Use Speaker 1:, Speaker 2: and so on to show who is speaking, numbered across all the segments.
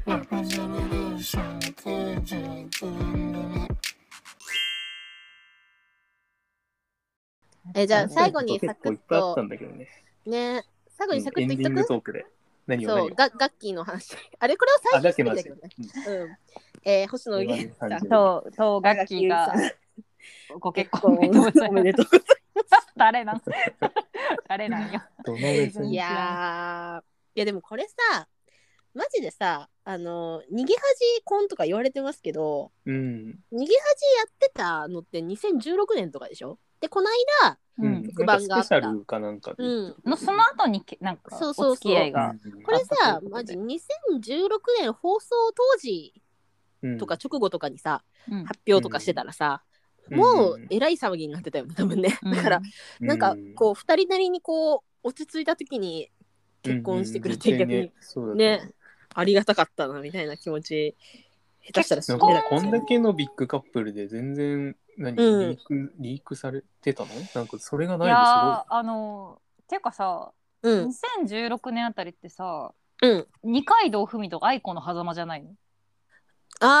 Speaker 1: ージェネレーション91年組
Speaker 2: えじゃあ最後にサ
Speaker 3: 結
Speaker 2: ク
Speaker 3: 構
Speaker 2: ッ
Speaker 3: いっぱいあっ
Speaker 2: と
Speaker 3: たんだけどね。
Speaker 2: ね最後にサク
Speaker 3: エ
Speaker 2: ッ
Speaker 3: ン
Speaker 2: と
Speaker 3: デ
Speaker 2: 言
Speaker 3: ィン
Speaker 2: っ
Speaker 3: グ
Speaker 2: と
Speaker 3: トークで。何
Speaker 2: くそ
Speaker 3: を何
Speaker 2: う
Speaker 3: を。
Speaker 2: ガガッキーの話あれこれを
Speaker 3: あ、だ
Speaker 2: 最
Speaker 3: け
Speaker 2: 終するん
Speaker 3: ま
Speaker 2: だ
Speaker 3: ず
Speaker 2: けどね、
Speaker 3: うん
Speaker 2: うんえー、星野源さん
Speaker 3: 4
Speaker 4: そう、そう、ガッキーがご結婚おめでとうござい
Speaker 1: お
Speaker 4: ま
Speaker 1: め
Speaker 4: す。
Speaker 1: でとうござい
Speaker 4: 誰なん 誰なんよ。
Speaker 3: どの別
Speaker 4: う
Speaker 3: に
Speaker 4: ん
Speaker 2: いやーいやでもこれさマジでさあの逃げ恥婚とか言われてますけど
Speaker 3: うん。
Speaker 2: 逃げ恥やってたのって2016年とかでしょでこの間
Speaker 4: うん。
Speaker 2: 黒板があ
Speaker 3: なんか
Speaker 2: っ
Speaker 3: ス
Speaker 2: た
Speaker 3: ペシャルかなんかで。
Speaker 2: うん
Speaker 4: のその後にけなんか
Speaker 2: そうそうそう
Speaker 4: お付き合いが。
Speaker 2: これ
Speaker 3: あ
Speaker 2: さ
Speaker 3: ったという
Speaker 2: マ
Speaker 3: こ
Speaker 2: ジ2016年放送当時
Speaker 3: うん
Speaker 2: とか直後とかにさ、
Speaker 4: うん
Speaker 2: 発表とかしてたらさ、
Speaker 3: うん
Speaker 2: もう
Speaker 3: うん
Speaker 2: えらい騒ぎになってたよね多分ね、
Speaker 4: うん
Speaker 2: だから
Speaker 3: う
Speaker 2: なんかこう二人なりにこう落ち着いた時に結婚してくれて
Speaker 3: うんうん
Speaker 2: 逆
Speaker 3: 全然
Speaker 2: に
Speaker 3: ねそうだ
Speaker 2: ねありがたかったなみたいな気持ち下手したらす
Speaker 3: なん
Speaker 2: ごい
Speaker 3: か
Speaker 2: な
Speaker 3: こんだけのビッグカップルで全然何、
Speaker 2: うん
Speaker 3: リークリークされてたのなんかそれがないい
Speaker 4: やー
Speaker 3: の
Speaker 4: あのーていうかさ、
Speaker 2: うん
Speaker 4: 2016年あたりってさ
Speaker 2: うん
Speaker 4: 二階堂ふみと愛子の狭間じゃないの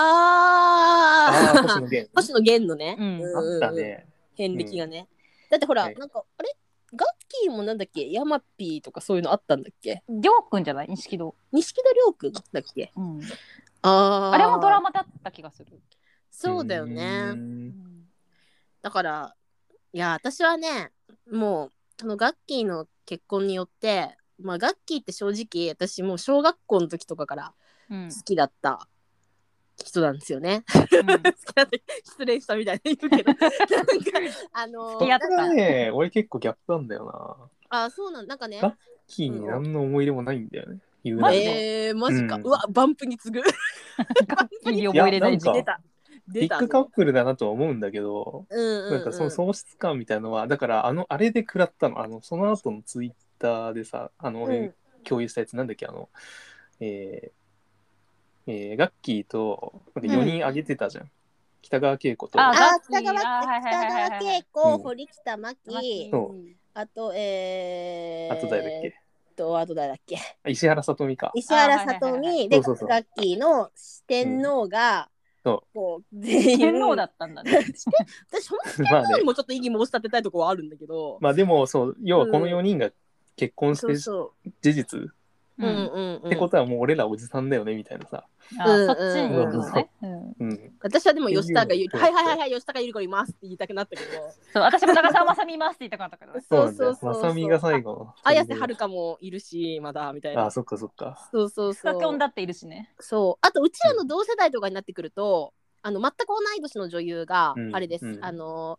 Speaker 2: あ
Speaker 3: すごい。ああー、星
Speaker 2: ー
Speaker 3: 野源。
Speaker 2: 星野源のね、
Speaker 4: うん
Speaker 2: う
Speaker 3: あったね。
Speaker 2: 遍歴がね、だってほら、
Speaker 3: はい
Speaker 2: なんかあれガッキーもなんだっけヤマピーとかそういうのあったんだっけ
Speaker 4: りょうくんじゃない錦戸、
Speaker 2: 錦戸亮君だっけ
Speaker 4: うん、
Speaker 2: あ
Speaker 4: あれもドラ
Speaker 2: マ
Speaker 4: マだった気がする、
Speaker 2: そうだよね、
Speaker 3: うん
Speaker 2: だからいや私はねもうそのガッキーの結婚によってまあガッキーって正直私もう小学校の時とかから
Speaker 4: うん
Speaker 2: 好きだった人なんですよ ね。
Speaker 4: うん
Speaker 2: 好きだって失礼したみたいに言うけ どなんかあの
Speaker 3: そ
Speaker 4: 付
Speaker 3: っ
Speaker 4: き合っ
Speaker 3: か
Speaker 4: た
Speaker 3: らね、俺結構ギャップなんだよ
Speaker 2: あそうなんなんかね
Speaker 3: ガッな。キーに何の思い入れもないんだよね。言うな
Speaker 4: マ
Speaker 3: ら
Speaker 4: ジ
Speaker 3: ね
Speaker 2: えー、マジか、
Speaker 3: う
Speaker 2: うんわバンプに次ぐ
Speaker 4: 楽器に覚えれない時
Speaker 3: い
Speaker 2: 出
Speaker 4: 期
Speaker 3: やなんか
Speaker 2: た
Speaker 3: ビ
Speaker 2: 出た
Speaker 3: ッグカップルだなとは思うんだけど、
Speaker 2: うんうん、う
Speaker 3: なん
Speaker 2: ん、
Speaker 3: かその喪失感みたいのは、だからあの、あれで食らったの、あの、その後のツイッターでさ、あの、俺
Speaker 2: うん
Speaker 3: 共有したやつなんだっけあのえー、えー、ガッキーとなんか4人挙げてたじゃん、北川景子と
Speaker 4: あ
Speaker 2: あ
Speaker 4: ガッ
Speaker 2: 北
Speaker 4: キーあは
Speaker 2: 川
Speaker 4: いはいはい
Speaker 2: 北
Speaker 4: はい
Speaker 2: 川景子、
Speaker 3: うん
Speaker 2: 堀北真希、
Speaker 3: そ
Speaker 2: あとえー、
Speaker 3: あと誰だっけ、
Speaker 2: とあと誰だっけ
Speaker 3: 石原さとみか
Speaker 2: 石原さと
Speaker 4: あーはいはい
Speaker 2: みで
Speaker 3: そうそうそう
Speaker 2: ガッキーの四天王が、
Speaker 3: うんそ
Speaker 2: こう全員
Speaker 4: 天皇だったんだね
Speaker 2: 私その
Speaker 3: ま
Speaker 2: 天皇
Speaker 3: あ
Speaker 2: に
Speaker 3: ね
Speaker 2: もちょっと異議申し立てたいとこはあるんだけど、
Speaker 3: まあでもそう要はこの4人が結婚して
Speaker 2: そうそ
Speaker 3: 事実、っ
Speaker 2: う、うんうんうん、
Speaker 3: てことはもう俺らおじさんだよねみたいなさ、
Speaker 4: あーそっちに行くのね、うん
Speaker 3: うん、
Speaker 2: 私はでも吉高由
Speaker 3: そう
Speaker 2: 里
Speaker 3: そ
Speaker 2: はいは
Speaker 3: う
Speaker 2: いはいはい吉高由里子いますって言いたくなったけど
Speaker 4: そう私も長澤まさみいますって言いたくなったからね
Speaker 3: そう
Speaker 2: そ
Speaker 3: な
Speaker 2: うん
Speaker 3: だ
Speaker 2: そうそう
Speaker 3: よま
Speaker 2: そう
Speaker 3: さみが最後の
Speaker 2: 綾瀬はるかもいるしまだみたい
Speaker 3: あ
Speaker 2: な
Speaker 3: あそっかそっか
Speaker 2: そうそう
Speaker 4: スカ
Speaker 2: そ
Speaker 4: キョン
Speaker 2: う
Speaker 4: だっているしね
Speaker 2: そうあとうちらの同世代とかになってくると、あの全く同い年の女優が
Speaker 3: うん
Speaker 2: あれです、
Speaker 3: うん
Speaker 2: あの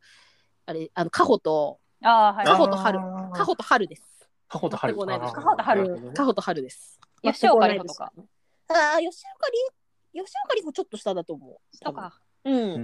Speaker 2: あれあのカホと
Speaker 4: ああはい
Speaker 2: カ
Speaker 4: は
Speaker 2: ホ
Speaker 4: い
Speaker 2: と春カ
Speaker 3: カホ
Speaker 2: ホと春です
Speaker 3: カホと春
Speaker 2: 全く同い年
Speaker 3: あー
Speaker 2: カ
Speaker 4: ホと春
Speaker 3: なるほどね
Speaker 2: カホと春です
Speaker 4: 吉岡里帆とか
Speaker 2: ああ吉岡里吉岡里帆ちょっと下だと思う
Speaker 4: とか
Speaker 2: うん
Speaker 3: う、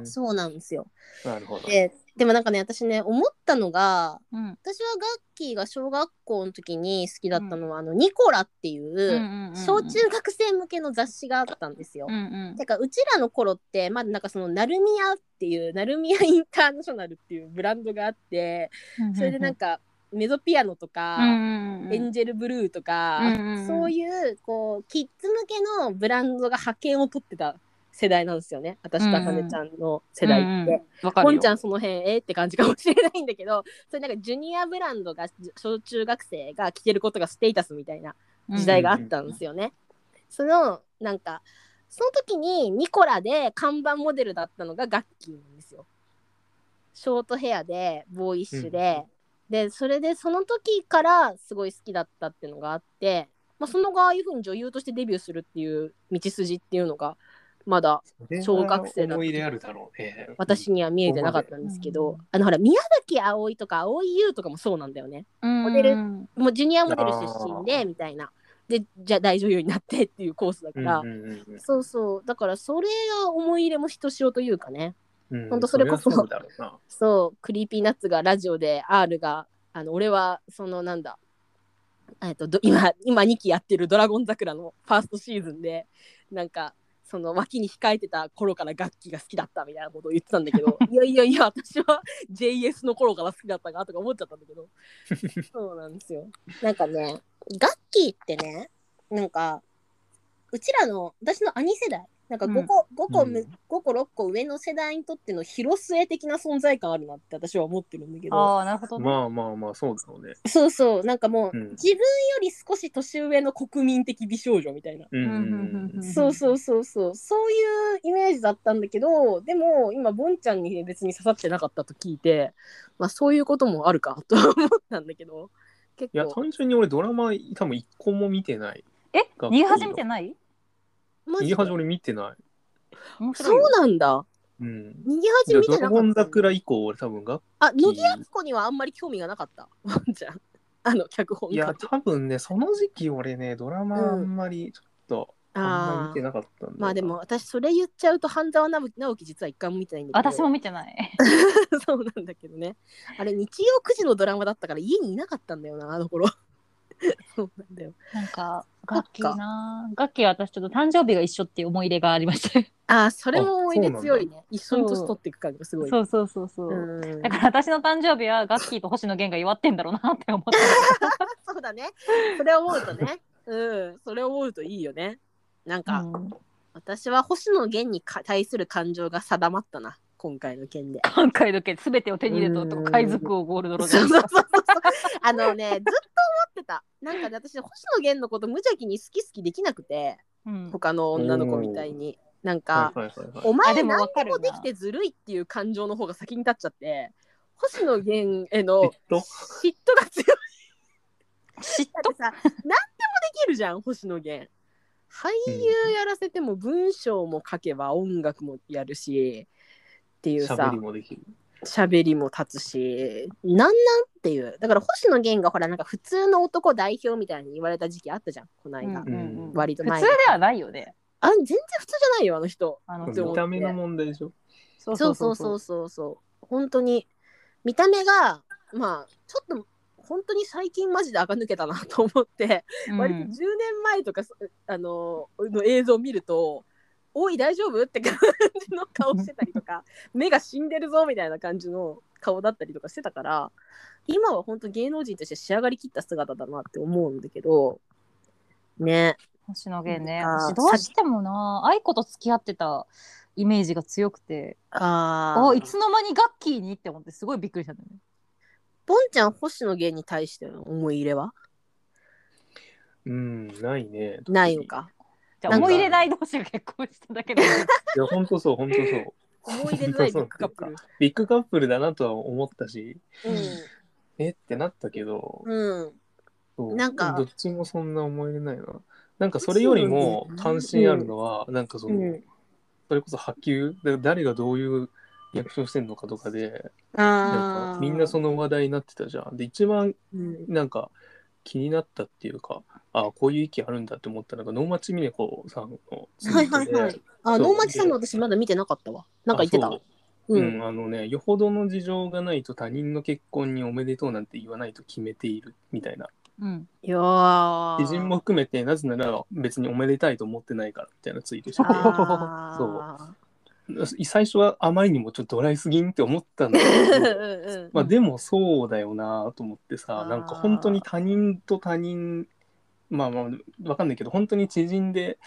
Speaker 3: ーん
Speaker 2: そうなんですよ
Speaker 3: なるほど
Speaker 2: ででもなんかね私ね思ったのが
Speaker 4: うん
Speaker 2: 私はガッキーが小学校の時に好きだったのは、あのニコラってい
Speaker 4: うんう
Speaker 2: う、
Speaker 4: んうんうん
Speaker 2: 小中学生向けの雑誌があったんですよ。
Speaker 4: うんうん
Speaker 2: てかうちらの頃ってまだなんかそのナルミヤっていうナルミヤインターナショナルっていうブランドがあってそれでなんかメゾピアノとか、
Speaker 4: うんうんうん
Speaker 2: エンジェルブルーとか、
Speaker 4: うんうん
Speaker 2: そういうこうキッズ向けのブランドが覇権を取ってた世代なんですよね私とあかねちゃんの世代って。
Speaker 4: うんうんわかる
Speaker 2: ポ
Speaker 4: よ
Speaker 2: ンちゃんその辺えって感じかもしれないんだけどそれなんかジュニアブランドがじ小中学生が着てることがステータスみたいな時代があったんですよね。そのなんかその時にニコラで看板モデルだったのがガッキーなんですよ。ショートヘアでボーイッシュで、でそれでその時からすごい好きだったっていうのがあって、まあ、その後ああいうふうに女優としてデビューするっていう道筋っていうのがまだ小学生だ
Speaker 3: 思い入れあるだろうね。
Speaker 2: 私には見えてなかったんですけど、
Speaker 4: うん
Speaker 2: あのほら宮崎あおいとかあおい優とかもそうなんだよね
Speaker 4: モ
Speaker 2: デル
Speaker 4: うん
Speaker 2: もうジュニアモデル出身
Speaker 3: あ
Speaker 2: でみたいなでじゃあ大女優になってっていうコースだ
Speaker 3: う
Speaker 2: か
Speaker 3: ん
Speaker 2: ら、
Speaker 3: うんうん
Speaker 2: そうそうだからそれが思い入れもひとしおというかね
Speaker 3: うんうん
Speaker 2: ほんとそれこそ
Speaker 3: りゃうだろうな
Speaker 2: そうクリーピーナッツがラジオで R があの俺はそのなんだえっとど今今2期やってる「ドラゴン桜」のファーストシーズンでなんかその脇に控えてた頃から楽器が好きだったみたいなことを言ってたんだけどいやいやいや私は JS の頃から好きだったなとか思っちゃったんだけどそうなんですよなんかね楽器ってねなんかうちらの私の兄世代なんか5個、5個む、
Speaker 3: うん
Speaker 2: 5個6個上の世代にとっての広末的な存在感あるなって私は思ってるんだけど
Speaker 4: ああ、なるほどね。
Speaker 3: まあまあまあ、そうだろうね。
Speaker 2: そうそうなんかもう、
Speaker 3: うん
Speaker 2: 自分より少し年上の国民的美少女みたいな、
Speaker 3: うんうんうん
Speaker 4: うん
Speaker 2: そうそうそうそうそういうイメージだったんだけどでも今ボンちゃんに別に刺さってなかったと聞いて、まあ、そういうこともあるか と思ったんだけど結
Speaker 3: いや、
Speaker 2: 構
Speaker 3: 単純に俺ドラマ多分一個も見てない。
Speaker 4: え、
Speaker 3: 学校
Speaker 4: 逃げ始めてない
Speaker 2: マ
Speaker 3: 逃
Speaker 2: ジ
Speaker 3: げ
Speaker 2: で
Speaker 3: 始め俺見てな
Speaker 4: 面白い
Speaker 2: そう
Speaker 4: よ。
Speaker 2: なんだ
Speaker 3: い。うん。
Speaker 2: 逃げ
Speaker 3: じ
Speaker 2: 始
Speaker 3: ゃあ
Speaker 2: めてなか
Speaker 3: ドラ
Speaker 2: った
Speaker 3: ゴン
Speaker 2: んだ
Speaker 3: 桜以降俺多分が
Speaker 2: あ野木亜子にはあんまり興味がなかったワンちゃんあの脚本
Speaker 3: い
Speaker 2: 家
Speaker 3: や多分ねその時期俺ねドラマあんまりちょっと、あんまり
Speaker 2: あ
Speaker 3: 見て
Speaker 2: ー
Speaker 3: なかったんだよな
Speaker 2: まあでも私それ言っちゃうと半沢直樹直樹実は一回も見てないんだけど
Speaker 4: 私も見てない。
Speaker 2: そうなんだけどねあれ日曜9時のドラマだったから家にいなかったんだよなあの頃 そうなんだよ
Speaker 4: なんか、ガッキーな。ガッキーは私ちょっと誕生日が一緒っていう思い入れがありまして。
Speaker 2: あーそれも思い出強いね一緒に
Speaker 4: そ
Speaker 2: 年
Speaker 4: う
Speaker 2: 取っていく感じがすごい
Speaker 4: そうそうそうそうう。
Speaker 2: ん
Speaker 4: だから私の誕生日はガッキーと星野源が祝ってんだろうなって思って。
Speaker 2: そうだねそれを思うとねうんそれを思うといいよねなんか、
Speaker 4: うん
Speaker 2: 私は星野源にか対する感情が定まったな今回の件で
Speaker 4: 今回だけ全てを手に入れた男
Speaker 2: うん
Speaker 4: 海賊王ゴールドロジ
Speaker 2: そ
Speaker 4: ャ
Speaker 2: うそうそう
Speaker 4: ー。
Speaker 2: そうあのねずっと思ってたなんかね私星野源のこと無邪気に好き好きできなくて
Speaker 4: うん
Speaker 2: 他の女の子みたいになんか、
Speaker 3: はいはいはいはい
Speaker 2: お前
Speaker 4: あでも
Speaker 2: 何
Speaker 4: わか
Speaker 2: で
Speaker 4: るな
Speaker 2: もできてずるいっていう感情の方が先に立っちゃって星野源への
Speaker 3: 嫉妬
Speaker 2: 嫉妬が強い
Speaker 4: 嫉
Speaker 2: だっ
Speaker 4: 妬
Speaker 2: てさ何でもできるじゃん星野源俳優やらせても文章も書けば音楽もやるしっていう
Speaker 3: 喋
Speaker 2: さ
Speaker 3: りもできる
Speaker 2: 喋りも立つしなんなんっていうだから星野源がほらなんか普通の男代表みたいに言われた時期あったじゃんこの間、
Speaker 4: うんうんうん
Speaker 2: 割と
Speaker 4: 普
Speaker 2: 前
Speaker 4: 通ではないよね。
Speaker 2: あ全然普通じゃないよあの人
Speaker 4: あの
Speaker 3: 見
Speaker 2: でも
Speaker 3: た目の問題でしょ
Speaker 4: そ
Speaker 2: そうそうそうそうそう本当に見た目がまあちょっと本当に最近マジで垢抜けたなと思って、
Speaker 4: うん
Speaker 2: 割と10年前とかそあのの映像を見ると「おい大丈夫?」って感じの顔してたりと か目が死んでるぞみたいな感じの顔だったりとかしてたから今は本当芸能人として仕上がりきった姿だなって思うんだけどね
Speaker 4: 星野源ね。
Speaker 2: なんか
Speaker 4: 私どうしてもな、愛子と付き合ってたイメージが強くて、
Speaker 2: あ
Speaker 4: あ
Speaker 2: あ
Speaker 4: いつの間にガッキーにって思ってすごいびっくりしたんだよね。
Speaker 2: ボンちゃん星野源に対しての思い入れは
Speaker 3: うんないね
Speaker 2: ないのか
Speaker 4: じゃあ
Speaker 2: なんか
Speaker 4: 思い入れない同士が結婚しただ けで。
Speaker 3: いや本当そう本当そう
Speaker 2: 思い出のないビッグカップル。
Speaker 3: ビッグカップルだなとは思ったし
Speaker 2: う
Speaker 3: えってなったけど、
Speaker 2: ん。うん。
Speaker 3: そう
Speaker 2: なんか
Speaker 3: どっちもそんな思い入れないななんかそれよりも関心あるのは、なんかその、それこそ波及だ誰がどういうリアクションしてんのかとかでなん
Speaker 2: あ
Speaker 3: か
Speaker 2: あ。
Speaker 3: みんなその話題になってたじゃん。で一番
Speaker 2: うん。
Speaker 3: なんか気になったっていうかあこういう意見あるんだって思ったのが能町みね子さんのツイートで
Speaker 2: はいはいはいあ、
Speaker 3: そう
Speaker 2: 能町さんの私まだ見てなかったわ。なんか言って
Speaker 3: あ
Speaker 2: た
Speaker 3: そ
Speaker 2: う
Speaker 3: う。うん
Speaker 2: ん。
Speaker 3: あのねよほどの事情がないと他人の結婚におめでとうなんて言わないと決めているみたいな
Speaker 4: うん。
Speaker 2: いやー。
Speaker 3: 知人も含めてなぜなら別におめでたいと思ってないからみたいなツイートしてて
Speaker 2: あー。
Speaker 3: 最初はあまりにもちょっとドライすぎんって思ったん だ
Speaker 2: う
Speaker 3: け
Speaker 2: ん
Speaker 3: ど
Speaker 2: うんうん。
Speaker 3: まあでもそうだよなと思ってさ
Speaker 2: あー
Speaker 3: なんか本当に他人と他人まあまあわかんないけど本当に知人で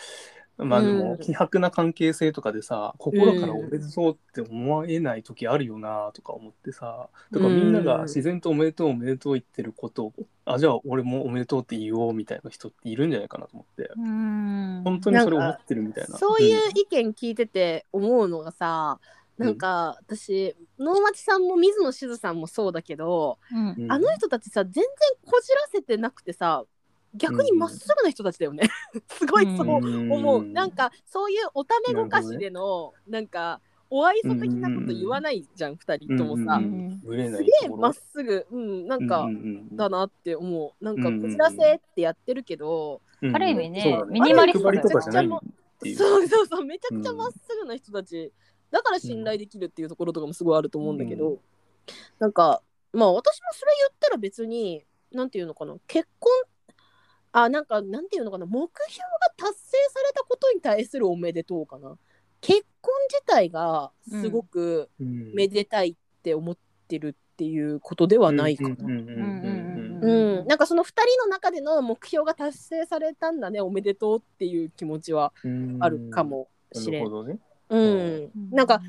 Speaker 3: まあで
Speaker 2: うん
Speaker 3: も希薄な関係性とかでさ、心からおめでとうって思えない時あるよなとか思ってさだからみんなが自然とおめでとうおめでとう言ってることをあじゃあ俺もおめでとうって言おうみたいな人っているんじゃないかなと思って
Speaker 4: うん。
Speaker 3: 本当にそれ思ってるみたいな
Speaker 2: そういう意見聞いてて思うのがさ、
Speaker 3: うん
Speaker 2: なんか私能町さんも水野しずさんもそうだけど、
Speaker 4: うん
Speaker 3: うん
Speaker 2: あの人たちさ全然こじらせてなくてさ逆にまっすぐな人たちだよね、 すごいそう
Speaker 4: を
Speaker 2: 思う、なんかそういうおためごかしでのなんかお愛想的なこと言わないじゃん、二人ともさ、
Speaker 3: うんんぶれな
Speaker 2: す
Speaker 3: い
Speaker 2: げえ
Speaker 3: ところ
Speaker 2: まっすぐ、うん、なん
Speaker 3: う
Speaker 2: か
Speaker 3: んうんうん
Speaker 2: だなって思うなん
Speaker 3: う
Speaker 2: か
Speaker 3: ん
Speaker 2: こじらせってやってるけど、
Speaker 3: うん
Speaker 4: ある意味ね
Speaker 3: そうだ
Speaker 4: ミニマリストだよね
Speaker 3: 気配りとかじゃないっていう
Speaker 2: そうそうそうめちゃくちゃまっすぐな人たち、だから信頼できるっていうところとかもすごいあると思うんだけど、
Speaker 3: う
Speaker 2: なんかまあ私もそれ言ったら別になんていうのかな結婚あなんかなんていうのかな目標が達成されたことに対するおめでとうかな結婚自体がすごく
Speaker 3: うん
Speaker 2: めでたいって思ってるっていうことではないかな。
Speaker 3: うんうんうんうんうん
Speaker 2: うん、なんかその2人の中での目標が達成されたんだねおめでとうっていう気持ちはあるかもしれ
Speaker 3: なる
Speaker 2: ん。
Speaker 3: ほどね。
Speaker 2: うん、なんか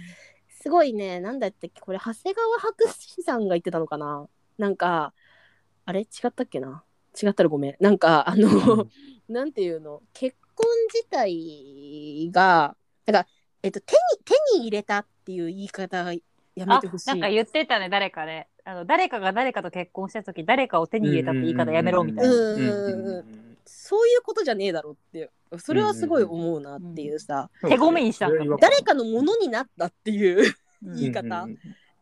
Speaker 2: すごいねなんだったっけこれ長谷川博士さんが言ってたのかななんかあれ違ったっけな違ったらごめんなんかあのなんていうの結婚自体がなんか、えっと、手に手に入れたっていう言い方がやめ
Speaker 4: あ
Speaker 2: てほし
Speaker 4: なんか
Speaker 2: い。
Speaker 4: 言ってたね誰かねあの誰かが誰かと結婚した時誰かを手に入れたって言い方やめろみたいな、
Speaker 2: うんそういうことじゃねえだろっていうそれはすごい思うなっていうさ、
Speaker 4: 手ごめにしたんだ
Speaker 3: それは
Speaker 2: 誰かのものになったっていう
Speaker 4: うん
Speaker 2: 言い方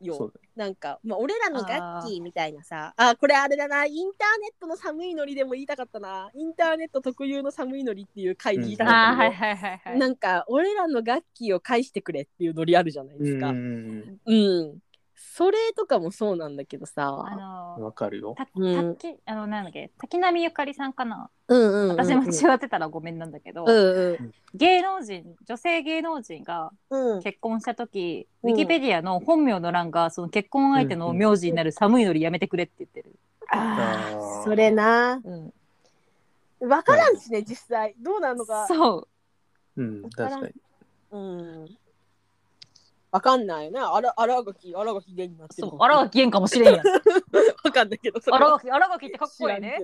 Speaker 2: よ、
Speaker 3: そう
Speaker 2: なんか、まあ、俺らのガッキーみたいなさあーこれあれだなインターネットの寒いノリでも言いたかったなインターネット特有の寒いノリっていう回で言いたか
Speaker 4: あ
Speaker 2: っ
Speaker 4: ー
Speaker 2: た
Speaker 4: は
Speaker 2: け
Speaker 4: い
Speaker 2: ど
Speaker 4: はいはいはい
Speaker 2: なんか俺らのガッキーを返してくれっていうノリあるじゃないです
Speaker 3: だ
Speaker 2: か
Speaker 3: う。ん
Speaker 2: うん、それとかもそうなんだけど
Speaker 4: あ
Speaker 2: さ。
Speaker 3: うん
Speaker 4: の
Speaker 3: わかるよ。
Speaker 4: たた
Speaker 2: うん
Speaker 4: きあのなんだっけ滝波ゆかりさんかな
Speaker 2: うんうんうん、
Speaker 4: 私間違ってたらごめんなんだけど、
Speaker 2: うんうん
Speaker 4: 芸能人女性芸能人が
Speaker 2: うん。
Speaker 4: 結婚した時、
Speaker 2: うん
Speaker 4: ウィキペディアの本名の欄がその結婚相手の名字になる寒いのりやめてくれって言ってる、
Speaker 2: あ
Speaker 3: あ
Speaker 2: ー
Speaker 3: ー
Speaker 2: それな。
Speaker 4: うん
Speaker 2: わからんしね、実際。どうなのか。
Speaker 4: そう
Speaker 3: うん、確かに。
Speaker 2: うん。わかんないよね。あら、あらがき、あらがき芸になって
Speaker 4: そう
Speaker 2: る。
Speaker 4: 荒垣源かもし れんや ん
Speaker 2: わかんないけど。それは
Speaker 4: 荒垣荒垣ってかっこいいね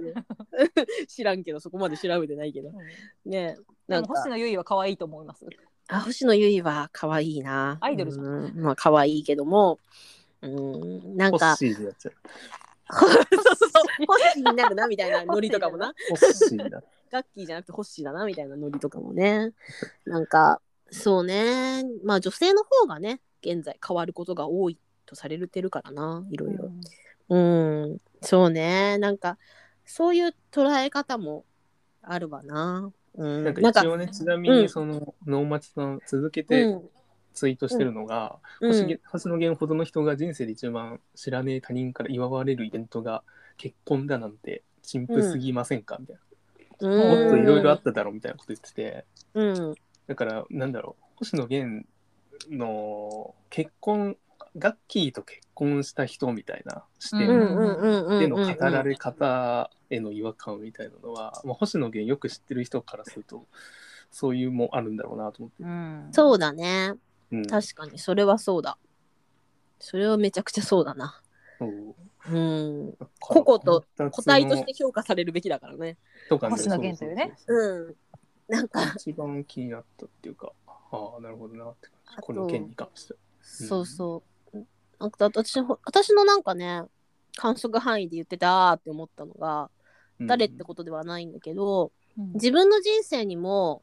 Speaker 2: 知らんけど知 らんけどそこまで調べてないけどねえ
Speaker 4: で
Speaker 2: なん
Speaker 4: も
Speaker 2: か
Speaker 4: 星野結衣は可愛いと思います
Speaker 2: あ星野結衣は可愛いな
Speaker 4: アイドルじゃん
Speaker 2: うんまあ可愛いけどもうんなん
Speaker 3: 欲
Speaker 2: か
Speaker 3: しいでやっちゃう。
Speaker 2: そうそうホッシーになるなみたいなノリとかもな
Speaker 3: 欲しいだ。
Speaker 2: ガッキーじゃなくてホッシーだなみたいなノリとかもねなんかそうねまあ女性の方がね現在変わることが多いとされてるからないろいろうん、そうね。なんか、そういう捉え方もあるわな。うん、
Speaker 3: なん
Speaker 2: なん
Speaker 3: か
Speaker 2: か
Speaker 3: 一応ね、ちなみ
Speaker 2: うん
Speaker 3: にその、ノーマチさん続け
Speaker 2: う
Speaker 3: て
Speaker 2: ん、
Speaker 3: ツイートしてるのが、
Speaker 2: う
Speaker 3: 星
Speaker 2: ん、
Speaker 3: 星野源ほどの人が人生で一番知らねえ他人から祝われるイベントが結婚だなんて、陳腐すぎませんかみたいな。
Speaker 4: うん
Speaker 3: もっといろいろあっただろうみたいなこと言ってて、
Speaker 2: うん、
Speaker 3: だから、なんだろう、星野源の結婚、ガッキーと結婚した人みたいな視
Speaker 2: うん、う
Speaker 3: 点
Speaker 2: ん、うん、うん。
Speaker 3: での語られ方への違和感みたいなのは、まあ、星野源よく知ってる人からするとそういうもあるんだろうなと思って
Speaker 4: う、ん
Speaker 2: そうだね。
Speaker 3: うん、
Speaker 2: 確かに、それはそうだ。それはめちゃくちゃそうだな。
Speaker 3: そう
Speaker 2: うん。
Speaker 3: だから
Speaker 2: 個々と
Speaker 3: この二つの
Speaker 2: 個体として評価されるべきだからね。
Speaker 3: とかね
Speaker 4: 星野源というね
Speaker 3: そそそ
Speaker 2: うん。なんか、
Speaker 3: 一番気になったっていうかああなるほどなって
Speaker 2: あと
Speaker 3: この件に関しては
Speaker 2: そうそう。なんか私の私のなんかね、感触範囲で言ってたって思ったのが、誰ってことではないんだけど、自分の人生にも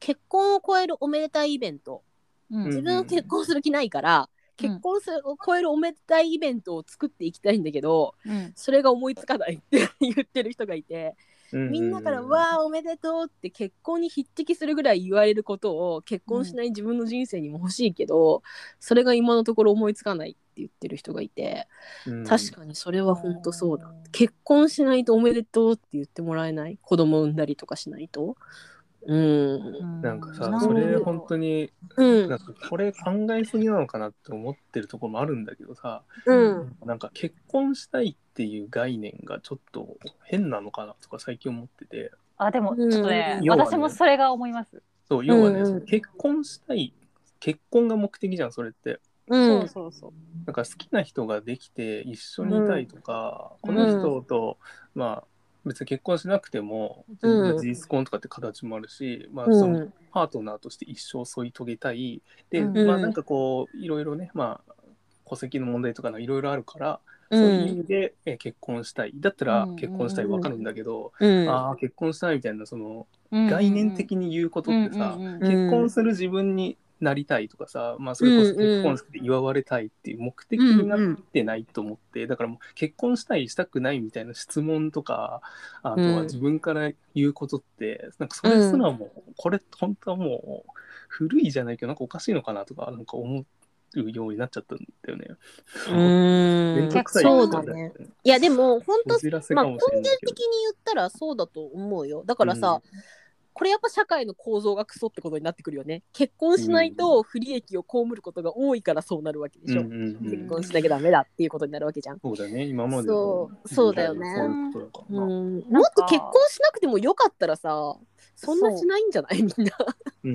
Speaker 2: 結婚を超えるおめでたいイベント
Speaker 4: うん
Speaker 2: 自分は結婚する気ないから、
Speaker 4: うん
Speaker 2: 結婚するを超えるおめでたいイベントを作っていきたいんだけど
Speaker 4: うん
Speaker 2: それが思いつかないって言ってる人がいて
Speaker 3: う
Speaker 2: みんなから「
Speaker 3: う
Speaker 2: わあおめでとう」って結婚に匹敵するぐらい言われることを結婚しない自分の人生にも欲しいけど、それが今のところ思いつかないって言ってる人がいて
Speaker 3: うん
Speaker 2: 確かにそれは本当そうだ結婚しないとおめでとうって言ってもらえない子供産んだりとかしないとうん
Speaker 4: うん
Speaker 3: なんか
Speaker 4: な
Speaker 3: さ
Speaker 4: る
Speaker 3: そ
Speaker 4: ほど
Speaker 3: れ本当に
Speaker 2: うん
Speaker 3: なんかこれ考えすぎなのかなって思ってるところもあるんだけどさ、
Speaker 2: うん
Speaker 3: なんか結婚したいっていう概念がちょっと変なのかなとか最近思ってて
Speaker 4: あでもちょっとね
Speaker 3: うん
Speaker 4: 私もそれが思います
Speaker 3: そう要は
Speaker 2: うん
Speaker 3: ね、
Speaker 2: うん
Speaker 3: その結婚したい結婚が目的じゃんそれって
Speaker 2: う
Speaker 4: そうんそうそう
Speaker 3: なんか好きな人ができて一緒にいたいとか、
Speaker 4: うん
Speaker 3: この人と、まあ別に結婚しなくても、
Speaker 2: うん
Speaker 3: 事実婚とかって形もあるし、まあ、
Speaker 2: う
Speaker 3: その
Speaker 2: ん
Speaker 3: パートナーとして一生添い遂げたいで、
Speaker 4: うん
Speaker 3: まあなんかこういろいろね、まあ、戸籍の問題とかのいろいろあるから、
Speaker 2: う
Speaker 3: そういう意
Speaker 2: ん
Speaker 3: 味で、えー結婚したいだったら
Speaker 4: うん
Speaker 3: 結婚したいわかるんだけど、
Speaker 2: うん
Speaker 3: ああ結婚したいみたいなその
Speaker 4: うん
Speaker 3: 概念的に言うことってさ、
Speaker 4: うんうんうん
Speaker 2: うん
Speaker 3: 結婚する自分になりたいとかさ、まあ、それこそ結婚して祝われたいっていう目的になってないと思って、だからもう結婚したいしたくないみたいな質問とかあと
Speaker 2: うん
Speaker 3: は自分から言うことって、なんかそれすらもうこれ本当はもう古いじゃないけどなんかおかしいのかなとかなんか思うようになっちゃったんだよね。面倒くさい
Speaker 2: そう
Speaker 3: こ
Speaker 2: だ
Speaker 3: とよ
Speaker 2: ね。いやでも本当
Speaker 3: こじらせ
Speaker 2: まあ
Speaker 3: か
Speaker 2: 根
Speaker 3: もしれな
Speaker 2: 源
Speaker 3: いけ
Speaker 2: 的に言ったらそうだと思うよ。だからさ、これやっぱ社会の構造がクソってことになってくるよね結婚しないと不利益を被ることが多いからそうなるわけでしょ、
Speaker 3: うんうんうん
Speaker 2: 結婚しなきゃダメだっていうことになるわけじゃん、
Speaker 3: そうだね、今までの
Speaker 2: そうそうだよね
Speaker 3: そういうことだから
Speaker 2: う
Speaker 3: な。
Speaker 2: ん、
Speaker 4: な
Speaker 2: も
Speaker 4: ん
Speaker 2: っ
Speaker 4: か
Speaker 2: と結婚しなくてもよかったらさそんなしないんじゃないみんな
Speaker 3: う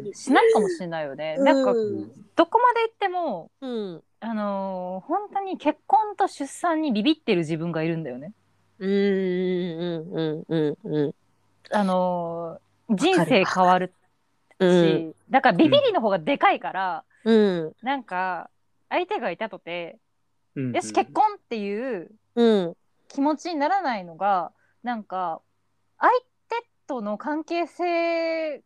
Speaker 3: ん
Speaker 4: しないかもしれないよね。なんか、
Speaker 2: うん
Speaker 4: どこまで行っても、
Speaker 2: うん
Speaker 4: あのー本当に結婚と出産にビビってる自分がいるんだよね。
Speaker 2: うんうんうんうんうん
Speaker 4: あのー人生変わるし、
Speaker 2: うん
Speaker 4: だからビビりの方がでかいから、
Speaker 2: うん
Speaker 4: なんか、相手がいたとて、
Speaker 3: うん
Speaker 4: よし、結婚っていう
Speaker 2: うん
Speaker 4: 気持ちにならないのが、なんか、相手との関係性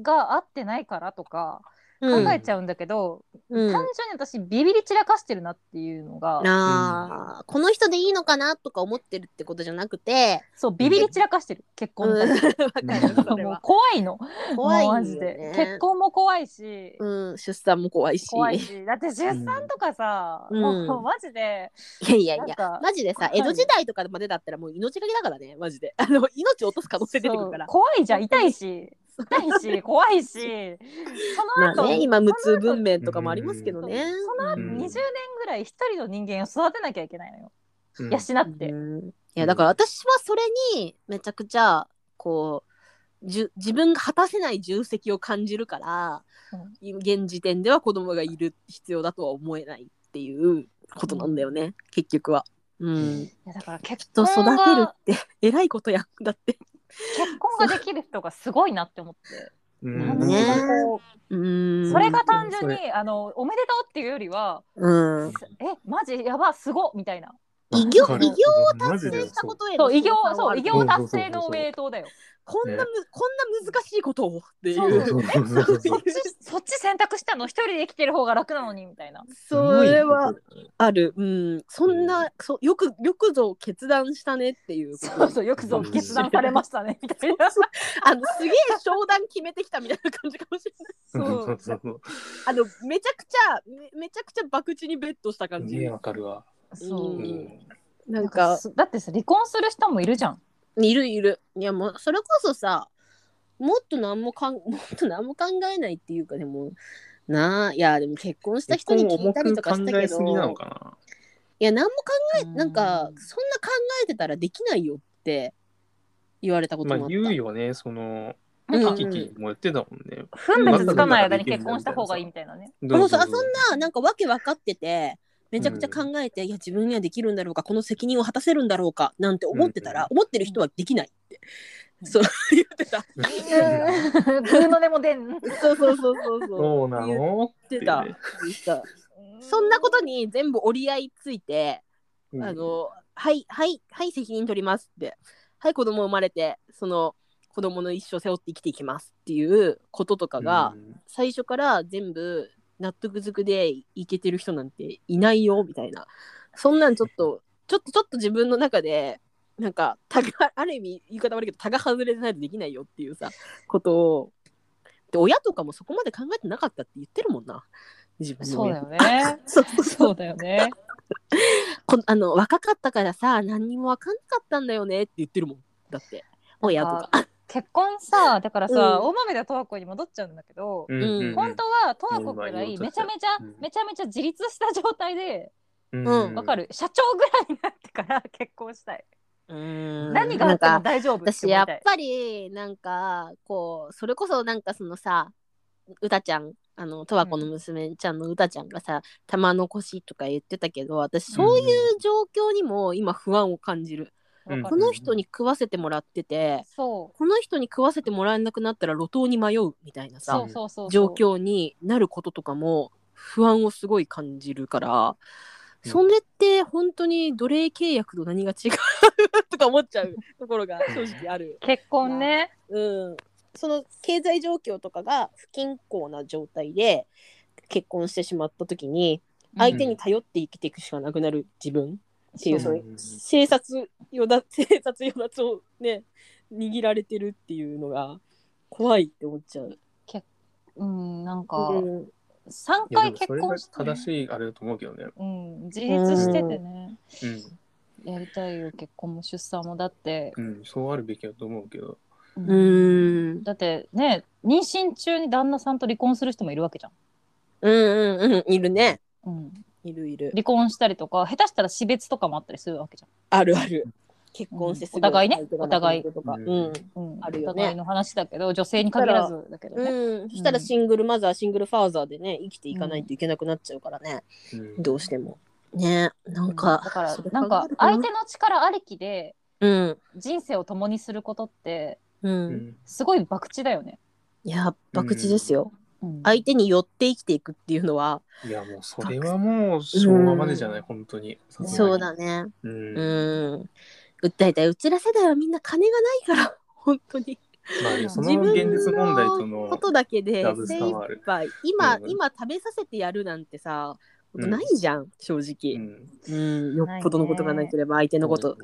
Speaker 4: が合ってないからとか、考
Speaker 2: うん
Speaker 4: えちゃうんだけど、
Speaker 2: うん
Speaker 4: 単純に私、ビビり散らかしてるなっていうのが、
Speaker 2: あーこの人でいいのかなとか思ってるってことじゃなくて、
Speaker 4: そう、ビビり散らかしてる、結
Speaker 2: う
Speaker 4: 婚
Speaker 2: ん、
Speaker 4: に
Speaker 2: わ
Speaker 4: 対して。
Speaker 2: かるそれ
Speaker 4: もう
Speaker 2: は
Speaker 4: 怖いの。
Speaker 2: 怖い
Speaker 4: もう
Speaker 2: よ、
Speaker 4: マ
Speaker 2: ね、
Speaker 4: ジで。結婚も怖いし、
Speaker 2: うん、出産も怖いし。
Speaker 4: 怖いし。だって出産とかさ、
Speaker 2: うん
Speaker 4: もうマジで、
Speaker 2: いやいやい
Speaker 4: なん
Speaker 2: や
Speaker 4: か、
Speaker 2: マジでさ、
Speaker 4: 怖い
Speaker 2: 江戸時代とかまでだったらもう命がけだからね、マジで。あの、命落とす可能性出てくるから
Speaker 4: そう。怖いじゃん、痛いし、痛いし、怖いし、そ の
Speaker 2: まあ
Speaker 4: 後、
Speaker 2: ね、今無痛文明とかもありますけどね。
Speaker 4: その後
Speaker 3: う
Speaker 4: 20
Speaker 3: ん
Speaker 4: 年ぐらい一人の人間を育てなきゃいけないのよ。
Speaker 3: うん
Speaker 4: 養って。
Speaker 2: うんいやだから私はそれにめちゃくちゃこうじゅ自分が果たせない重責を感じるから、現時点では子供がいる必要だとは思えないっていうことなんだよね、結局は。うん
Speaker 3: うん
Speaker 4: いやだから結
Speaker 2: と
Speaker 4: 婚
Speaker 2: 育
Speaker 4: が
Speaker 2: てるって えらいことやだって。
Speaker 4: 結婚ができる人がすごいなって思って。
Speaker 3: う
Speaker 4: なんん
Speaker 2: ね
Speaker 4: かこう
Speaker 2: うん
Speaker 4: それが単純にあのおめでとうっていうよりは、
Speaker 2: うん
Speaker 4: えマジやばすごみたいな。
Speaker 2: 偉業
Speaker 3: わかる
Speaker 2: 偉業
Speaker 3: うんマ
Speaker 2: 達
Speaker 3: ジで
Speaker 2: 成したことへの
Speaker 4: そう偉業
Speaker 2: 称賛はあ
Speaker 4: そう
Speaker 2: る
Speaker 4: 偉業達成のおめでとうだよ。
Speaker 2: こんなむ、こんな難しいことをってい
Speaker 4: そう
Speaker 2: う。
Speaker 3: そうそうそうそう
Speaker 4: そっちそっち選択したの一人で生きてる方が楽なのにみたいな。
Speaker 2: それは
Speaker 3: すごいことだよね
Speaker 2: ある、うん、そんな、
Speaker 3: うん
Speaker 2: そよくよくぞ決断したねっていうこと
Speaker 4: そうそうよくぞ決断されましたねみたいな。
Speaker 2: あ のすげえ商談決めてきたみたいな感じかもしれない
Speaker 4: そう
Speaker 3: そうそうそう
Speaker 2: あのめちゃくちゃめめちゃくちゃ博打にベットした感じ、
Speaker 3: ねわかるわ。
Speaker 4: そう
Speaker 2: うん
Speaker 3: ん
Speaker 2: なんか
Speaker 4: すだってさ離婚する人もいるじゃん。
Speaker 2: いるいるいやもうそれこそさもっと何もかんも っと何も考えないっていうかでもなあいやでも結婚した人に聞いたりとかしたけ
Speaker 3: 結婚を重く考えすぎな
Speaker 2: ど
Speaker 3: のか
Speaker 2: いや何も考えなんかそんな考えてたらできないよって言われたこ
Speaker 3: な。
Speaker 2: ともあ
Speaker 3: ま
Speaker 2: った、
Speaker 3: あ言うよね、その
Speaker 4: なんか
Speaker 2: うん
Speaker 3: キキも言ってたもんね。
Speaker 4: 分別つかない間に結婚した方がいいみたいなね。
Speaker 2: そうそうあそんななんか訳分かっててめちゃくちゃ考えて、いや自分にはできるんだろうかこの責任を果たせるんだろうかなんて思ってたら、
Speaker 3: うん
Speaker 2: 思ってる人はできないって、
Speaker 4: うん
Speaker 2: そう言ってた
Speaker 4: うんグーの音も出ん。
Speaker 2: そうそうそうそうそ う
Speaker 3: そうなの
Speaker 2: 言ってた言ってたそんなことに全部折り合いついて、
Speaker 3: うん
Speaker 2: あのはいはいはい責任取りますってはい子供生まれてその子供の一生背負って生きていきますっていうこととかが、
Speaker 3: うん
Speaker 2: 最初から全部納得づくでいけてる人なんていないよみたいなそんなんちょっとちょっとちょっと自分の中でなんかたがある意味言い方悪いけどタが外れてないとできないよっていうさことをで親とかもそこまで考えてなかったって言ってるもんな自分の
Speaker 4: そうだ
Speaker 2: 親
Speaker 4: よね。
Speaker 2: そうそうそう
Speaker 4: そうだよね。
Speaker 2: こんあの若かったからさ何にも分かんなかったんだよねって言ってるもんだって親とか
Speaker 4: 結婚さだからさ、
Speaker 2: うん
Speaker 4: 大豆田十和子に戻っちゃうんだけど、
Speaker 3: うんうん
Speaker 4: 本当は十和子くら
Speaker 3: う
Speaker 4: い
Speaker 3: ん
Speaker 4: めちゃめちゃ、
Speaker 3: うん
Speaker 4: めちゃめちゃ自立した状態で
Speaker 2: うん
Speaker 4: わかる、社長ぐらいになってから結婚したい、
Speaker 2: うん
Speaker 4: 何があ
Speaker 2: な
Speaker 4: っ
Speaker 2: ん
Speaker 4: て
Speaker 2: か
Speaker 4: も大丈夫って
Speaker 2: 私
Speaker 4: 思い
Speaker 2: やった
Speaker 4: い
Speaker 2: ぱりなんかこうそれこそなんかそのさうたちゃんあの十和子の娘ちゃんのうたちゃんがさ「玉残し」とか言ってたけど私そういう状況にも今不安を感じる、
Speaker 3: うん
Speaker 4: わか
Speaker 2: こ
Speaker 4: る
Speaker 2: の人に食わせてもらってて
Speaker 4: そう
Speaker 2: この人に食わせてもらえなくなったら路頭に迷うみたいな
Speaker 4: そ
Speaker 2: さ
Speaker 4: うそうそう
Speaker 2: 状況になることとかも不安をすごい感じるから、
Speaker 3: うん
Speaker 2: それって本当に奴隷契約と何が違う とか思っちゃうところが正直ある。
Speaker 4: 結婚ね
Speaker 2: うん、その経済状況とかが不均衡な状態で結婚してしまった時に相手に頼って生きていくしかなくなる自分っていう、
Speaker 4: うん
Speaker 2: その
Speaker 3: うん
Speaker 2: 生殺与奪 生殺与奪をね握られてるっていうのが怖いって思っちゃう。
Speaker 4: うんなんか、
Speaker 2: うん
Speaker 4: 三
Speaker 3: いやで
Speaker 4: 回
Speaker 3: も
Speaker 4: 結
Speaker 3: それ
Speaker 4: 婚
Speaker 3: が
Speaker 4: して、
Speaker 3: 正しいあれだと思うけどね。
Speaker 4: うん、自立しててね、
Speaker 3: うん
Speaker 4: やりたいよ結婚も出産もだって
Speaker 3: うん、そうあるべきだと思うけど。
Speaker 2: うーん
Speaker 4: だってね妊娠中に旦那さんと離婚する人もいるわけじゃん、
Speaker 2: うんうんうんいるね
Speaker 4: うん、
Speaker 2: いるいる
Speaker 4: 離婚したりとか下手したら死別とかもあったりするわけじ
Speaker 2: あるある結婚してすぐ
Speaker 4: お互いね
Speaker 2: 相手が亡くなるとか
Speaker 3: お互い
Speaker 2: うん
Speaker 4: ゃん、うん、
Speaker 2: あるよね
Speaker 4: お互いの話だけど女性に限らずだけどね、
Speaker 2: うん、そしたらシングルマザー、シングルファーザーでね生きていかないといけなくなっちゃうからね、
Speaker 3: うん
Speaker 2: どうしてもねなんか、
Speaker 4: だから
Speaker 2: それ考え
Speaker 4: な
Speaker 2: る
Speaker 4: んか
Speaker 2: と
Speaker 4: 相手の力ありきで
Speaker 2: うん
Speaker 4: 人生を共にすることって
Speaker 2: うん、
Speaker 3: うん
Speaker 4: すごい博打だよね、
Speaker 2: いや博打ですよ、
Speaker 4: うん
Speaker 2: 相手に寄って生きていくっていうのは、
Speaker 3: いやもうそれはもう昭和までじゃない本当に
Speaker 4: ん
Speaker 2: そうだね
Speaker 3: うん
Speaker 2: うん、訴えたいうちら世代はみんな金がないから 本当に
Speaker 3: まあねそ
Speaker 2: 自
Speaker 3: の現実問題と
Speaker 2: 分のこ
Speaker 3: の
Speaker 2: とだけで
Speaker 3: ラブス
Speaker 2: 精
Speaker 3: タ
Speaker 2: 一
Speaker 3: はある
Speaker 2: 杯今、
Speaker 3: うん
Speaker 2: 今食べさせてやるなんてさ
Speaker 3: うん
Speaker 2: ないじゃん、正直、
Speaker 3: うん
Speaker 2: うん、よっぽどのことがなければ相手のこと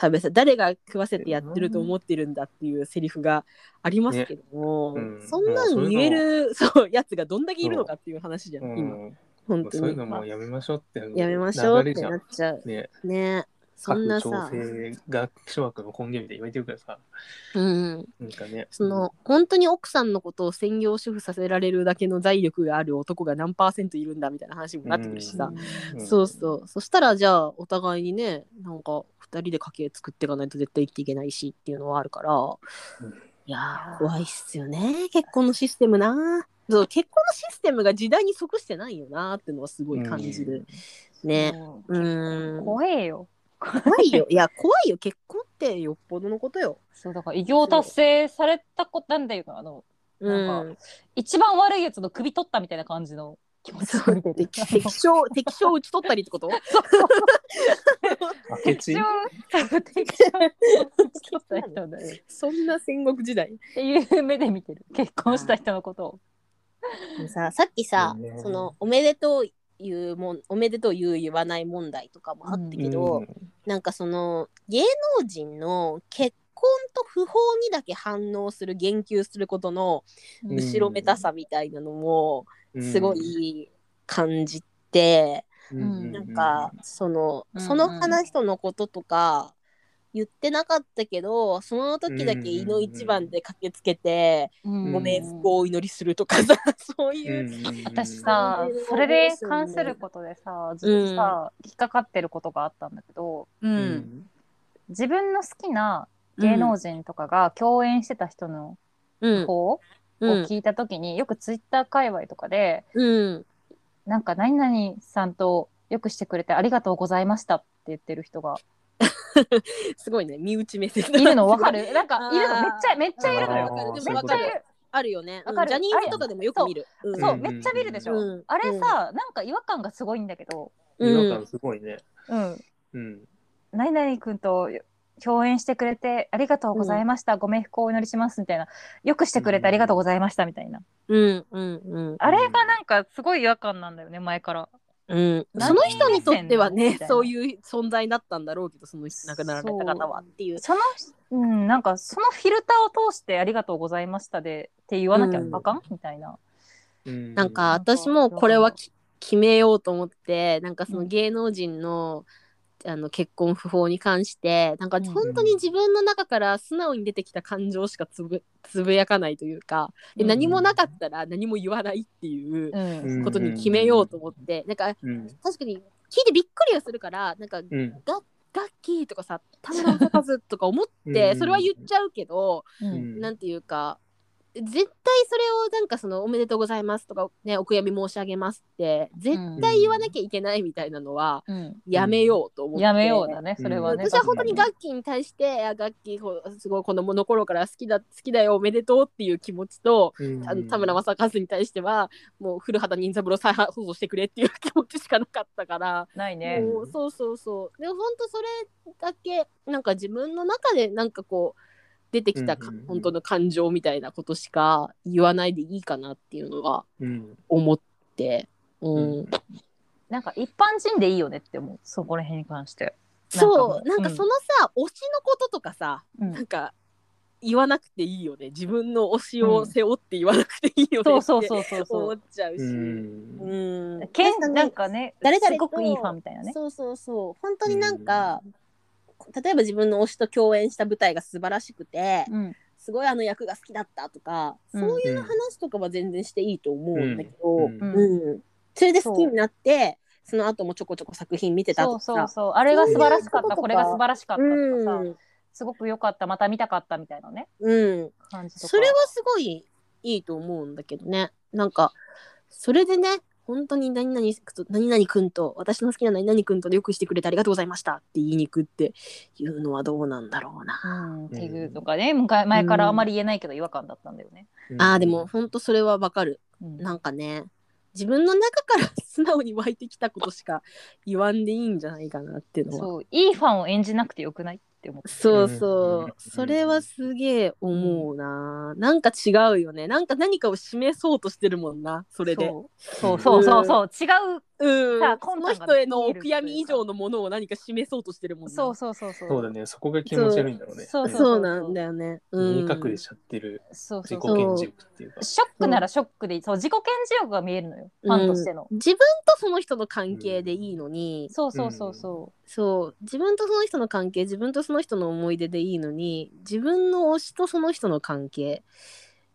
Speaker 2: 食べさ誰が食わせてやってると思ってるんだっていうセリフがありますけども、
Speaker 3: ねうん
Speaker 2: そんなん
Speaker 3: もうそういうの
Speaker 2: 言えるそうやつがどんだけいるのかっていう話じゃん、
Speaker 3: うん
Speaker 2: 今
Speaker 3: も
Speaker 2: 本
Speaker 3: う
Speaker 2: 当
Speaker 3: そういう
Speaker 2: に、
Speaker 3: のもうやめましょうって
Speaker 2: やめましょうっ
Speaker 3: 流れ
Speaker 2: て
Speaker 3: じゃ
Speaker 2: なっ
Speaker 3: ん
Speaker 2: ちゃう
Speaker 3: ね
Speaker 2: ねそんなさ
Speaker 3: 各、調整が諸悪の根源みたいに言われてるからさ
Speaker 2: うん、
Speaker 3: なんかね
Speaker 2: その本当に奥さんのことを専業主婦させられるだけの財力がある男が何パーセントいるんだみたいな話にもなってくるしさ、
Speaker 3: うん
Speaker 2: そうそうそしたらじゃあお互いにねなんか2人で家計作っていかないと絶対生きていけないしっていうのはあるから、
Speaker 3: うん
Speaker 2: いやー怖いっすよね結婚のシステムなそう結婚のシステムが時代に即してないよなーってのはすごい感じる、ね
Speaker 4: そ
Speaker 2: う
Speaker 4: う
Speaker 2: ーん怖
Speaker 4: 怖えよ
Speaker 2: い よいや怖いよ結婚ってよっぽどのことよ
Speaker 4: そうだから偉業達成されたことなんだよあの
Speaker 2: うん
Speaker 4: なん一番悪いやつの首取ったみたいな感じの気持ち
Speaker 2: そう
Speaker 4: を見てる
Speaker 2: 敵 敵将敵将打ち取ったりってこと
Speaker 3: 明智
Speaker 4: そう敵将取った人だよ
Speaker 2: そんな戦国時代
Speaker 4: っていう目で見てる結婚した人のことを
Speaker 2: ささっきさ、
Speaker 3: ね
Speaker 2: そのおめでとう言うもんおめでとう言う言わない問題とかもあったけど、
Speaker 3: うん
Speaker 2: なんかその芸能人の結婚と不法にだけ反応する言及することの
Speaker 3: うん
Speaker 2: 後ろめたさみたいなのも
Speaker 3: うん
Speaker 2: すごい感じて、
Speaker 3: う
Speaker 2: なんかその、その話人のこととか言ってなかったけどその時だけ胃の一番で駆けつけて、
Speaker 3: うん
Speaker 2: ご冥福をお祈りするとかさ そう
Speaker 3: う
Speaker 2: いう、
Speaker 3: んうん
Speaker 4: 私さ
Speaker 2: うん
Speaker 4: それで関することでさずっとさ、引っかかってることがあったんだけど
Speaker 2: う
Speaker 3: うんん
Speaker 4: 自分の好きな芸能人とかが共演してた人の
Speaker 2: うん
Speaker 4: 子を
Speaker 2: うん
Speaker 4: 聞いた時に、よくツイッター界隈とかで
Speaker 2: うん
Speaker 4: なんか何々さんとよくしてくれてありがとうございましたって言ってる人が
Speaker 2: すごいね身内目線
Speaker 4: いるの わかる なんか
Speaker 2: あー
Speaker 4: いるのめっちゃめっちゃいるのよ
Speaker 3: あー
Speaker 2: わかるで
Speaker 3: そう
Speaker 2: もわ
Speaker 3: いうこと
Speaker 2: か
Speaker 4: めっちゃい
Speaker 2: る
Speaker 4: る
Speaker 2: あるよね、う
Speaker 4: わ
Speaker 2: ん、
Speaker 4: かる
Speaker 2: ジャニーズとかでもよく見るうん
Speaker 4: そううんめっちゃ見るでしょ、
Speaker 2: うん
Speaker 4: あれさなんか違和感がすごいんだけど
Speaker 3: 違和感すごいね
Speaker 4: うん
Speaker 3: うん
Speaker 4: 何々君と共演してくれてありがとうございました、ご冥福をお祈りしますみたいなよくしてくれてありがとうございましたみたいな、
Speaker 2: うんうんうん
Speaker 4: あれがなんかすごい違和感なんだよね前から
Speaker 2: うん、
Speaker 4: 何
Speaker 2: その人にとっては
Speaker 4: み
Speaker 2: ね
Speaker 4: たいな
Speaker 2: そういう存在だったんだろうけどその亡くなられた方はっていう
Speaker 4: その、うん、なんかそのフィルターを通してありがとうございましたでって言わなきゃ
Speaker 2: うん
Speaker 4: あかん、みたいな
Speaker 3: うん
Speaker 2: なんか私もこれはき決めようと思ってなんかその芸能人の,、あの結婚不法に関してなんか
Speaker 4: うん
Speaker 2: 本当に自分の中から素直に出てきた感情しかつぶつぶやかないというか、で
Speaker 4: うん
Speaker 2: 何もなかったら何も言わないっていう
Speaker 4: う
Speaker 3: うんん
Speaker 2: ことに決めようと思って、なんか
Speaker 3: うん
Speaker 2: 確かに聞いてびっくりはするからなんか
Speaker 3: うん
Speaker 2: ガッキーとかさ田村正和とか思って
Speaker 3: うん
Speaker 2: それは言っちゃうけど、
Speaker 4: うん
Speaker 3: うん
Speaker 2: なんていうか絶対それをなんかその「おめでとうございます」とか、ね「お悔やみ申し上げます」って絶対言わなきゃいけないみたいなのは
Speaker 4: うん
Speaker 2: やめようと思って、
Speaker 4: やめようだねそれはね、
Speaker 2: 私は本当にガッキーに対して「あガッキーこうすごい子供の頃から好きだ好きだよおめでとう」っていう気持ちと
Speaker 3: うん
Speaker 2: あの田村正和に対してはもう古畑任三郎再放送してくれっていう気持ちしかなかったから。
Speaker 4: ないね
Speaker 2: もうそうそうそうでも本当それだけなんか自分の中でなんかこう出てきたか、
Speaker 3: うんうんうん
Speaker 2: 本当の感情みたいなことしか言わないでいいかなっていうのは
Speaker 3: うん
Speaker 2: 思って、うん
Speaker 3: うん
Speaker 4: なんか一般人でいいよねって思うそこら辺に関して、
Speaker 2: そう
Speaker 4: な
Speaker 2: なんん
Speaker 4: かも
Speaker 2: か
Speaker 4: う
Speaker 2: そのさ、推しのこととかさ
Speaker 4: うん
Speaker 2: なんか言わなくていいよね自分の推しを背負って言わなくていいよね
Speaker 4: そう
Speaker 2: っ
Speaker 4: そう
Speaker 2: て
Speaker 4: そうそう
Speaker 2: 思
Speaker 4: そ
Speaker 2: っちゃうし。
Speaker 3: う
Speaker 2: うん
Speaker 3: ん
Speaker 4: け
Speaker 2: 確か
Speaker 4: ん
Speaker 2: に
Speaker 4: なんかね
Speaker 2: 誰々と
Speaker 4: すごくいいファンみたいなね
Speaker 2: そうそうそう本当になんか、例えば自分の推しと共演した舞台が素晴らしくて、
Speaker 4: うん
Speaker 2: すすごいあの役が好きだったとか、
Speaker 4: うん
Speaker 2: そういう
Speaker 3: うん
Speaker 2: 話とかは全然していいと思うんだけど、
Speaker 3: う
Speaker 2: うんんそれで好きになってその後もちょこちょこ作品見てた
Speaker 4: そ
Speaker 2: と
Speaker 4: う
Speaker 2: か
Speaker 4: そうそうあれが素晴らしかっ
Speaker 2: そういうこと
Speaker 4: た
Speaker 2: か
Speaker 4: これが素晴らしかったとかさ、
Speaker 2: うん
Speaker 4: すごく良かったまた見たかったみたいなね
Speaker 2: うん、
Speaker 4: 感じとか
Speaker 2: それはすごいいいと思うんだけどねなんかそれでね本当に何々くん何々くんと私の好きな何々くんとよくしてくれてありがとうございましたって言いに行くっていうのはどうなんだろうな。
Speaker 4: うん、っていうのがね昔前からあまり言えないけど違和感だったんだよね。
Speaker 2: あーでも本当それはわかる
Speaker 4: うん
Speaker 2: なんかね自分の中から素直に湧いてきたことしか言わんでいいんじゃないかなっていうのは
Speaker 4: そういいファンを演じなくてよくないって思って
Speaker 2: そううんそう、
Speaker 3: うん
Speaker 2: それはすげえ思うな、なんか違うよねなんか何かを示そうとしてるもんなそれで
Speaker 4: そうそうそうそう違う
Speaker 2: うん
Speaker 4: さあ
Speaker 2: この
Speaker 4: 魂胆が
Speaker 2: 人への
Speaker 4: 見え
Speaker 2: お
Speaker 4: る
Speaker 2: 悔やみ以上のものを何か示そうとしてるもんな
Speaker 4: そうそうそうそう
Speaker 3: そうだね、そこが気持ち悪いんだろうね。
Speaker 4: そう
Speaker 3: うん
Speaker 2: そうなんだよね、うん、
Speaker 3: 見え隠れしちゃってる
Speaker 4: そうそ
Speaker 3: 自己
Speaker 4: うそ
Speaker 3: 顕
Speaker 4: う
Speaker 3: 示欲っていうか。
Speaker 4: ショックならショックでいいそう自己顕示欲が見えるのよ
Speaker 2: う
Speaker 4: フ
Speaker 2: ん
Speaker 4: ァンとしての、
Speaker 2: 自分とその人の関係でいいのに、
Speaker 4: そうそうそうそ
Speaker 2: そう自分とその人の関係自分とその人の思い出でいいのに自分の推しとその人の関係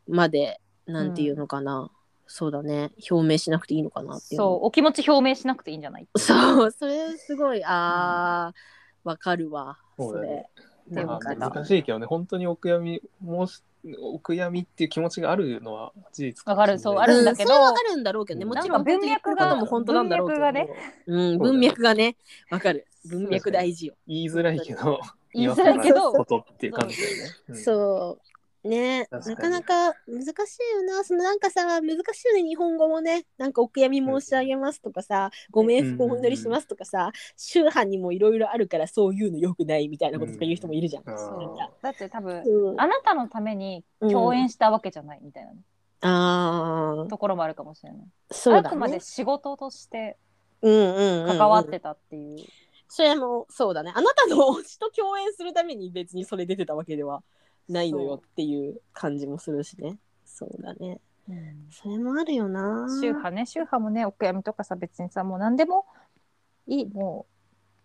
Speaker 2: までなんていうのかな、そうだね表明しなくていいのか
Speaker 4: う、
Speaker 2: なっていうの
Speaker 4: そうお気持ち表明しなくていいんじゃない
Speaker 2: そうそれすごいあーわ、かるわ
Speaker 3: そ
Speaker 2: そ
Speaker 3: うだ
Speaker 2: れ
Speaker 3: ね
Speaker 2: でも
Speaker 3: ま
Speaker 2: か
Speaker 3: あ、
Speaker 2: る
Speaker 3: 難しいけどね、本当にお悔やみ、もし、お悔やみっていう気持ちがあるのは事実かもしれ
Speaker 4: わかる
Speaker 3: ない
Speaker 4: そうあるんだけど
Speaker 2: うそれはわかるんだろうけどね
Speaker 3: うん
Speaker 2: もちろん
Speaker 4: なんか文脈が
Speaker 2: 本当に言ってることも本当なんだろうけど
Speaker 4: 文脈が
Speaker 2: う
Speaker 4: ね
Speaker 2: ん、文脈がねわかる文脈大事よ
Speaker 3: 言いづらいけど、
Speaker 4: 言いづらいけ
Speaker 3: 言わ
Speaker 4: ど
Speaker 3: せなことっていう感じだよね。うん
Speaker 2: そうね
Speaker 3: 確か
Speaker 2: な
Speaker 3: に
Speaker 2: かなか難しいよなそのなんかさ難しいよね日本語もねなんかお悔やみ申し上げますとかさ、ご冥福をお祈りしますとかさ、宗派にもいろいろあるからそういうのよくないみたいなこととか言う人もいるじゃん。
Speaker 3: う
Speaker 2: な
Speaker 3: ん
Speaker 2: ん
Speaker 4: そ
Speaker 2: か
Speaker 4: うだって多分
Speaker 2: うん
Speaker 4: あなたのために共演したわけじゃないみたいなね、
Speaker 2: あー
Speaker 4: ところもあるかもしれない、
Speaker 2: そう
Speaker 4: あ
Speaker 2: だ
Speaker 4: くまで
Speaker 2: ね。
Speaker 4: 仕事として
Speaker 2: うんうんうんうん
Speaker 4: 関わってたっていう、
Speaker 2: それもそうだねあなたの推しと共演するために別にそれ出てたわけではないのよっていう感じもするしね。そうだね。
Speaker 4: うん
Speaker 2: それもあるよな。
Speaker 4: 宗派ね宗派もねお悔やみとかさ別にさもう何でもいいも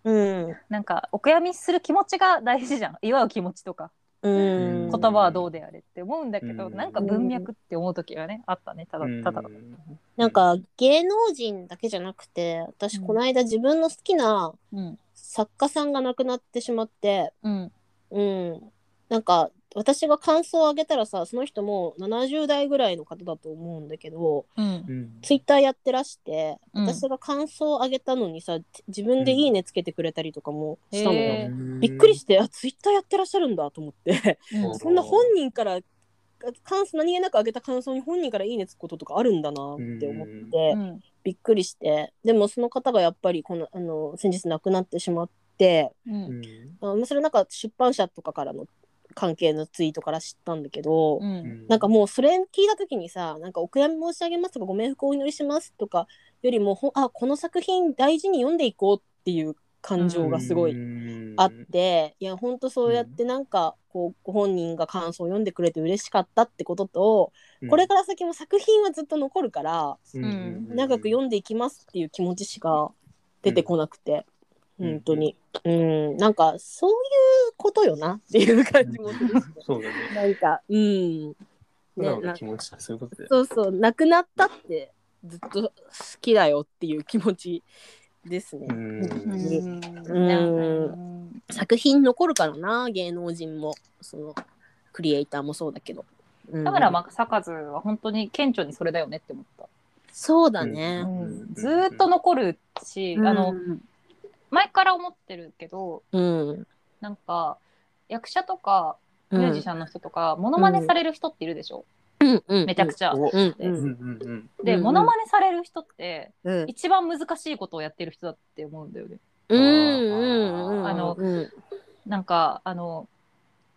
Speaker 2: うん。
Speaker 4: うなんかお悔やみする気持ちが大事じゃん祝う気持ちとか
Speaker 2: うん。
Speaker 4: 言葉はどうであれって思うんだけど、
Speaker 3: うん
Speaker 4: なんか文脈って思う時がねあったねただただ、
Speaker 3: うん
Speaker 2: なんか芸能人だけじゃなくて私
Speaker 4: うん
Speaker 2: この間自分の好きな
Speaker 4: うん
Speaker 2: 作家さんが亡くなってしまって
Speaker 4: うん、
Speaker 2: うんなんか私が感想をあげたらさその人も70代ぐらいの方だと思うんだけど
Speaker 4: うん
Speaker 3: うん
Speaker 2: ツイッターやってらして
Speaker 4: うん
Speaker 2: 私が感想をあげたのにさ自分で「いいね」つけてくれたりとかもしたの
Speaker 4: へ
Speaker 2: よ。
Speaker 4: え
Speaker 2: びっくりしてあツイッターやってらっしゃるんだと思って。
Speaker 3: うん
Speaker 2: そんな本人から感想何気なくあげた感想に本人から「いいね」つくこととかあるんだなって思って、
Speaker 4: うん
Speaker 2: びっくりしてでもその方がやっぱりこのあの先日亡くなってしまって
Speaker 4: うん
Speaker 2: あのそれなんか出版社とかからの関係のツイートから知ったんだけど、
Speaker 4: う
Speaker 3: うんん
Speaker 2: なんかもうそれ聞いた時にさなんかお悔やみ申し上げますとかご冥福をお祈りしますとかよりもほあこの作品大事に読んでいこうっていう感情がすごいあって、いや本当そうやってなんかこうご本人が感想を読んでくれて嬉しかったってことと、これから先も作品はずっと残るから
Speaker 4: うん
Speaker 2: 長く読んでいきますっていう気持ちしか出てこなくて、
Speaker 3: うん
Speaker 2: 本当に、うん、なんかそういうことよなっていう感じもするし、
Speaker 3: そうだね。
Speaker 2: なんかうん
Speaker 3: 素直
Speaker 2: ね
Speaker 3: な
Speaker 2: な
Speaker 3: 気持ちってそういうことだよ
Speaker 2: そうそうなくなったってずっと好きだよっていう気持ちですね。
Speaker 3: うん
Speaker 2: 本当に
Speaker 4: うん
Speaker 2: 作品残るからな芸能人もそのクリエイターもそうだけど、うん
Speaker 4: だからまあ坂津は本当に顕著にそれだよねって思った、
Speaker 2: そうだね、
Speaker 3: ん
Speaker 4: ずーっと残るし、
Speaker 2: うん
Speaker 4: あの前から思ってるけど
Speaker 2: うん
Speaker 4: なんか役者とか
Speaker 2: うん
Speaker 4: ミュージシャンの人とか、モノマネされる人っているでしょ、
Speaker 2: うんうん
Speaker 4: めちゃくちゃ。
Speaker 2: うん
Speaker 3: おうんう
Speaker 2: うん
Speaker 3: んうん
Speaker 4: で、
Speaker 2: うん
Speaker 4: モノマネされる人って
Speaker 2: うん
Speaker 4: 一番難しいことをやってる人だって思うんだよね。
Speaker 2: うんうんうん
Speaker 4: あの
Speaker 2: うん
Speaker 4: なんかあの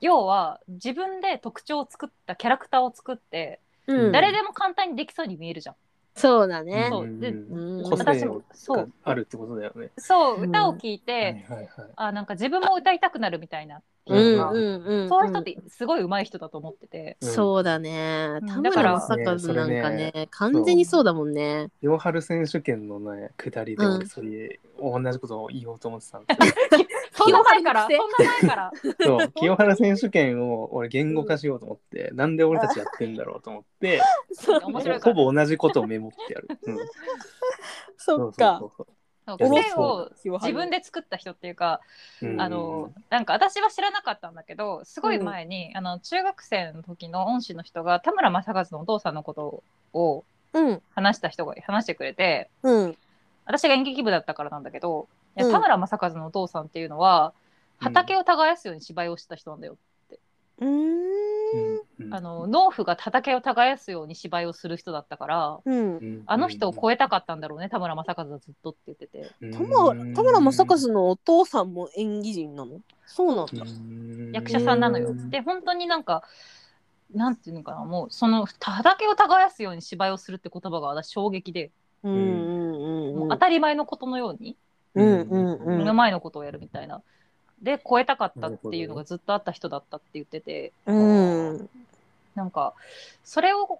Speaker 4: 要は自分で特徴を作ったキャラクターを作って
Speaker 2: うん
Speaker 4: 誰でも簡単にできそうに見えるじゃん。
Speaker 2: そうだね
Speaker 4: そう
Speaker 3: うん
Speaker 4: で
Speaker 2: うん
Speaker 3: 個性を
Speaker 4: 私もそう
Speaker 3: あるってことだよね。
Speaker 4: そう
Speaker 2: うん
Speaker 4: 歌を聴いて、
Speaker 3: はいはいはい
Speaker 4: あなんか自分も歌いたくなるみたいな、
Speaker 2: うんんうんうん
Speaker 4: そういう人ってすごい上手い人だと思ってて、
Speaker 2: そうだね
Speaker 4: うん
Speaker 2: 田
Speaker 4: だか
Speaker 2: 村
Speaker 4: ら
Speaker 2: 正和なんかね
Speaker 3: そ
Speaker 2: 完全にそうだもんね
Speaker 3: ヨハル選手権のね、下りで
Speaker 2: う
Speaker 3: 俺、
Speaker 2: ん
Speaker 3: それ、同じことを言おうと思ってたんですよ。
Speaker 4: そんな前から、そ
Speaker 2: 清
Speaker 4: んな前から。
Speaker 3: そう清原選手権を俺言語化しようと思って、なんで俺たちやってんだろうと思って
Speaker 2: そう
Speaker 4: 面白いか
Speaker 3: ほ
Speaker 4: ら。
Speaker 3: ぼ同じことをメモってやる。うん
Speaker 2: そっか。
Speaker 3: そうそ
Speaker 4: そう
Speaker 3: うぼ
Speaker 4: 癖を自分で作った人っていうか、
Speaker 3: そううん
Speaker 4: あのなんか私は知らなかったんだけどすごい前に、あの中学生の時の恩師の人が田村正和のお父さんのことを
Speaker 2: うん
Speaker 4: 話した人が話してくれて
Speaker 2: うん
Speaker 4: 私が演劇部だったからなんだけど、いや
Speaker 2: うん
Speaker 4: 田村正和のお父さんっていうのは
Speaker 3: うん
Speaker 4: 畑を耕すように芝居をした人なんだよ、
Speaker 2: うーん
Speaker 3: うん
Speaker 4: あの農夫が畑を耕すように芝居をする人だったから。
Speaker 2: うん
Speaker 3: うん
Speaker 4: あの人を超えたかったんだろうね、田村正和はずっとって言ってて。
Speaker 3: うん
Speaker 2: 田村田村正和のお父さんも演技人なのそうなんだ。
Speaker 3: うん
Speaker 4: 役者さんなのよ。で、本当になんか、なんていうのかな、もう、その、畑を耕すように芝居をするって言葉が私衝撃で、
Speaker 2: うんうん
Speaker 4: も
Speaker 2: う
Speaker 4: うん当たり前のことのように、
Speaker 2: うんうんうん
Speaker 4: 目
Speaker 2: う
Speaker 4: の
Speaker 2: ん
Speaker 4: 前のことをやるみたいな。で、超えたかったっていうのがずっとあった人だったって言ってて、
Speaker 2: うん
Speaker 4: なんか、それを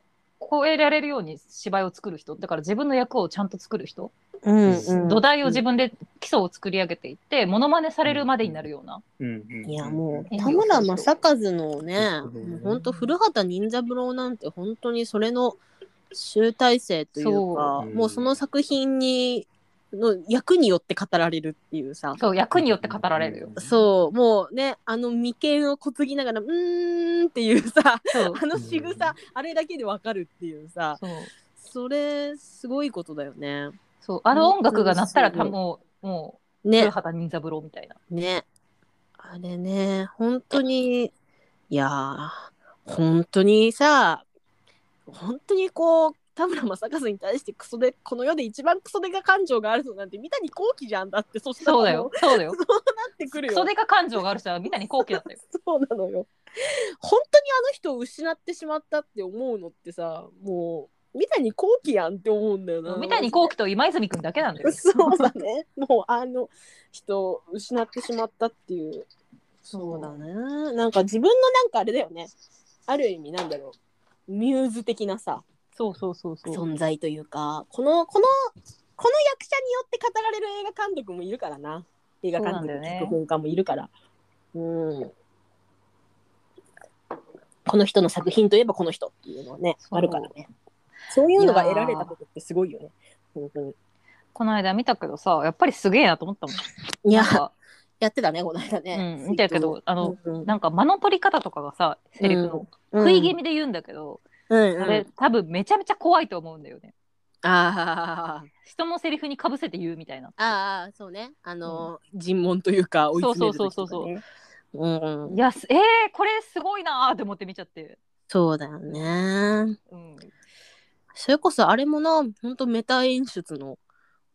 Speaker 4: 超えられるように芝居を作る人、だから自分の役をちゃんと作る人、
Speaker 2: うん
Speaker 4: 土台を自分で基礎を作り上げていって、モノマネされるまでになるような。
Speaker 3: うんうん
Speaker 2: いやもう田村正和のねもうほんと古畑任三郎なんて本当にそれの集大成というか
Speaker 3: そう
Speaker 2: もうその作品にの役によって語られるっていうさ
Speaker 4: そう、役によって語られるよ。
Speaker 2: そうもうねあの眉間をこつぎながら「うーん」っていうさ
Speaker 4: そう。
Speaker 2: あの仕草あれだけでわかるっていうさ
Speaker 4: そう
Speaker 2: それすごいことだよね。
Speaker 4: そうあの音楽が鳴ったら
Speaker 2: うんす
Speaker 4: た
Speaker 2: ごい
Speaker 4: もうもう古
Speaker 2: ね
Speaker 4: 畑任三郎みたいな。
Speaker 2: ねあれね本当にいやー本当にさ本当にこう田村正和に対してクソでこの世で一番クソデカ感情があるのなんて三谷幸喜じゃんだってそしたら
Speaker 4: そうだ
Speaker 2: も
Speaker 4: よ。そうだよ。
Speaker 2: なってくる
Speaker 4: ク
Speaker 2: よ
Speaker 4: ソデカ感情がある人は三谷幸喜なんだよ。
Speaker 2: そうなのよ。本当にあの人を失ってしまったって思うのってさ、もう三谷幸喜やんって思うんだよな。
Speaker 4: 三谷幸喜と今泉くんだけなん だよ。
Speaker 2: そうだね。もうあの人を失ってしまったっていう。そうだね。なんか自分のなんかあれだよね。ある意味なんだろう。ミューズ的なさ、
Speaker 4: そうそうそうそう。
Speaker 2: 存在というか、この、この、この役者によって語られる映画監督もいるからな。映画監
Speaker 4: そうなんだ
Speaker 2: 督、
Speaker 4: よね
Speaker 2: 脚本家もいるから。うん。この人の作品といえばこの人っていうのはね、
Speaker 4: そう
Speaker 2: あるからね。そういうのが得られたことってすごいよね。本当に。
Speaker 4: この間見たけどさ、やっぱりすげえなと思ったもん。
Speaker 2: いや
Speaker 4: なん、か
Speaker 2: やってたね、この間
Speaker 4: う
Speaker 2: ね。
Speaker 4: ん、見たけど、あの、
Speaker 2: うんうん、
Speaker 4: なんか間の取り方とかがさ、セリフの、食い気味で言うんだけど、
Speaker 2: うん、
Speaker 4: あれ多分めちゃめちゃ怖いと思うんだよね。
Speaker 2: あー
Speaker 4: 人のセリフにかぶせて言うみたいな。
Speaker 2: あー、そうね。あの、尋問というか、追い詰める時とか、ね、
Speaker 4: そうそう
Speaker 2: そう。う
Speaker 4: そうそう
Speaker 2: んう
Speaker 4: い
Speaker 2: ん、
Speaker 4: や、すえー、これすごいなーって思って見ちゃって。
Speaker 2: そうだよね。
Speaker 4: うん。
Speaker 2: それこそあれもな、本当メタ演出の、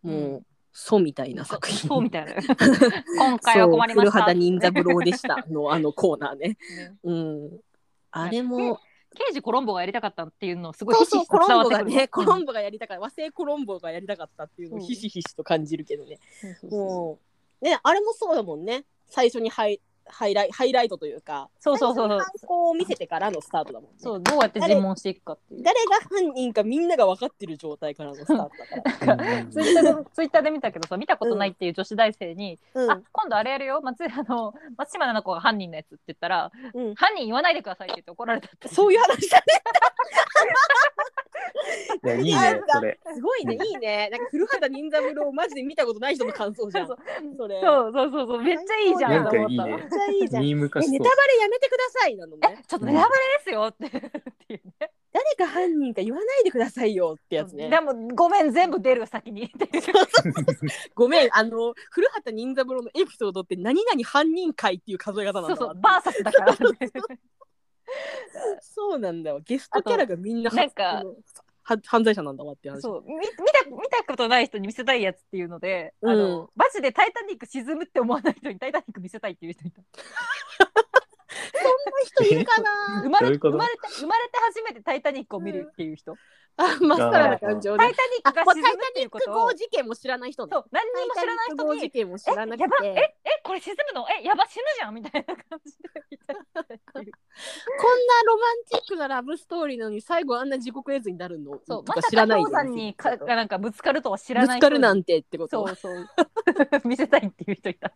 Speaker 2: もう、
Speaker 4: うん
Speaker 2: 祖みたいな作品。
Speaker 4: そうみたい な。今回は困りまし
Speaker 2: そう古
Speaker 4: た。
Speaker 2: 畑任三郎で したのあのコーナーね。
Speaker 4: ね
Speaker 2: うん。あれも、
Speaker 4: 刑事コロンボがやりたかったっていうのをすごい
Speaker 2: そうそう、
Speaker 4: ひしひし
Speaker 2: コ
Speaker 4: と伝
Speaker 2: ロン
Speaker 4: わ
Speaker 2: ボ
Speaker 4: って
Speaker 2: が
Speaker 4: くる
Speaker 2: ね、コロンボがやりたかった、和製コロンボがやりたかったっていうのをひしひしと感じるけどね。
Speaker 4: そうそうそう
Speaker 2: もうねあれもそうだもんね最初にハイハイライハイライトというか
Speaker 4: そうそうそう
Speaker 2: 最初に犯行を見せてからのスタートだもんね
Speaker 4: そうどうやって尋問していくかっていう。
Speaker 2: 誰が犯人かみんなが分かってる状態からのスタートだか
Speaker 4: ツイッターでツイッターで見たけどさ見たことないっていう女子大生に「
Speaker 2: ら
Speaker 4: あ今度あれやるよ松あ の松島菜々子が犯人のやつ」って言ったら
Speaker 2: うん、う
Speaker 4: 「
Speaker 2: ん、
Speaker 4: 犯人言わないでください」って言って怒られたって
Speaker 2: そういう話だ
Speaker 3: いやいいねそれ。
Speaker 2: ねすごい ねいいねなんか古畑任三郎マジで見たことない人の感想じゃんそれ
Speaker 4: そうそうそうそうめっちゃいいじゃんと思っ
Speaker 3: な
Speaker 4: た
Speaker 3: んかいい
Speaker 2: め
Speaker 3: ね
Speaker 2: っちゃいいじゃんえ
Speaker 3: ミーム化し
Speaker 2: ネ
Speaker 3: そ
Speaker 2: タ
Speaker 3: う
Speaker 2: バ。レやめてくださいなの
Speaker 4: え
Speaker 2: ね
Speaker 4: ちょっとネタバレですよってっていうね
Speaker 2: 誰が犯人か言わないでくださいよってやつね
Speaker 4: でもごめん全部出る先にっていう
Speaker 2: ごめんあの古畑任三郎のエピソードって何々犯人会っていう数え方なんだ
Speaker 4: そ
Speaker 2: わ
Speaker 4: うそうバーサスだからね
Speaker 2: そうなんだよ。ゲストキャラがみんな
Speaker 4: あとなんか
Speaker 2: あのは犯罪者なんだわっていう話。
Speaker 4: そうみ見た見たことない人に見せたいやつっていうので、
Speaker 2: う
Speaker 4: あ
Speaker 2: ん
Speaker 4: のマジで「タイタニック」沈むって思わない人に「タイタニック」見せたいっていう人いた
Speaker 2: 人いるかな。
Speaker 4: 生ま
Speaker 3: どうい
Speaker 4: れ
Speaker 3: うこと
Speaker 4: 生まれて生まれて初めて「タイタニック」を見るっていう人、
Speaker 2: あ、 まっさらな感情
Speaker 4: タ
Speaker 2: で
Speaker 4: イ。タニックが沈むっていうこ
Speaker 2: 複
Speaker 4: とを
Speaker 2: 合事件も知らない人ね
Speaker 4: そ。う何にも知らない人
Speaker 2: 事
Speaker 4: に
Speaker 2: 件も知
Speaker 4: 「え
Speaker 2: らなく
Speaker 4: やば
Speaker 2: て
Speaker 4: え、えこれ沈むのえやば死ぬじゃん」みたいな感じで見たいっていう
Speaker 2: こんなロマンチックなラブストーリーなのに最後あんな地獄絵図になるの
Speaker 4: そ
Speaker 2: と
Speaker 4: うま
Speaker 2: か
Speaker 4: さ
Speaker 2: 知ら
Speaker 4: か
Speaker 2: ない
Speaker 4: 父さんにか
Speaker 2: ぶ
Speaker 4: なんかぶつかるとは知らない
Speaker 2: つかるなんんてってこと
Speaker 4: そうそう見せたいっていう人いた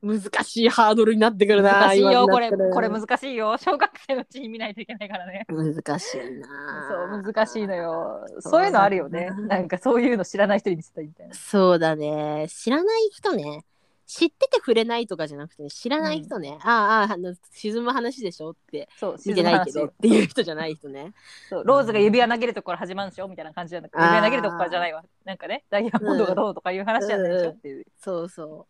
Speaker 2: 難しいハードルになってくるな
Speaker 4: 難しいよこれ
Speaker 2: 今になって
Speaker 4: これ難しいよ小学生のうちに見ないといけないからね
Speaker 2: 難しいな
Speaker 4: そう難しいのよそういうのあるよね
Speaker 2: そうだな
Speaker 4: なんかそういうの知らない人に見せたいみたいな
Speaker 2: そうだね知らない人ね知ってて触れないとかじゃなくてね、知らない人ね、あああああの沈む話でしょって
Speaker 4: そう
Speaker 2: 見てないけど
Speaker 4: 静
Speaker 2: っ
Speaker 4: か
Speaker 2: ていう人じゃない人ね
Speaker 4: そうローズが指輪投げるところ始まるんでしょみたいな感じじゃなくて
Speaker 2: あー
Speaker 4: 指輪投げるとこからじゃないわなんかねダイヤモンドがどうとかいう話じゃないでしょっていう、
Speaker 2: そうそ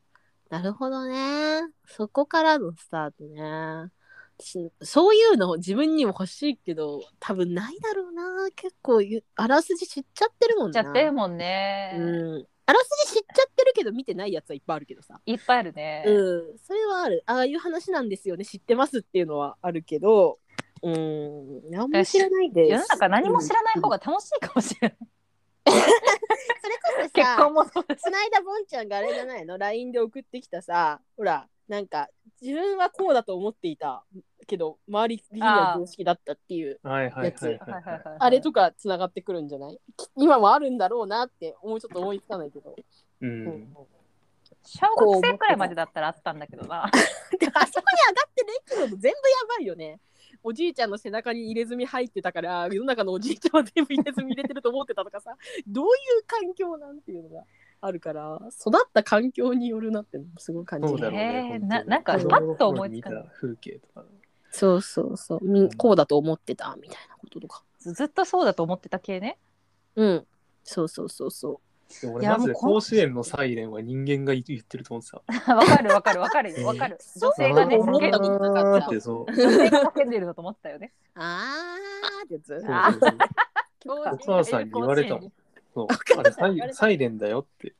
Speaker 2: うなるほどねそこからのスタートねしそういうの自分にも欲しいけど多分ないだろうな結構ゆあらすじ知っちゃってるもん
Speaker 4: ち
Speaker 2: な
Speaker 4: ゃってるもんね、
Speaker 2: うんあらすじ知っちゃってるけど見てないやつはいっぱいあるけどさ
Speaker 4: いっぱいあるね、
Speaker 2: うん、それはある。ああいう話なんですよね。知ってますっていうのはあるけど、うん、何も知らないです。
Speaker 4: 世の中何も知らない方が楽しいかもしれない、
Speaker 2: うんそれこそ
Speaker 4: 結
Speaker 2: さ、
Speaker 4: 婚もそうだし
Speaker 2: こないだボンちゃんがあれじゃないの ?LINE で送ってきたさ、ほら、なんか、自分はこうだと思っていたけど、周り的には常識だったっていう、
Speaker 3: はいはいはいはい
Speaker 2: や
Speaker 3: はい、
Speaker 4: はいはいはい
Speaker 2: あれとかつながってくるんじゃないき今もあるんだろうなって、もうちょっと思いつかないけど。
Speaker 3: う
Speaker 2: うん
Speaker 3: ん。
Speaker 4: 小学生くらいまでだったらあったんだけど
Speaker 2: であそ
Speaker 4: な
Speaker 2: こに上がってるエピソード全部やばいよね。おじいちゃんの背中に入れ墨入ってたから世の中のおじいちゃんは全部入れ墨入れてると思ってたとかさどういう環境なんていうのがあるから育った環境によるなってのもすごい感じ
Speaker 3: そ
Speaker 2: る
Speaker 3: うだろうね
Speaker 4: へー。
Speaker 3: 本当に
Speaker 4: ななんか
Speaker 2: パ
Speaker 4: ッと思いつかない
Speaker 3: 子供の頃に見た風景とか。
Speaker 2: そうそうそうみこうだと思ってたみたいなこととか
Speaker 4: ずずっとそうだと思ってた系ね
Speaker 2: うんそうそうそうそ
Speaker 3: でも
Speaker 4: い
Speaker 3: 俺
Speaker 4: や
Speaker 3: マジで
Speaker 4: もうこん
Speaker 3: 甲子園のサイレンは人間が言ってると思ってた。
Speaker 4: わかるわかるわかるよわかる。
Speaker 2: そう
Speaker 4: 女性がね、
Speaker 2: そう
Speaker 4: 叫んで
Speaker 2: そう
Speaker 3: あーってそう。
Speaker 4: 女性が叫んでるのと思ってたよね。
Speaker 2: うあーってやつ
Speaker 3: そう
Speaker 2: あ
Speaker 3: そうそ
Speaker 4: お
Speaker 3: うお母さんに言われたもん。そうあれサイサイレンだよって。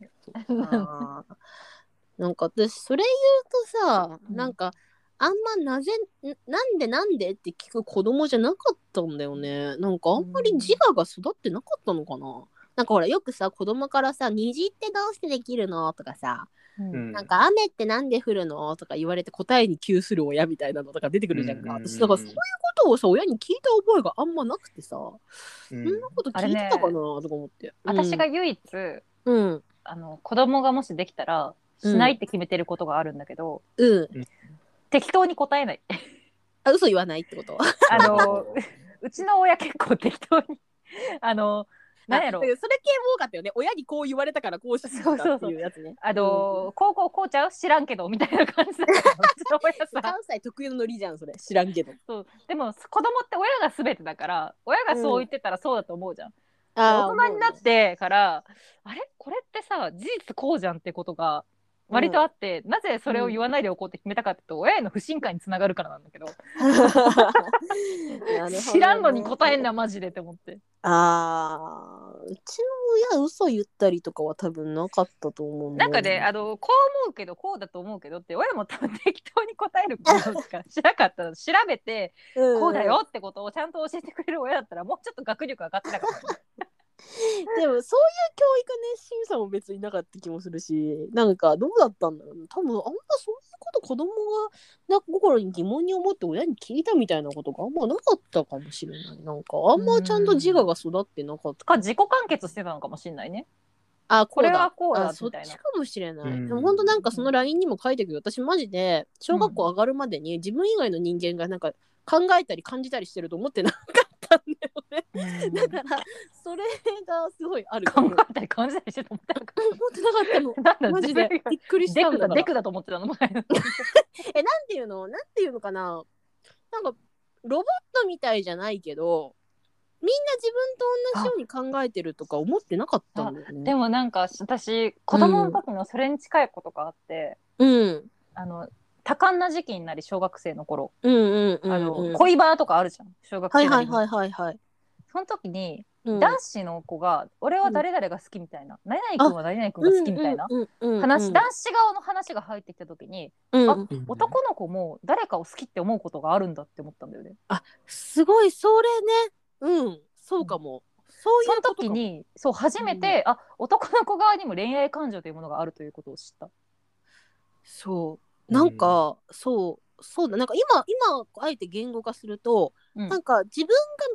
Speaker 2: あー なんか私それ言うとさなんかあんまなぜんなんでなんでって聞く子供じゃなかったんだよねなんかあんまり自我が育ってなかったのかな、なんかほらよくさ子供からさ「虹ってどうしてできるの?」とかさ、
Speaker 3: うん
Speaker 2: なんか雨ってなんで降るの?」とか言われて答えに急する親みたいなのとか出てくるじゃんか、
Speaker 3: うんうんうん
Speaker 2: 私だからそういうことをさ親に聞いた覚えがあんまなくてさ、
Speaker 3: うん
Speaker 2: そんなこと聞いてたかなとか思って、
Speaker 4: 私が唯一、
Speaker 2: うん
Speaker 4: あの子供がもしできたらしないって決めてることがあるんだけど、
Speaker 2: うん
Speaker 4: 適当に答えない。
Speaker 2: あ嘘言わないってこと
Speaker 4: あのうちの親結構適当にあのなんやろ
Speaker 2: あそれ系も多かったよね親にこう言われたからこうしてたっていうやつね
Speaker 4: あのこうこうこうちゃう知らんけどみたいな感じだった のうちの親さ
Speaker 2: 関西特有のノリじゃんそれ知らんけど
Speaker 4: そうでも子供って親が全てだから親がそう言ってたらそうだと思うじゃん、
Speaker 2: 大
Speaker 4: 大人にな ってからあれこれってさ事実こうじゃんってことが割とあって、なぜそれを言わないでおこうって決めたかっていうと、親への不信感につながるからなんだけど知らんのに答えんなマジでって思って
Speaker 2: あーうちの親嘘言ったりとかは多分なかったと思うんだ
Speaker 4: な
Speaker 2: よ
Speaker 4: ん
Speaker 2: ね
Speaker 4: かねあのこう思うけどこうだと思うけどって親も多分適当に答えることしかしなかったの調べて
Speaker 2: うん
Speaker 4: こうだよってことをちゃんと教えてくれる親だったらもうちょっと学力上がってなかったね、
Speaker 2: でもそういう教育熱心さも別になかった気もするしなんかどうだったんだろうな多分あんまそういうこと子供がなんか心に疑問に思って親に聞いたみたいなことがあんまなかったかもしれないなんかあんまちゃんと自我が育ってなかった
Speaker 4: か自己完結してたのかもしんないね
Speaker 2: あ
Speaker 4: こ
Speaker 2: こ
Speaker 4: れ
Speaker 2: れ
Speaker 4: は
Speaker 2: は
Speaker 4: こうだ
Speaker 2: あそ
Speaker 4: み
Speaker 2: った
Speaker 4: いな
Speaker 2: ちかもしれない、
Speaker 3: うん
Speaker 2: でも本当なんかその LINE にも書いてくる私マジで小学校上がるまでに自分以外の人間がなんか考えたり感じたりしてると思ってなかったんだよ ねだからそれがすごいある
Speaker 4: 考
Speaker 2: 思
Speaker 4: えたり感じたりしてたもんなんか
Speaker 2: ってなかったの
Speaker 4: なんだ
Speaker 2: マジ
Speaker 4: 自分
Speaker 2: で
Speaker 4: 以外
Speaker 2: びっくりし
Speaker 4: デ
Speaker 2: たん
Speaker 4: ク
Speaker 2: だか
Speaker 4: だ
Speaker 2: ら
Speaker 4: デクだと思ってたの前の
Speaker 2: えなんていうのなんていうのかななんかロボットみたいじゃないけどみんな自分と同じように考えてるとか思ってなかったんだよね
Speaker 4: でもなんか私子供の時のそれに近いことがあって、
Speaker 2: うん
Speaker 4: あの多感な時期になり小学生の頃、
Speaker 2: うんうんうん
Speaker 4: あ
Speaker 2: うん
Speaker 4: の恋バーとかあるじゃん小学
Speaker 2: は
Speaker 4: 生
Speaker 2: い
Speaker 4: な
Speaker 2: は
Speaker 4: り
Speaker 2: い
Speaker 4: に
Speaker 2: はいはいはい、
Speaker 4: その時に、
Speaker 2: うん
Speaker 4: 男子の子が「俺は誰々が好き」みたいな「何々君は誰々君が好き」みたいな
Speaker 2: うんうんうんうん
Speaker 4: 話、男子側の話が入ってきた時に、
Speaker 2: うん
Speaker 4: あ
Speaker 3: うん
Speaker 4: 男の子も誰かを好きって思うことがあるんだって思ったんだよね。
Speaker 2: すごいそれねうんそうかも、そう
Speaker 4: そ
Speaker 2: い
Speaker 4: の
Speaker 2: うこと
Speaker 4: 時にそう初めて、あ男の子側にも恋愛感情というものがあるということを知った。
Speaker 2: そうなんか、そうそうだなんか今今あえて言語化すると、
Speaker 4: うん
Speaker 2: なんか自分が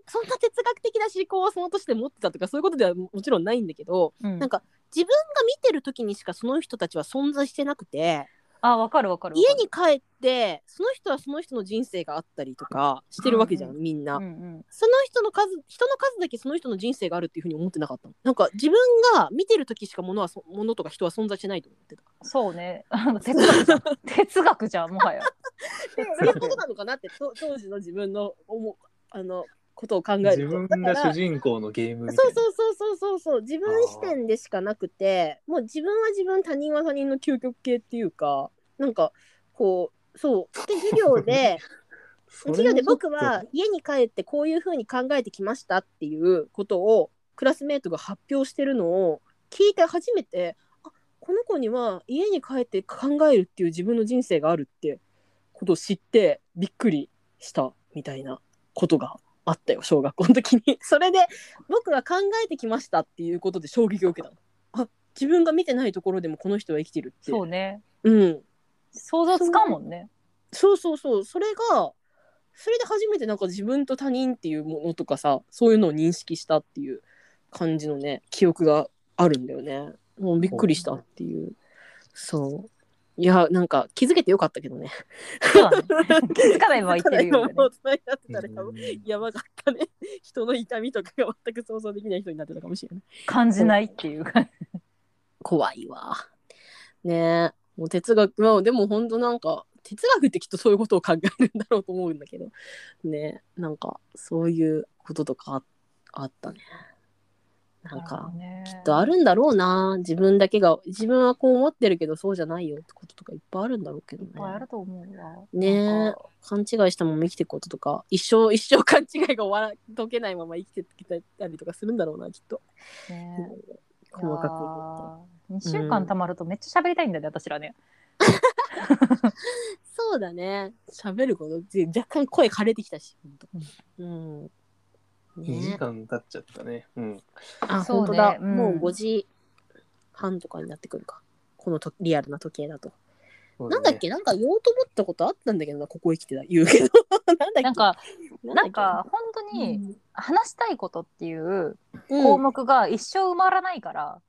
Speaker 2: そんな哲学的な思考をその年で持ってたとかそういうことではもちろんないんだけど
Speaker 4: うん
Speaker 2: なんか自分が見てる時にしかその人たちは存在してなくて
Speaker 4: あわかるわかるわか
Speaker 2: 家
Speaker 4: る
Speaker 2: に帰ってその人はその人の人生があったりとかしてるわけじゃ
Speaker 4: うん
Speaker 2: みんな
Speaker 4: う。ん
Speaker 2: その人の数人の数だけその人の人生があるっていうふうに思ってなかったのなんか自分が見てる時しかものはそものとか人は存在してないと思ってた
Speaker 4: うん、そうね哲学じゃん哲学じゃんもはや
Speaker 2: そういうことなのかなってと当時の自分の思うあのことを考えると
Speaker 3: 自分が
Speaker 2: だか
Speaker 3: 主
Speaker 2: ら
Speaker 3: 人公のゲームみたいな
Speaker 2: そうそうそうそうそうそう自分視点でしかなくてもう自分は自分他人は他人の究極系っていうかなんかこうそうで授業 で
Speaker 3: それ
Speaker 2: 授業で僕は家に帰ってこういうふうに考えてきましたっていうことをクラスメートが発表してるのを聞いて初めてあこの子には家に帰って考えるっていう自分の人生があるってことを知ってびっくりしたみたいなことがあったよ小学校の時に それで僕は考えてきましたっていうことで衝撃を受けたのあ自分が見てないところでもこの人は生きてるって
Speaker 4: そうね
Speaker 2: うん、
Speaker 4: 想像つかんもんね
Speaker 2: そうそうそうそれがそれで初めてなんか自分と他人っていうものとかさそういうのを認識したっていう感じのね記憶があるんだよねもうびっくりしたっていうそういやなんか気づけてよかったけ どね
Speaker 4: そうだね気づかないまま言ってるよ、ね
Speaker 2: 今も、う大人になって
Speaker 3: う
Speaker 2: たら
Speaker 3: ん
Speaker 2: 多分やばかったね人の痛みとかが全く想像できない人になってたかもしれない
Speaker 4: 感じないっていう感じ
Speaker 2: 怖いわねえもう哲学まあでも本当なんか哲学ってきっとそういうことを考えるんだろうと思うんだけどねえなんかそういうこととかああったねなんか
Speaker 4: ね
Speaker 2: きっとあるんだろうな自分だけが自分はこう思ってるけどそうじゃないよってこととかいっぱいあるんだろうけど
Speaker 4: いっぱいあ
Speaker 2: ね
Speaker 4: ると思うわ
Speaker 2: ねえ
Speaker 4: なんか
Speaker 2: 勘違いしたまま生きていくこととか一生一生勘違いが終わら解けないまま生きてきたりとかするんだろうなきっと
Speaker 4: ね
Speaker 2: 細かく言うと。
Speaker 4: いやー2週間たまるとめっちゃ喋りたいんだね、私らね。
Speaker 2: そうだね。喋ること、ぜ若干声枯れてきたし。ほんとうん。
Speaker 3: 2時
Speaker 2: ね、
Speaker 3: 間経っちゃったねうん
Speaker 2: あ、
Speaker 4: そう
Speaker 2: 本
Speaker 4: ね
Speaker 2: 当だ、
Speaker 4: うん
Speaker 2: もう5時半とかになってくるか。このとリアルな時計だと。
Speaker 3: そう
Speaker 2: な
Speaker 3: ね
Speaker 2: んだっけなんか言おうと思ったことあったんだけどな、ここへ来てた。言うけど。 なんだっけ
Speaker 4: なん、か、
Speaker 2: な
Speaker 4: なんか、本当
Speaker 2: に
Speaker 4: に、話したいことっていう
Speaker 2: う
Speaker 4: 項
Speaker 2: ん、
Speaker 4: 目が一生埋まらないから、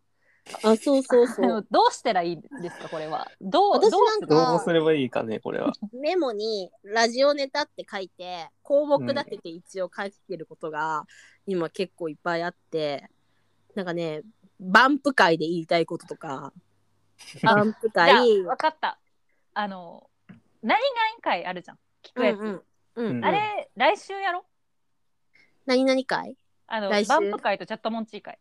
Speaker 2: あ、そうそうそう。
Speaker 4: どうしたらいいんですか、これは。どう、
Speaker 2: 私
Speaker 4: どう
Speaker 2: なんか
Speaker 3: どうすればいいかねこれは
Speaker 2: メモにラジオネタって書いて項目立てて一応書いてることが今結構いっぱいあって、なんかねバンプ会で言いたいこととか
Speaker 4: あ
Speaker 2: バンプ
Speaker 4: じ
Speaker 2: 会
Speaker 4: ゃあ、わかった。あの、何々会あるじゃん。聞くやつ。
Speaker 2: うんうんうん
Speaker 3: うん
Speaker 4: あれ、来週やろ
Speaker 2: 何々会
Speaker 4: あの、
Speaker 2: 来週
Speaker 4: バンプ会とチャットモンチー会。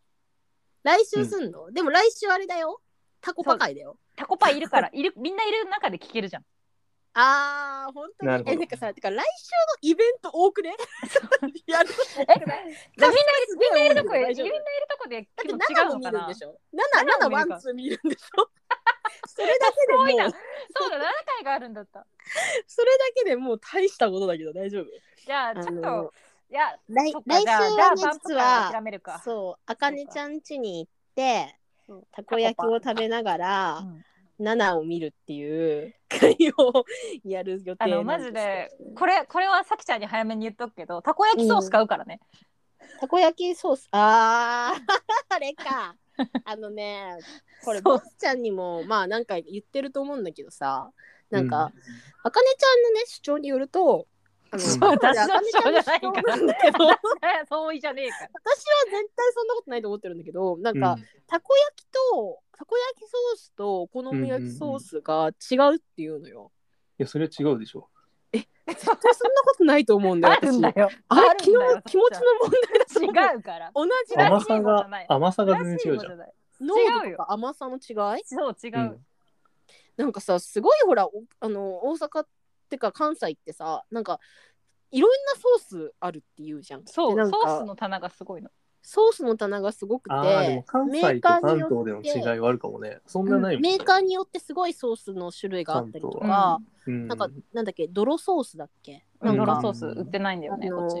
Speaker 2: 来週すんの、でも来週あれだよタコパ会だよ
Speaker 4: タコパいるから、いる、みんないる中で聞け るじゃん。
Speaker 2: あー本当に
Speaker 3: なるほど
Speaker 2: えなんかさてか来週のイベント多くね やること
Speaker 4: え、
Speaker 2: 多
Speaker 4: み
Speaker 2: く
Speaker 4: んな
Speaker 2: ないい
Speaker 4: る、みんない
Speaker 2: すごい多い
Speaker 4: る
Speaker 2: よ
Speaker 4: とこ、みん
Speaker 2: 大
Speaker 4: ないる
Speaker 2: 丈夫
Speaker 4: とこで
Speaker 2: だって
Speaker 4: 結構違
Speaker 2: 7
Speaker 4: う
Speaker 2: も
Speaker 4: の
Speaker 2: 見る
Speaker 4: か
Speaker 2: ん
Speaker 4: な
Speaker 2: でしょ ?7
Speaker 4: 7も見
Speaker 2: ワ
Speaker 4: るか
Speaker 2: ンツー見るんでし ょそれだけでも
Speaker 4: 多いうなそうだ、7回があるんだった。
Speaker 2: それだけでもう大したことだけど大丈夫
Speaker 4: じゃあ、ちょっ
Speaker 2: あ
Speaker 4: と
Speaker 2: の、
Speaker 4: いや、
Speaker 2: 来
Speaker 4: そっか
Speaker 2: 来
Speaker 4: じ
Speaker 2: 週
Speaker 4: ゃあじゃあ
Speaker 2: はね
Speaker 4: バンプ
Speaker 2: 実
Speaker 4: から
Speaker 2: は
Speaker 4: 諦めるか。
Speaker 2: そうあかねちゃん家に行って
Speaker 4: そう
Speaker 2: たこ焼きを食べなが
Speaker 4: う
Speaker 2: ら
Speaker 4: ん
Speaker 2: ナナを見るっていう会をやる予定
Speaker 4: あの、
Speaker 2: な
Speaker 4: マ
Speaker 2: んで
Speaker 4: ジです
Speaker 2: けど、
Speaker 4: これ、これはさきちゃんに早めに言っとくけど、たこ焼きソース買うからね。
Speaker 2: たこ焼きソースあー あれかあのねこれ
Speaker 4: そ
Speaker 2: ボ
Speaker 4: う
Speaker 2: スちゃんにもまあなんか言ってると思うんだけどさなん
Speaker 3: う
Speaker 2: か、あかねちゃんのね主張によるとあの
Speaker 3: そう
Speaker 2: これあ
Speaker 4: 私の
Speaker 2: かねちゃんの主張なんだけど私は
Speaker 4: そういじゃねえか
Speaker 2: 絶対そんなことないと思ってるんだけどなんか、
Speaker 3: うん
Speaker 2: たこ焼きとたこ焼きソースとお好み焼きソースが違うっていうのよ。
Speaker 3: いやそれは違うでしょ
Speaker 2: 絶対そんなことないと思うんだ
Speaker 4: ら。
Speaker 2: よ
Speaker 4: ある
Speaker 2: 私
Speaker 4: んだ。よ。
Speaker 2: あれ
Speaker 4: あるん
Speaker 2: 気
Speaker 4: だ
Speaker 2: の
Speaker 4: よ
Speaker 2: 気持ちの問題だと思う。
Speaker 4: 違うから。
Speaker 2: 同じだ
Speaker 4: ら
Speaker 3: 甘
Speaker 4: しいことじ
Speaker 3: さ
Speaker 4: ゃ
Speaker 3: が
Speaker 4: ない
Speaker 3: 甘さが
Speaker 4: 正
Speaker 3: 全
Speaker 4: しい
Speaker 3: 然違う
Speaker 4: こ
Speaker 3: じゃ
Speaker 4: とじ
Speaker 3: ん
Speaker 4: ゃない。
Speaker 2: 濃
Speaker 4: 違う
Speaker 2: 度と
Speaker 4: よ
Speaker 2: か甘さの違い
Speaker 4: そう、違う。
Speaker 2: なんかさすごいほらおあの大阪ってか関西ってさなんかいろんなソースあるっていうじゃん。
Speaker 4: そ
Speaker 2: でな
Speaker 4: う、
Speaker 2: んか
Speaker 4: ソースの棚がすごいの。
Speaker 2: ソースの棚がすごく
Speaker 3: ああーでも
Speaker 2: て
Speaker 3: 関
Speaker 2: メ
Speaker 3: 西
Speaker 2: ー
Speaker 3: と
Speaker 2: カー
Speaker 3: 関
Speaker 2: によ
Speaker 3: 東での違いはあるかもねそんなないもん
Speaker 2: メー
Speaker 3: ね
Speaker 2: カーによってすごいソースの種類があったりと
Speaker 3: 関
Speaker 2: か、
Speaker 3: うん
Speaker 2: なんかなんだっけ泥ソースだっけ
Speaker 4: う、
Speaker 2: なんん
Speaker 4: ロ
Speaker 2: か、
Speaker 4: ロソース売ってないん
Speaker 2: あ
Speaker 4: だよね、こっ
Speaker 2: の
Speaker 4: ち。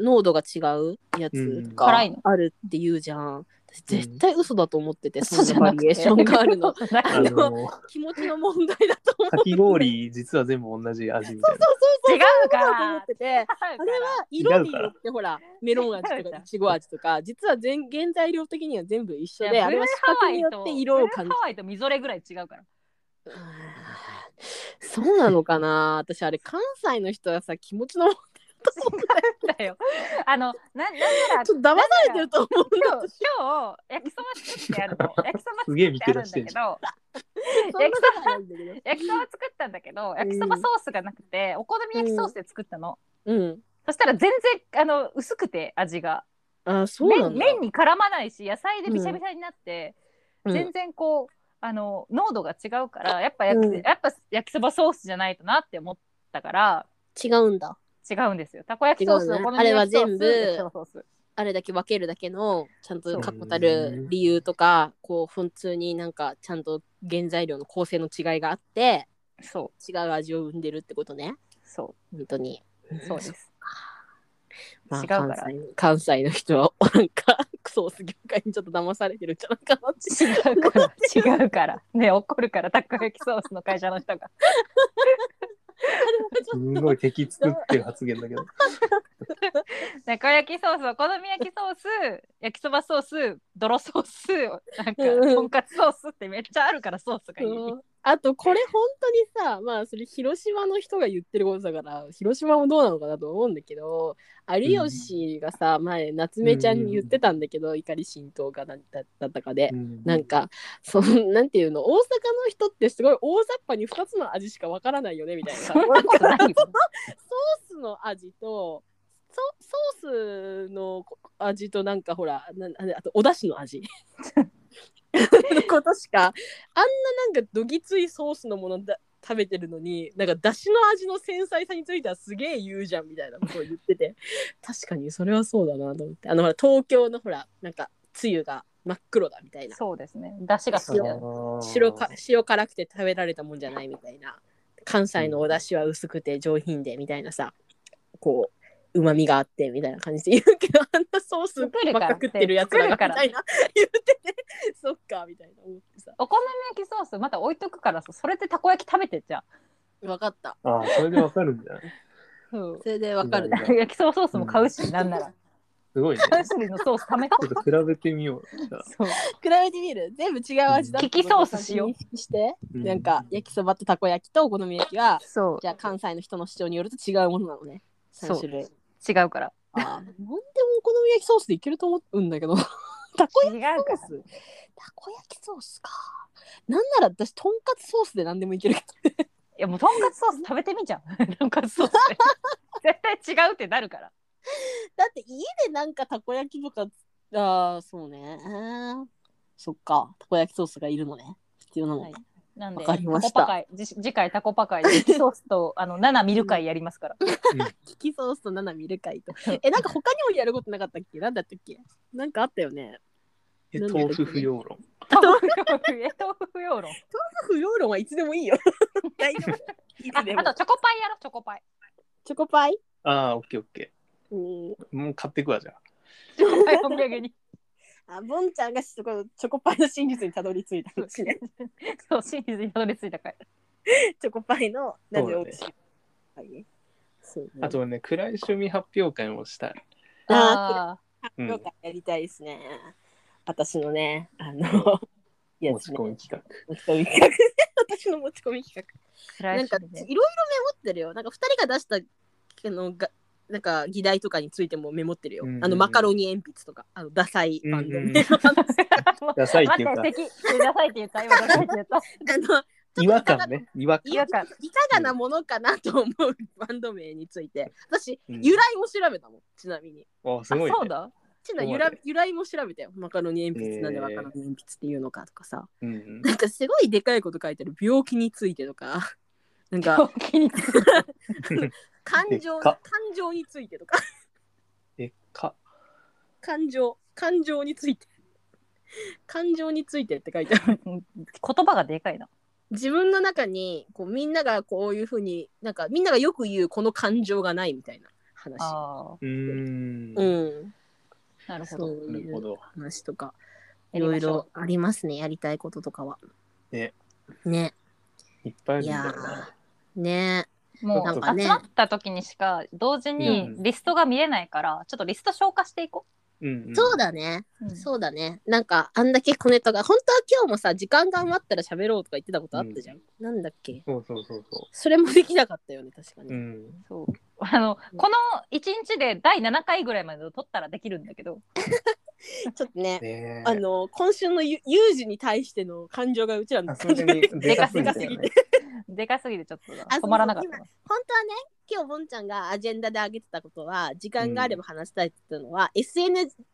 Speaker 2: ー濃度が違うやつ
Speaker 3: うん
Speaker 2: が
Speaker 4: 辛いの
Speaker 2: あるっていうじゃん、絶対嘘だと思ってて、
Speaker 4: 嘘
Speaker 2: そん
Speaker 4: じ
Speaker 2: な
Speaker 4: ゃ
Speaker 2: バ
Speaker 4: なく
Speaker 2: リエ
Speaker 4: て
Speaker 2: ーションが あるの
Speaker 3: あの、
Speaker 2: 気持ちの問題だと思って
Speaker 3: かき氷、実は全部同じ味みたいな。
Speaker 2: そうそう
Speaker 4: 違う
Speaker 2: そうだと
Speaker 4: か
Speaker 2: 思ってて
Speaker 4: あ
Speaker 2: あれは
Speaker 3: 違うから
Speaker 2: 色によってほらメロン味とかいちご味とか実は全原材料的には全部一緒であれは視覚によって色を感じ
Speaker 4: ハワイとみぞれぐらい違うから。
Speaker 2: うーんそうなのかな私あれ関西の人はさ気持ちの問題だと思う
Speaker 4: だよ。あの、な、なんなら、
Speaker 2: ちょっと騙されてると思うん だ
Speaker 4: 今日、今日、焼きそば作ってあ るの。焼きそば
Speaker 3: す
Speaker 4: 作
Speaker 3: げえ
Speaker 4: っ
Speaker 3: 見
Speaker 4: てあ
Speaker 3: て
Speaker 4: る
Speaker 3: ら
Speaker 4: ん
Speaker 3: し
Speaker 4: だ
Speaker 3: て
Speaker 4: け
Speaker 3: んじ
Speaker 4: ど、
Speaker 2: そんなことないんだけど
Speaker 4: 焼きそば作ったんだけど、焼きそばソースがなくて、お好み焼きソースで作ったの。
Speaker 2: うん
Speaker 4: そしたら全然、あの、薄くて、味が。
Speaker 2: あそうな
Speaker 4: 麺
Speaker 2: んだ
Speaker 4: 麺に絡まないし、野菜でびしゃびしゃになって、
Speaker 2: うん
Speaker 4: 全然こう、あの、濃度が違うから、やっぱ
Speaker 2: うん
Speaker 4: 焼き、やっぱ焼きそばソースじゃないとなって思ったから、
Speaker 2: 違うんだ
Speaker 4: 違うんですよ。たこ焼きソース、
Speaker 2: 違う
Speaker 4: お
Speaker 2: ね
Speaker 4: 好み焼きソー
Speaker 2: あれは全
Speaker 4: ス、
Speaker 2: 部
Speaker 4: 焼きそばソース。
Speaker 2: あれだけ分けるだけのちゃんと
Speaker 4: そう
Speaker 2: 確固たる理由とかこう本通になんかちゃんと原材料の構成の違いがあって
Speaker 4: そ
Speaker 2: 違う味を生んでるってことね
Speaker 4: う、そ
Speaker 2: 本当に、
Speaker 4: う、そうです。
Speaker 2: まあ、
Speaker 4: 違うから
Speaker 2: 関西の関西の人は なんかクソース業界にちょっと騙されてるんじゃないかなって
Speaker 4: 違うから、違うから。ね、怒るから、たこ焼きソースの会社の人が。
Speaker 3: すんごい敵作ってる発言だけど。
Speaker 4: たこ焼きソース、お好み焼きソース、焼きそばソース、泥ソース、なんか、
Speaker 2: うん
Speaker 4: とんかつソースってめっちゃあるから、ソースがいい。
Speaker 2: そうあとこれ本当にさまあそれ広島の人が言ってることだから広島もどうなのかなと思うんだけど有吉がさ、前夏目ちゃんに言ってたんだけど、怒り浸透がだだったかで、なんかそのなんていうの大阪の人ってすごい大雑把に2つの味しかわからないよねみたいな
Speaker 4: そんなことないよ。
Speaker 2: ソースの味とソソースの味となんかほらなああとお出汁の味のことしかあんななんかどぎついソースのものだ食べてるのになんか出汁の味の繊細さについてはすげえ言うじゃんみたいなことを言ってて確かにそれはそうだなと思ってあのほら東京のほらなんかつゆが真っ黒だみたいな
Speaker 4: そうですね。出汁が好きだ。
Speaker 2: 白か塩辛くて食べられたもんじゃないみたいな関西のお出汁は薄くて上品でみたいなさこううまみがあってみたいな感じで言うけどあんなソース
Speaker 4: 作る
Speaker 2: ば
Speaker 4: か
Speaker 2: っ
Speaker 4: ら
Speaker 2: か食ってるやつらがみ
Speaker 4: 作るから
Speaker 2: たいな言ってねそっかみたいな思ってさ
Speaker 4: お好み焼きソース、また置いとくからさ、それでたこ焼き食べてっちゃ
Speaker 2: 分かった
Speaker 3: ああ、それでわかるんじゃない
Speaker 4: うん。
Speaker 2: それで分かる
Speaker 3: うん
Speaker 4: 焼きそばソースも買うし、なんなら。
Speaker 3: すごいね。
Speaker 4: 3種類のソース試
Speaker 3: ちょっと比べてみよう。じゃあ
Speaker 4: そう。
Speaker 2: 比べてみる全部違う味だってことを
Speaker 4: 利きソースしよう
Speaker 2: 認識して
Speaker 3: う
Speaker 2: なんか焼きそばとたこ焼きとお好み焼きは
Speaker 4: そう
Speaker 2: じゃあ関西の人の主張によると違うものなのね3種類
Speaker 4: 違うから。
Speaker 2: あーなんでもお好み焼きソースでいけると思うんだけどたこ焼き
Speaker 4: 違うから。
Speaker 2: ソースたこ焼きソースかなんなら私とんかつソースで何でもいけるけど
Speaker 4: いやもうとんかつソース食べてみじゃん。とんかつソースで絶対違うってなるから。
Speaker 2: だって家でなんかたこ焼きとかあーそうねそっかたこ焼きソースがいるのね必要なのね、
Speaker 4: はいなんで
Speaker 2: わかりました
Speaker 4: タコパ会じ次回タコパ会でソースとあの7見る会やりますから。
Speaker 2: キキソースとナナミルカイ とえなんか他にもやることなかったっけなんだったっけなんかあったよね
Speaker 3: え豆腐不要論。
Speaker 4: 豆腐え豆腐用論。
Speaker 2: 不要論はいつでもい いよ大丈夫い
Speaker 4: ああ
Speaker 2: つ
Speaker 4: とチ
Speaker 2: で
Speaker 4: ョ
Speaker 2: も
Speaker 4: コパイやろチョコパイ。
Speaker 2: チョコパイ
Speaker 3: ああ、オッケーオッケ
Speaker 2: うん
Speaker 3: ー。もう買ってくわ、じゃあ。
Speaker 4: チョコパイお土産に。
Speaker 2: あボンちゃんがそこチョコパイの真実にたどり着いたんですね
Speaker 4: そう真実にたどり着いた会。
Speaker 2: チョコパイのなぜ落
Speaker 3: そうだね
Speaker 2: ちるはいねそうね
Speaker 3: あとはね、暗い趣味発表会もしたい。
Speaker 2: あ
Speaker 4: あ
Speaker 3: う
Speaker 2: ー
Speaker 3: ん
Speaker 2: 了解やりたいですね。私のね、あ の、いや
Speaker 3: 持ち込み企画。
Speaker 2: 持ち込み企画。私の持ち込み企
Speaker 4: ー
Speaker 2: 画。
Speaker 4: 暗い
Speaker 2: なんか、いろいろメモってるよ。なんか、二人が出した、あの、がなんか、議題とかについてもメモってるよ。
Speaker 3: うんうんうん
Speaker 2: あの、マカロニ鉛筆とか、あの、ダサいバンド。
Speaker 3: うんうん
Speaker 4: ダ
Speaker 3: ダサいっていうか
Speaker 4: 待って、敵。ダサいって言った。今ダサいって言った。
Speaker 2: あの、
Speaker 3: 違和感ね。違和感。
Speaker 2: い
Speaker 4: 違
Speaker 2: やい
Speaker 4: 和
Speaker 2: か
Speaker 4: 感
Speaker 2: がなものかなと思うバンド名について。私、
Speaker 3: うん
Speaker 2: 由来も調べたもん、ちなみに。
Speaker 3: ああ、す
Speaker 4: あ
Speaker 3: ごい、ね。
Speaker 4: そうだ。
Speaker 2: ちな
Speaker 3: そう
Speaker 2: 由
Speaker 3: だ
Speaker 2: 来
Speaker 3: ね
Speaker 2: 由来も調べたよ。マカロニ鉛筆なんで
Speaker 3: へー
Speaker 2: マカロニ鉛筆っていうのかとかさ。
Speaker 3: うん。
Speaker 2: なんかすごいでかいこと書いてある病気についてとか、なんか
Speaker 4: 病気に
Speaker 2: 感情
Speaker 3: で
Speaker 2: 感
Speaker 3: か
Speaker 2: 情についてとか、
Speaker 3: え、か。
Speaker 2: 感情感情について、感情についてって書いてある。
Speaker 4: 言葉がでかいな。
Speaker 2: 自分の中にこうみんながこういうふうになんかみんながよく言うこの感情がないみたいな話。
Speaker 4: あ
Speaker 3: うーん。
Speaker 2: うん、
Speaker 4: あ、なるほ
Speaker 2: そう
Speaker 4: ど。
Speaker 3: ないるほ
Speaker 2: う
Speaker 3: ど。
Speaker 2: 話とか。いろいろありますねやりたいこととかは。
Speaker 3: ね
Speaker 2: ね
Speaker 3: いっぱいある
Speaker 2: い
Speaker 3: んだ
Speaker 2: や
Speaker 3: よな。
Speaker 2: ーね
Speaker 4: も
Speaker 3: なん
Speaker 4: う
Speaker 3: か
Speaker 2: ね
Speaker 4: 集まった時にしか同時にリストが見れないから、ちょっとリスト消化していこ
Speaker 3: うんうん
Speaker 2: そうだね、
Speaker 4: う。うん
Speaker 2: そうだねなんかあんだけ小ネタが本当は今日もさ時間が余ったら喋ろうとか言ってたことあったじゃん、なんだっけ
Speaker 3: そうそうそうそ
Speaker 2: それもできなかったよね確か
Speaker 3: う。う
Speaker 2: に、
Speaker 3: ん。
Speaker 4: そう あのこの1日で第7回ぐらいまでを取ったらできるんだけど
Speaker 2: ちょっとね
Speaker 3: ねえ
Speaker 2: あの今週のゆ有事に対しての感情がうちらの
Speaker 3: さす
Speaker 2: 感情
Speaker 3: が
Speaker 2: が
Speaker 3: に
Speaker 4: で
Speaker 3: で
Speaker 4: か
Speaker 3: か
Speaker 4: す
Speaker 3: す
Speaker 4: ぎ
Speaker 3: ぎ
Speaker 4: て
Speaker 3: て、
Speaker 4: でかすぎてちょっと
Speaker 2: そうそ
Speaker 4: 止
Speaker 2: う
Speaker 4: まらなかったな
Speaker 2: 本当はね今日ボンちゃんがアジェンダで挙げてたことは時間があれば話したいって言ったのは、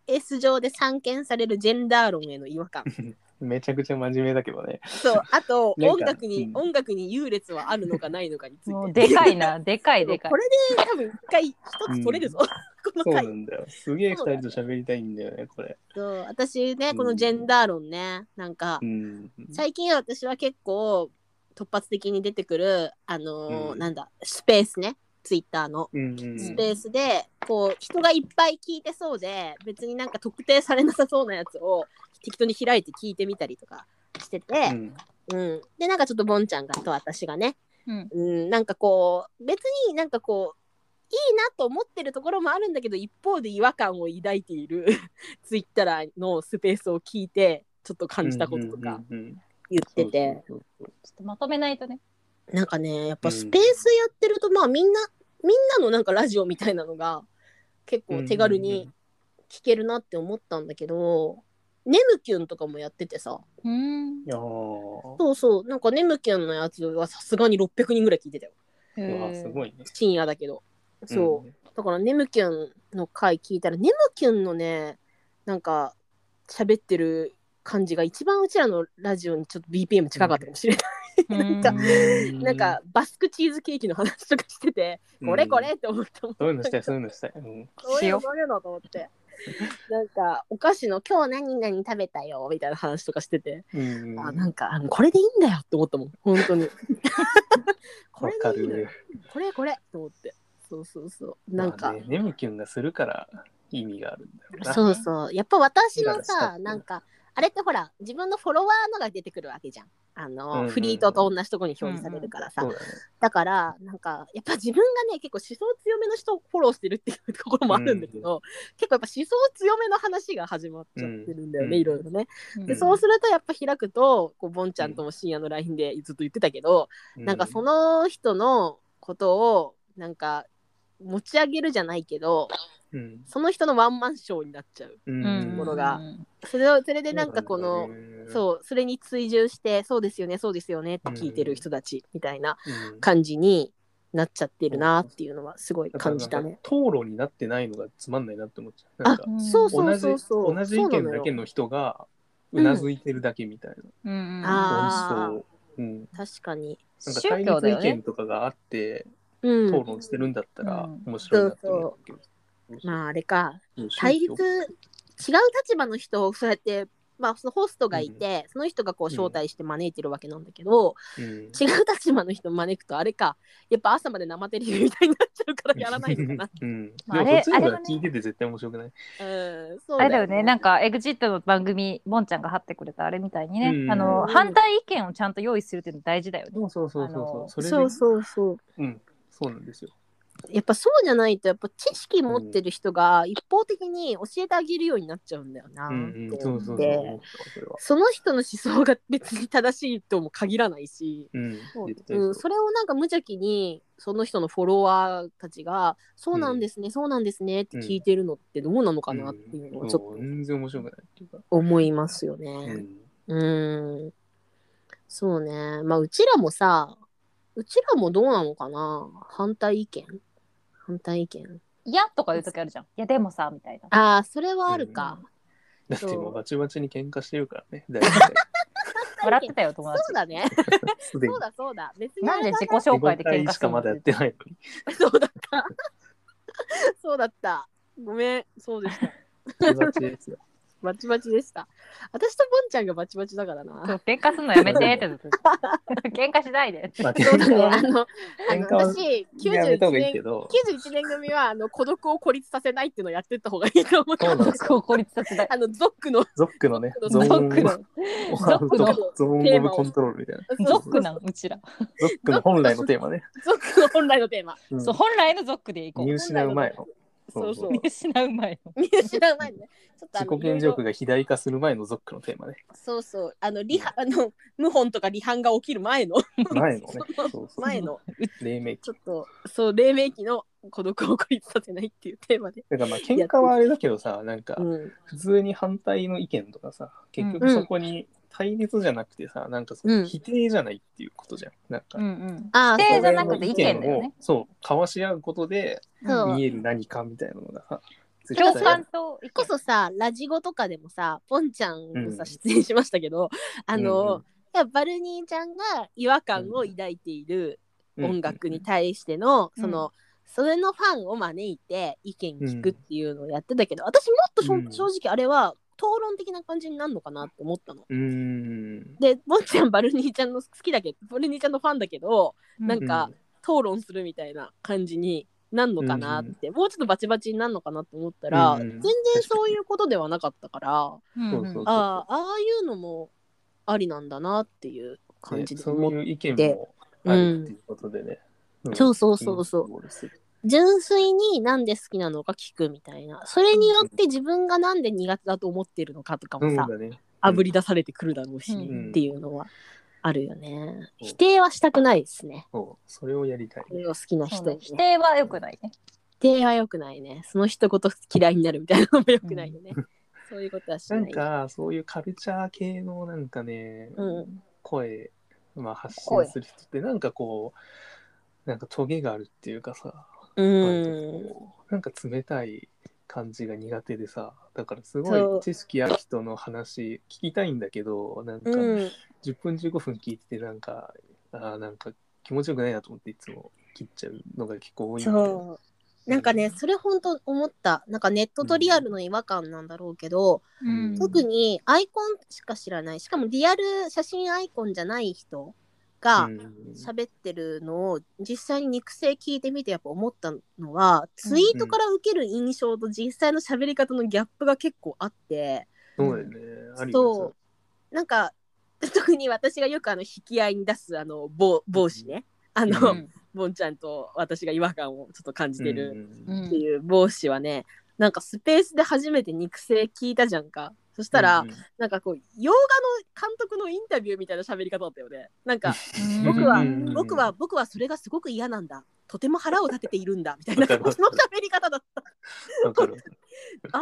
Speaker 2: SNS 上で散見されるジェンダー論への違和感
Speaker 3: めちゃくちゃ真面目だけど ね。
Speaker 2: そうあと
Speaker 3: なん
Speaker 2: 音
Speaker 3: か
Speaker 2: 楽に、
Speaker 3: うん
Speaker 2: 音楽に優劣はあるのかないのかについ
Speaker 4: もう
Speaker 2: て
Speaker 4: でかい なでかいでかい
Speaker 2: これで多分一回一つ取れるぞ、 こ
Speaker 3: そ
Speaker 2: の
Speaker 3: うな
Speaker 2: 回
Speaker 3: んだよ。すげえ二人と喋りたいんだよね、これ。
Speaker 2: そう私ね
Speaker 3: うん
Speaker 2: このジェンダー論ねなんか、
Speaker 3: うん。
Speaker 2: 最近私は結構突発的に出てくるあのー
Speaker 3: うん
Speaker 2: なんだスペースねツイッターの
Speaker 3: うんうん
Speaker 2: スペースで、こう人がいっぱい聞いてそうで別になんか特定されなさそうなやつを適当に開いて聞いてみたりとかして
Speaker 3: う
Speaker 2: て、
Speaker 3: ん
Speaker 2: うんでなんかちょっとボンちゃんがと私がね、
Speaker 4: うん
Speaker 2: うん、なんかこう別になんかこういいなと思ってるところもあるんだけど一方で違和感を抱いている ツイッターのスペースを聞いてちょっと感じたこととか
Speaker 3: うんうんうん
Speaker 2: 言ってて。
Speaker 3: そうそうそう
Speaker 4: ちょっとまとめないとね
Speaker 2: なんかねやっぱ
Speaker 3: うん
Speaker 2: スペースやってると、まあみんなみんなのなんかラジオみたいなのが結構手軽
Speaker 3: うんうんう
Speaker 2: に
Speaker 3: ん
Speaker 2: 聞けるなって思ったんだけど、ネムキュンとかもやっててさ
Speaker 4: うん
Speaker 3: いやー
Speaker 2: そうそうなんかネムキュンのやつはさすがに600人ぐらい聞いてたよ
Speaker 3: うわすごいね。
Speaker 2: 深夜だけどそう、だからネムキュンの回聞いたらネムキュンのねなんか喋ってる感じが一番うちらのラジオにちょっと BPM 近かったかもしれない、
Speaker 4: うん
Speaker 2: なん
Speaker 3: う
Speaker 2: なん、かバスクチーズケーキの話とかしててこれこれ
Speaker 3: うん
Speaker 2: って思ったもん。
Speaker 3: そういうのしたい、そういうのしたい。うん
Speaker 2: そう
Speaker 4: し
Speaker 2: いう
Speaker 4: よ
Speaker 2: のそういうのと思って。なんかお菓子の「今日何々食べたよ」みたいな話とかしてて、
Speaker 3: うん。
Speaker 2: あなんかあのこれでいいんだよって思ったもん本当 にこ
Speaker 3: わ
Speaker 2: れ
Speaker 3: か
Speaker 2: でいいのよ
Speaker 3: る。
Speaker 2: これこれと思ってそうそうそうなんか、
Speaker 3: まあね、ネムキュンがするから意味があるんだよな。
Speaker 2: そうそうやっぱ私
Speaker 3: いか
Speaker 2: の
Speaker 3: がしたっ
Speaker 2: さ
Speaker 3: け
Speaker 2: なんかあれってほら自分のフォロワーのが出てくるわけじゃんあの、
Speaker 3: うんうん
Speaker 2: フリートと同じとこに表示されるからさ、
Speaker 3: そうだね。
Speaker 2: だからなんかやっぱ自分がね結構思想強めの人をフォローしてるっていうところもあるんだけど、結構やっぱ思想強めの話が始まっちゃってるんだよね、
Speaker 3: うん
Speaker 2: いろいろね。
Speaker 4: う
Speaker 2: で
Speaker 4: ん
Speaker 2: そうするとやっぱ開くとこうボンちゃんとも深夜の LINE でずっと言ってたけど、なんかそ
Speaker 3: の、
Speaker 2: の人のことをなんか持ち上げるじゃないけど
Speaker 3: うん
Speaker 2: その人のワンマンショーになっちゃう。
Speaker 3: うん
Speaker 4: うん
Speaker 2: ところがそれをそれでなんかこの、
Speaker 3: う
Speaker 2: そうそれに追従してそうですよねそうですよねって聞いてる人たちみたいな
Speaker 3: なんだよね、
Speaker 2: 感じになっちゃってるなっていうのはすごい感じたね。
Speaker 3: うん。討論になってないのがつまんないなって思っちゃう。
Speaker 2: あ
Speaker 3: なんか
Speaker 4: うん
Speaker 2: そうそう
Speaker 3: 同じ
Speaker 2: そうそう。
Speaker 3: 同じ意見だけの人がうなずいてるだけみたい
Speaker 4: うんうん
Speaker 2: あー
Speaker 3: な。美味しそう。うん。
Speaker 2: 確かに。
Speaker 3: なんか
Speaker 4: 宗
Speaker 3: 対
Speaker 4: 教だ
Speaker 3: 立
Speaker 4: よ
Speaker 3: 意見
Speaker 4: ね
Speaker 3: とかがあって
Speaker 2: う
Speaker 3: 討
Speaker 2: ん。
Speaker 3: 論してるんだったら
Speaker 4: うん
Speaker 3: 面白いなって思うけど。
Speaker 2: まああれか。
Speaker 3: うん
Speaker 2: 対立、違う立場の人をそうやって、まあそのホストがいて、その人がこう招待して招いてるわけなんだけど、
Speaker 3: うん
Speaker 2: 違う立場の人招くとあれか、やっぱ朝まで生テレビみたいになっちゃうからやらないの かな。。
Speaker 3: うん。で
Speaker 4: まあ
Speaker 3: もそっちの
Speaker 4: あれ
Speaker 3: 方
Speaker 4: あれは
Speaker 3: が
Speaker 4: ね
Speaker 3: 聞いてて絶対面白くない。
Speaker 2: うん、そう
Speaker 4: あ
Speaker 2: だ
Speaker 4: れだよね、なん
Speaker 2: か。
Speaker 4: かエグジットの番組、ボンちゃんが貼ってくれたあれみたいにね、
Speaker 3: うん
Speaker 4: あの
Speaker 2: うん
Speaker 4: 反対意見をちゃんと用意するっていうの大事だよね。
Speaker 3: そうそうそう
Speaker 4: あの
Speaker 3: そ
Speaker 2: そ
Speaker 3: う。それ
Speaker 2: う
Speaker 3: で
Speaker 2: そうそう。
Speaker 3: うん。そうなんですよ。
Speaker 2: やっぱそうじゃないと、やっぱ知識持ってる人が一方的に教えてあげるようになっちゃうんだよな
Speaker 3: う
Speaker 2: って
Speaker 3: んうん。そ
Speaker 2: 思
Speaker 3: うそ
Speaker 2: っ
Speaker 3: うそう
Speaker 2: て。
Speaker 3: 思った。それは。
Speaker 2: その人の思想が別に正しいとも限らないし、
Speaker 3: うん。絶対
Speaker 2: う
Speaker 3: そ
Speaker 2: ん、
Speaker 3: う
Speaker 2: それをなんか無邪気にその人のフォロワーたちが「そうなんですね、そうなんですね」って聞いてるのってどうなのかなっていうのをちょっ
Speaker 3: う
Speaker 2: と
Speaker 3: ん全然面白くないっていうか。
Speaker 2: 思いますよ
Speaker 3: う
Speaker 2: ね。
Speaker 3: ん
Speaker 2: うん、そうねまあうちらもさうちらもどうなのかな反対意見反対意見
Speaker 4: いやとか言う時あるじゃん。いやでもさ、みたいな。
Speaker 2: ああそれはあるか、
Speaker 3: だって
Speaker 2: そ
Speaker 3: も
Speaker 2: う
Speaker 3: うバチバチに喧嘩してるから ね。大体
Speaker 4: 笑ってたよ、友達
Speaker 2: そう。だ ね
Speaker 3: すでに
Speaker 2: そう。だそうだ別にあ
Speaker 4: なん
Speaker 2: れ
Speaker 4: で
Speaker 2: は
Speaker 4: 自己紹介で喧
Speaker 3: 5
Speaker 4: 嘩す
Speaker 3: 回し
Speaker 4: る
Speaker 3: か
Speaker 4: の
Speaker 3: まだやってないのに。
Speaker 2: そうだった。 そうだった。ごめん、そうでした。
Speaker 3: バチバチですよ
Speaker 2: バチバチでした。私とボンちゃんがバチバチだからな。
Speaker 4: そう喧嘩すんのやめてってずっと 喧嘩しないで。
Speaker 3: まあ、
Speaker 2: そうだね。あ
Speaker 3: 喧
Speaker 2: の、あ
Speaker 3: 喧
Speaker 2: の
Speaker 3: 嘩は
Speaker 2: 私、
Speaker 3: 嘩はやめ
Speaker 2: 91
Speaker 3: た方がいいけ
Speaker 2: 年、
Speaker 3: ど、
Speaker 2: 91年組は、あの、孤独を孤立させないっていうのをやってった方がいいと思う。
Speaker 3: そうなんです
Speaker 4: そう孤立させない。
Speaker 2: あの、ゾックの、
Speaker 3: ゾックのね、
Speaker 2: ゾ
Speaker 4: ゾ
Speaker 2: ッ
Speaker 4: ック
Speaker 2: ク
Speaker 4: の
Speaker 2: の、
Speaker 3: ゾ
Speaker 4: クの
Speaker 3: ゾーンオブコントロールみたいな。
Speaker 4: ゾックなんうちら。
Speaker 3: ゾックの本来のテーマね。
Speaker 2: ゾックの本来のテーマ。
Speaker 3: うん
Speaker 4: そう本来のゾックでいこ
Speaker 3: 見
Speaker 4: う。
Speaker 3: 失う前の。
Speaker 2: そうそう。
Speaker 4: 見失う前の。
Speaker 2: 見失う前にね。ちょっとあ
Speaker 3: 自己
Speaker 2: の
Speaker 3: 顕示欲が肥大化する前のゾックのテーマね。
Speaker 2: そうそう。あの、リハ、あの、謀反とか離反が起きる前の、
Speaker 3: 前のね。そうそう
Speaker 2: 前の、
Speaker 3: 黎明期。
Speaker 2: ちょっと、そう、黎明期の孤独を孤立させないっていうテーマで。
Speaker 3: だからまあ喧嘩はあれだけどさ、なんか
Speaker 2: うん。
Speaker 3: 普通に反対の意見とかさ、結局そこに対立じゃなくてさ、なんかそ
Speaker 2: う
Speaker 3: の
Speaker 2: ん
Speaker 3: 否定じゃないっていうことじゃん。なんか
Speaker 4: う。んうん。
Speaker 2: ああ、
Speaker 4: 否定
Speaker 2: そう
Speaker 4: じゃ
Speaker 2: だ
Speaker 4: なくて意見だよね
Speaker 3: そのをそう、交わし合うことで
Speaker 2: そう
Speaker 3: 見える何かみたいなのがさ、絶対
Speaker 4: 共感と意見
Speaker 2: こそさラジゴとかでもさポンちゃんも
Speaker 3: う
Speaker 2: さ
Speaker 3: ん
Speaker 2: 出演しましたけど、あ
Speaker 3: うんう
Speaker 2: の
Speaker 3: ん、
Speaker 2: やっぱバルニーちゃんが違和感を抱いている音楽に対しての、
Speaker 4: うん
Speaker 2: そのそれのファンを招いて意見聞くっていうのをやってたけど、私もっとそ
Speaker 3: うん
Speaker 2: 正直あれは討論的な感じになるのかなって思ったの。
Speaker 3: うんうん。
Speaker 2: でボンちゃんバルニーちゃんの好きだけどバルニーちゃんのファンだけどな
Speaker 3: うん
Speaker 2: か討論するみたいな感じになんのかなって、もうちょっとバチバチになるのかなって思ったら、
Speaker 3: うん
Speaker 2: 全然そういうことではなかった から。
Speaker 4: うんうん
Speaker 3: そうそう
Speaker 2: ああああいうのもありなんだなっていう感じで
Speaker 3: そういう意見もあるっていうことでね。ん
Speaker 2: そうそうそうそう純粋になんで好きなのか聞くみたいなそれによって自分がなんで苦手だと思ってるのかとか
Speaker 3: うん
Speaker 2: もさ
Speaker 3: だね。
Speaker 2: あぶり出されてくるだろうし、
Speaker 4: うん
Speaker 2: っていうのはあるよね
Speaker 3: うん
Speaker 2: 否定はしたくないですね
Speaker 3: そう、それをやりたい。
Speaker 2: これを好きな
Speaker 4: そう
Speaker 2: 人
Speaker 4: ね
Speaker 2: に、
Speaker 4: 否
Speaker 2: ね、
Speaker 4: 定は良くないね。
Speaker 2: 否定は良くないねその一言嫌いになるみたいなのも良くないよね、そういうことはし
Speaker 3: な
Speaker 2: なんい
Speaker 3: か、そういうカルチャー系のなんかね、
Speaker 2: うん
Speaker 3: 声、まあ、発
Speaker 4: 声
Speaker 3: 信する人って、なんかこう、なんかトゲがあるっていうかさ、
Speaker 2: うん
Speaker 3: なんか冷たい感じが苦手でさ、だからすご
Speaker 2: そう
Speaker 3: い知識ある人の話聞きたいんだけど、なんか
Speaker 2: うん
Speaker 3: 10分15分聞いてて、なんか、あーなんか気持ちよくないなと思っていつも切っちゃうのが結構多いんだよね
Speaker 2: そう。なんかね、それ本当思った。なんかネットとリアルの違和感なんだろうけど、
Speaker 3: うん
Speaker 2: 特にアイコンしか知らない。しかもリアル写真アイコンじゃない人が
Speaker 3: うん
Speaker 2: 喋ってるのを実際に肉声聞いてみてやっぱ思ったのは、ツイートから受ける印象と実際の喋り方のギャップが結構あって、
Speaker 3: そうだよね。あるよね
Speaker 2: そう。なんか、 特に私がよくあの引き合いに出すあの帽帽子ね。あの、
Speaker 4: うん
Speaker 2: ボンちゃんと私が違和感をちょっと感じ
Speaker 3: そ
Speaker 2: て
Speaker 3: れ
Speaker 2: る。
Speaker 3: うん
Speaker 4: うん
Speaker 2: っていう帽子はねなんかスペースで初めて肉声聞いたじゃんかそしたら、
Speaker 3: うんうん
Speaker 2: なんかこう洋画の監督のインタビューみたいな喋り方だったよねなんか僕は
Speaker 3: うん
Speaker 2: 僕は僕はそれがすごく嫌なんだとても腹を立てているんだみたいな
Speaker 3: わか
Speaker 2: そ
Speaker 3: るわ
Speaker 2: の
Speaker 3: かる
Speaker 2: 喋り方 だった
Speaker 3: わかる。
Speaker 2: あ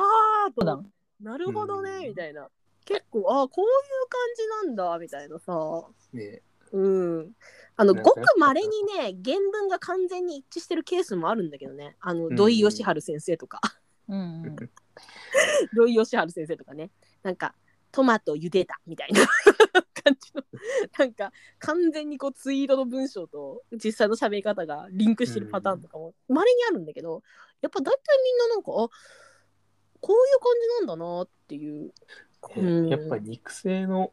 Speaker 2: あとだなるほど
Speaker 3: うん
Speaker 2: ねみたいな結構ああこういう感じなんだみたいなさ
Speaker 3: ね
Speaker 2: うんあの
Speaker 3: なん
Speaker 2: ご
Speaker 3: か
Speaker 2: くまれにね原文が完全に一致してるケースもあるんだけどねあの土井善晴先生とか
Speaker 4: うんうん
Speaker 2: 土井善晴先生とかねなんかトマト茹でたみたいな 感じのなんか完全にこうツイートの文章と実際の喋り方がリンクしてるパターンとかもまれにあるんだけどやっぱ大体みんななんかあこういう感じなんだなっていう。うん
Speaker 3: やっぱ肉声の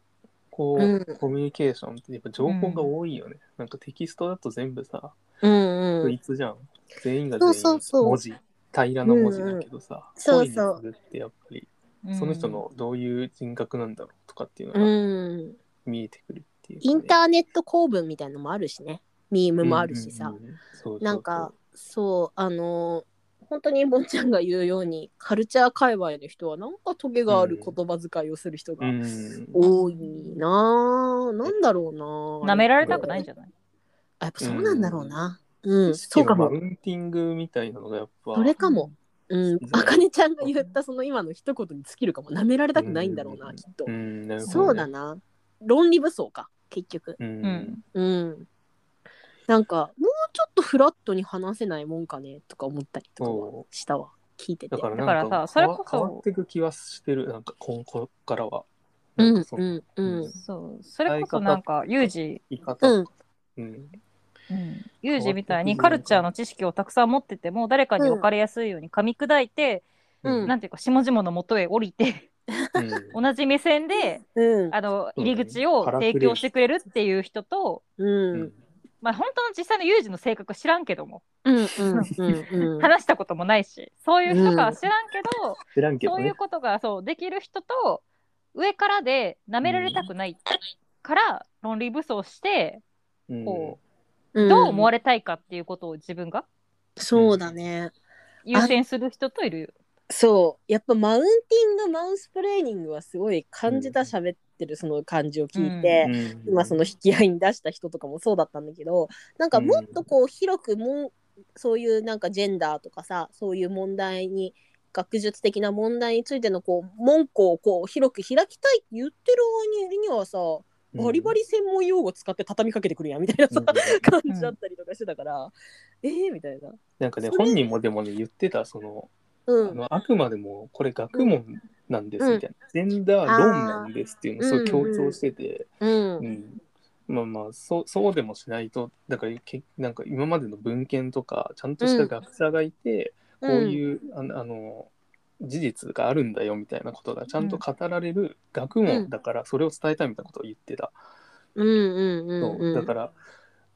Speaker 3: こ
Speaker 2: うん
Speaker 3: うコミュニケーションってやっぱ情報が多いよね。なんかテキストだと全部さ、
Speaker 2: うん
Speaker 3: 統一じゃん。全員が全員
Speaker 2: そうそうそう
Speaker 3: 文字、平らな文字だけどさ、
Speaker 2: うんうん
Speaker 3: 声に
Speaker 2: そうそう
Speaker 3: するってやっぱりその人のどういう人格なんだろうとかっていう
Speaker 2: う
Speaker 3: のが
Speaker 2: ん、
Speaker 3: 見えてくるっていうかね。
Speaker 2: インターネット構文みたいのもあるしねミームもあるしさ、
Speaker 3: うんうんうん。そうそうそう
Speaker 2: なんか、そうあのー本当にボンちゃんが言うようにカルチャー界隈の人はなんかトゲがある言葉遣いをする人
Speaker 3: う
Speaker 2: が
Speaker 3: ん、
Speaker 2: 多いなぁ、なんだろうなぁ
Speaker 4: 舐められたくないんじゃない
Speaker 2: あやっぱそうなんだろうなうん、そうか
Speaker 3: 意
Speaker 2: も
Speaker 3: 識のマウンティングみたいなのがやっぱ
Speaker 2: それかもうん
Speaker 3: そう
Speaker 2: あかねちゃんが言ったその今の一言に尽きるかも舐められたくないんだろうな、
Speaker 3: うん
Speaker 2: きっと、
Speaker 3: うん、なるほどね
Speaker 2: そうだな論理武装か結局
Speaker 3: うん
Speaker 4: うん
Speaker 2: うんなんかもうちょっとフラットに話せないもんかねとか思ったりとかはしたわ聞いてて
Speaker 3: だから
Speaker 4: だから
Speaker 3: なん
Speaker 4: さ
Speaker 3: か
Speaker 4: それ
Speaker 3: 変わ
Speaker 4: こそ
Speaker 3: 変わっていく気はしてるなんか今後からは
Speaker 2: う
Speaker 3: なんんかそうの
Speaker 2: んうん
Speaker 4: そうそれこそなんかユージ
Speaker 3: 言い方
Speaker 2: うん
Speaker 3: うん
Speaker 4: うんユージみたいにカルチャーの知識をたくさん持ってても誰かに分かりやすいように噛み砕いて、
Speaker 2: うん
Speaker 4: なんていうか下々のもとへ降りて
Speaker 3: うん
Speaker 4: 同じ目線で
Speaker 2: うん
Speaker 4: あの
Speaker 3: そうだね
Speaker 4: 入り口を
Speaker 3: からくり
Speaker 4: 提供してくれるっていう人と、
Speaker 2: うん
Speaker 3: うん
Speaker 4: まあ本当の実際のユージの性格は知らんけども
Speaker 2: うんうんうん
Speaker 4: 話したこともないしそういう人かは知らんけど、
Speaker 3: 知らんけど
Speaker 4: そう
Speaker 3: ね
Speaker 4: いう。ことがそうできる人と上からで舐められたくないから論理武装して
Speaker 3: うん
Speaker 4: こ
Speaker 2: うん
Speaker 4: どう思われたいかっていうことを自分が
Speaker 2: そうだね
Speaker 4: 優先する人といるよ。
Speaker 2: そうやっぱマウンティングマウスプレーニングはすごい感じた
Speaker 3: うん
Speaker 2: 喋ってるその感じを聞いうて、
Speaker 3: ん
Speaker 2: 今その引き合いに出した人とかもそうだったんだけどなんかもっとこう広くもうそういうなんかジェンダーとかさそういう問題に学術的な問題についてのこう門戸をこう広く開きたいって言ってる割にはさバリバリ専門用語使って畳みかけてくるやんみたいな
Speaker 3: う
Speaker 2: さ
Speaker 3: ん、
Speaker 2: 感じだったりとかしてたから、えーみたいな。
Speaker 3: なんかね
Speaker 2: それ
Speaker 3: 本人もでもね言ってたその
Speaker 2: う
Speaker 3: あ
Speaker 2: ん、
Speaker 3: のあくまでもこれ学問なんです
Speaker 2: うん
Speaker 3: みたいな、ジェンダー論なんですっていうのをそう
Speaker 2: あー
Speaker 3: 強調してて、
Speaker 2: うん
Speaker 3: うんまあまあそうそうでもしないとだからけなんか今までの文献とかちゃんとした学者がいて、こういうあのあの事実があるんだよみたいなことがちゃんと語られる学問だからそれを伝えたいみたいなことを言ってた。
Speaker 2: うんうんうん
Speaker 3: そう
Speaker 2: うん、
Speaker 3: だから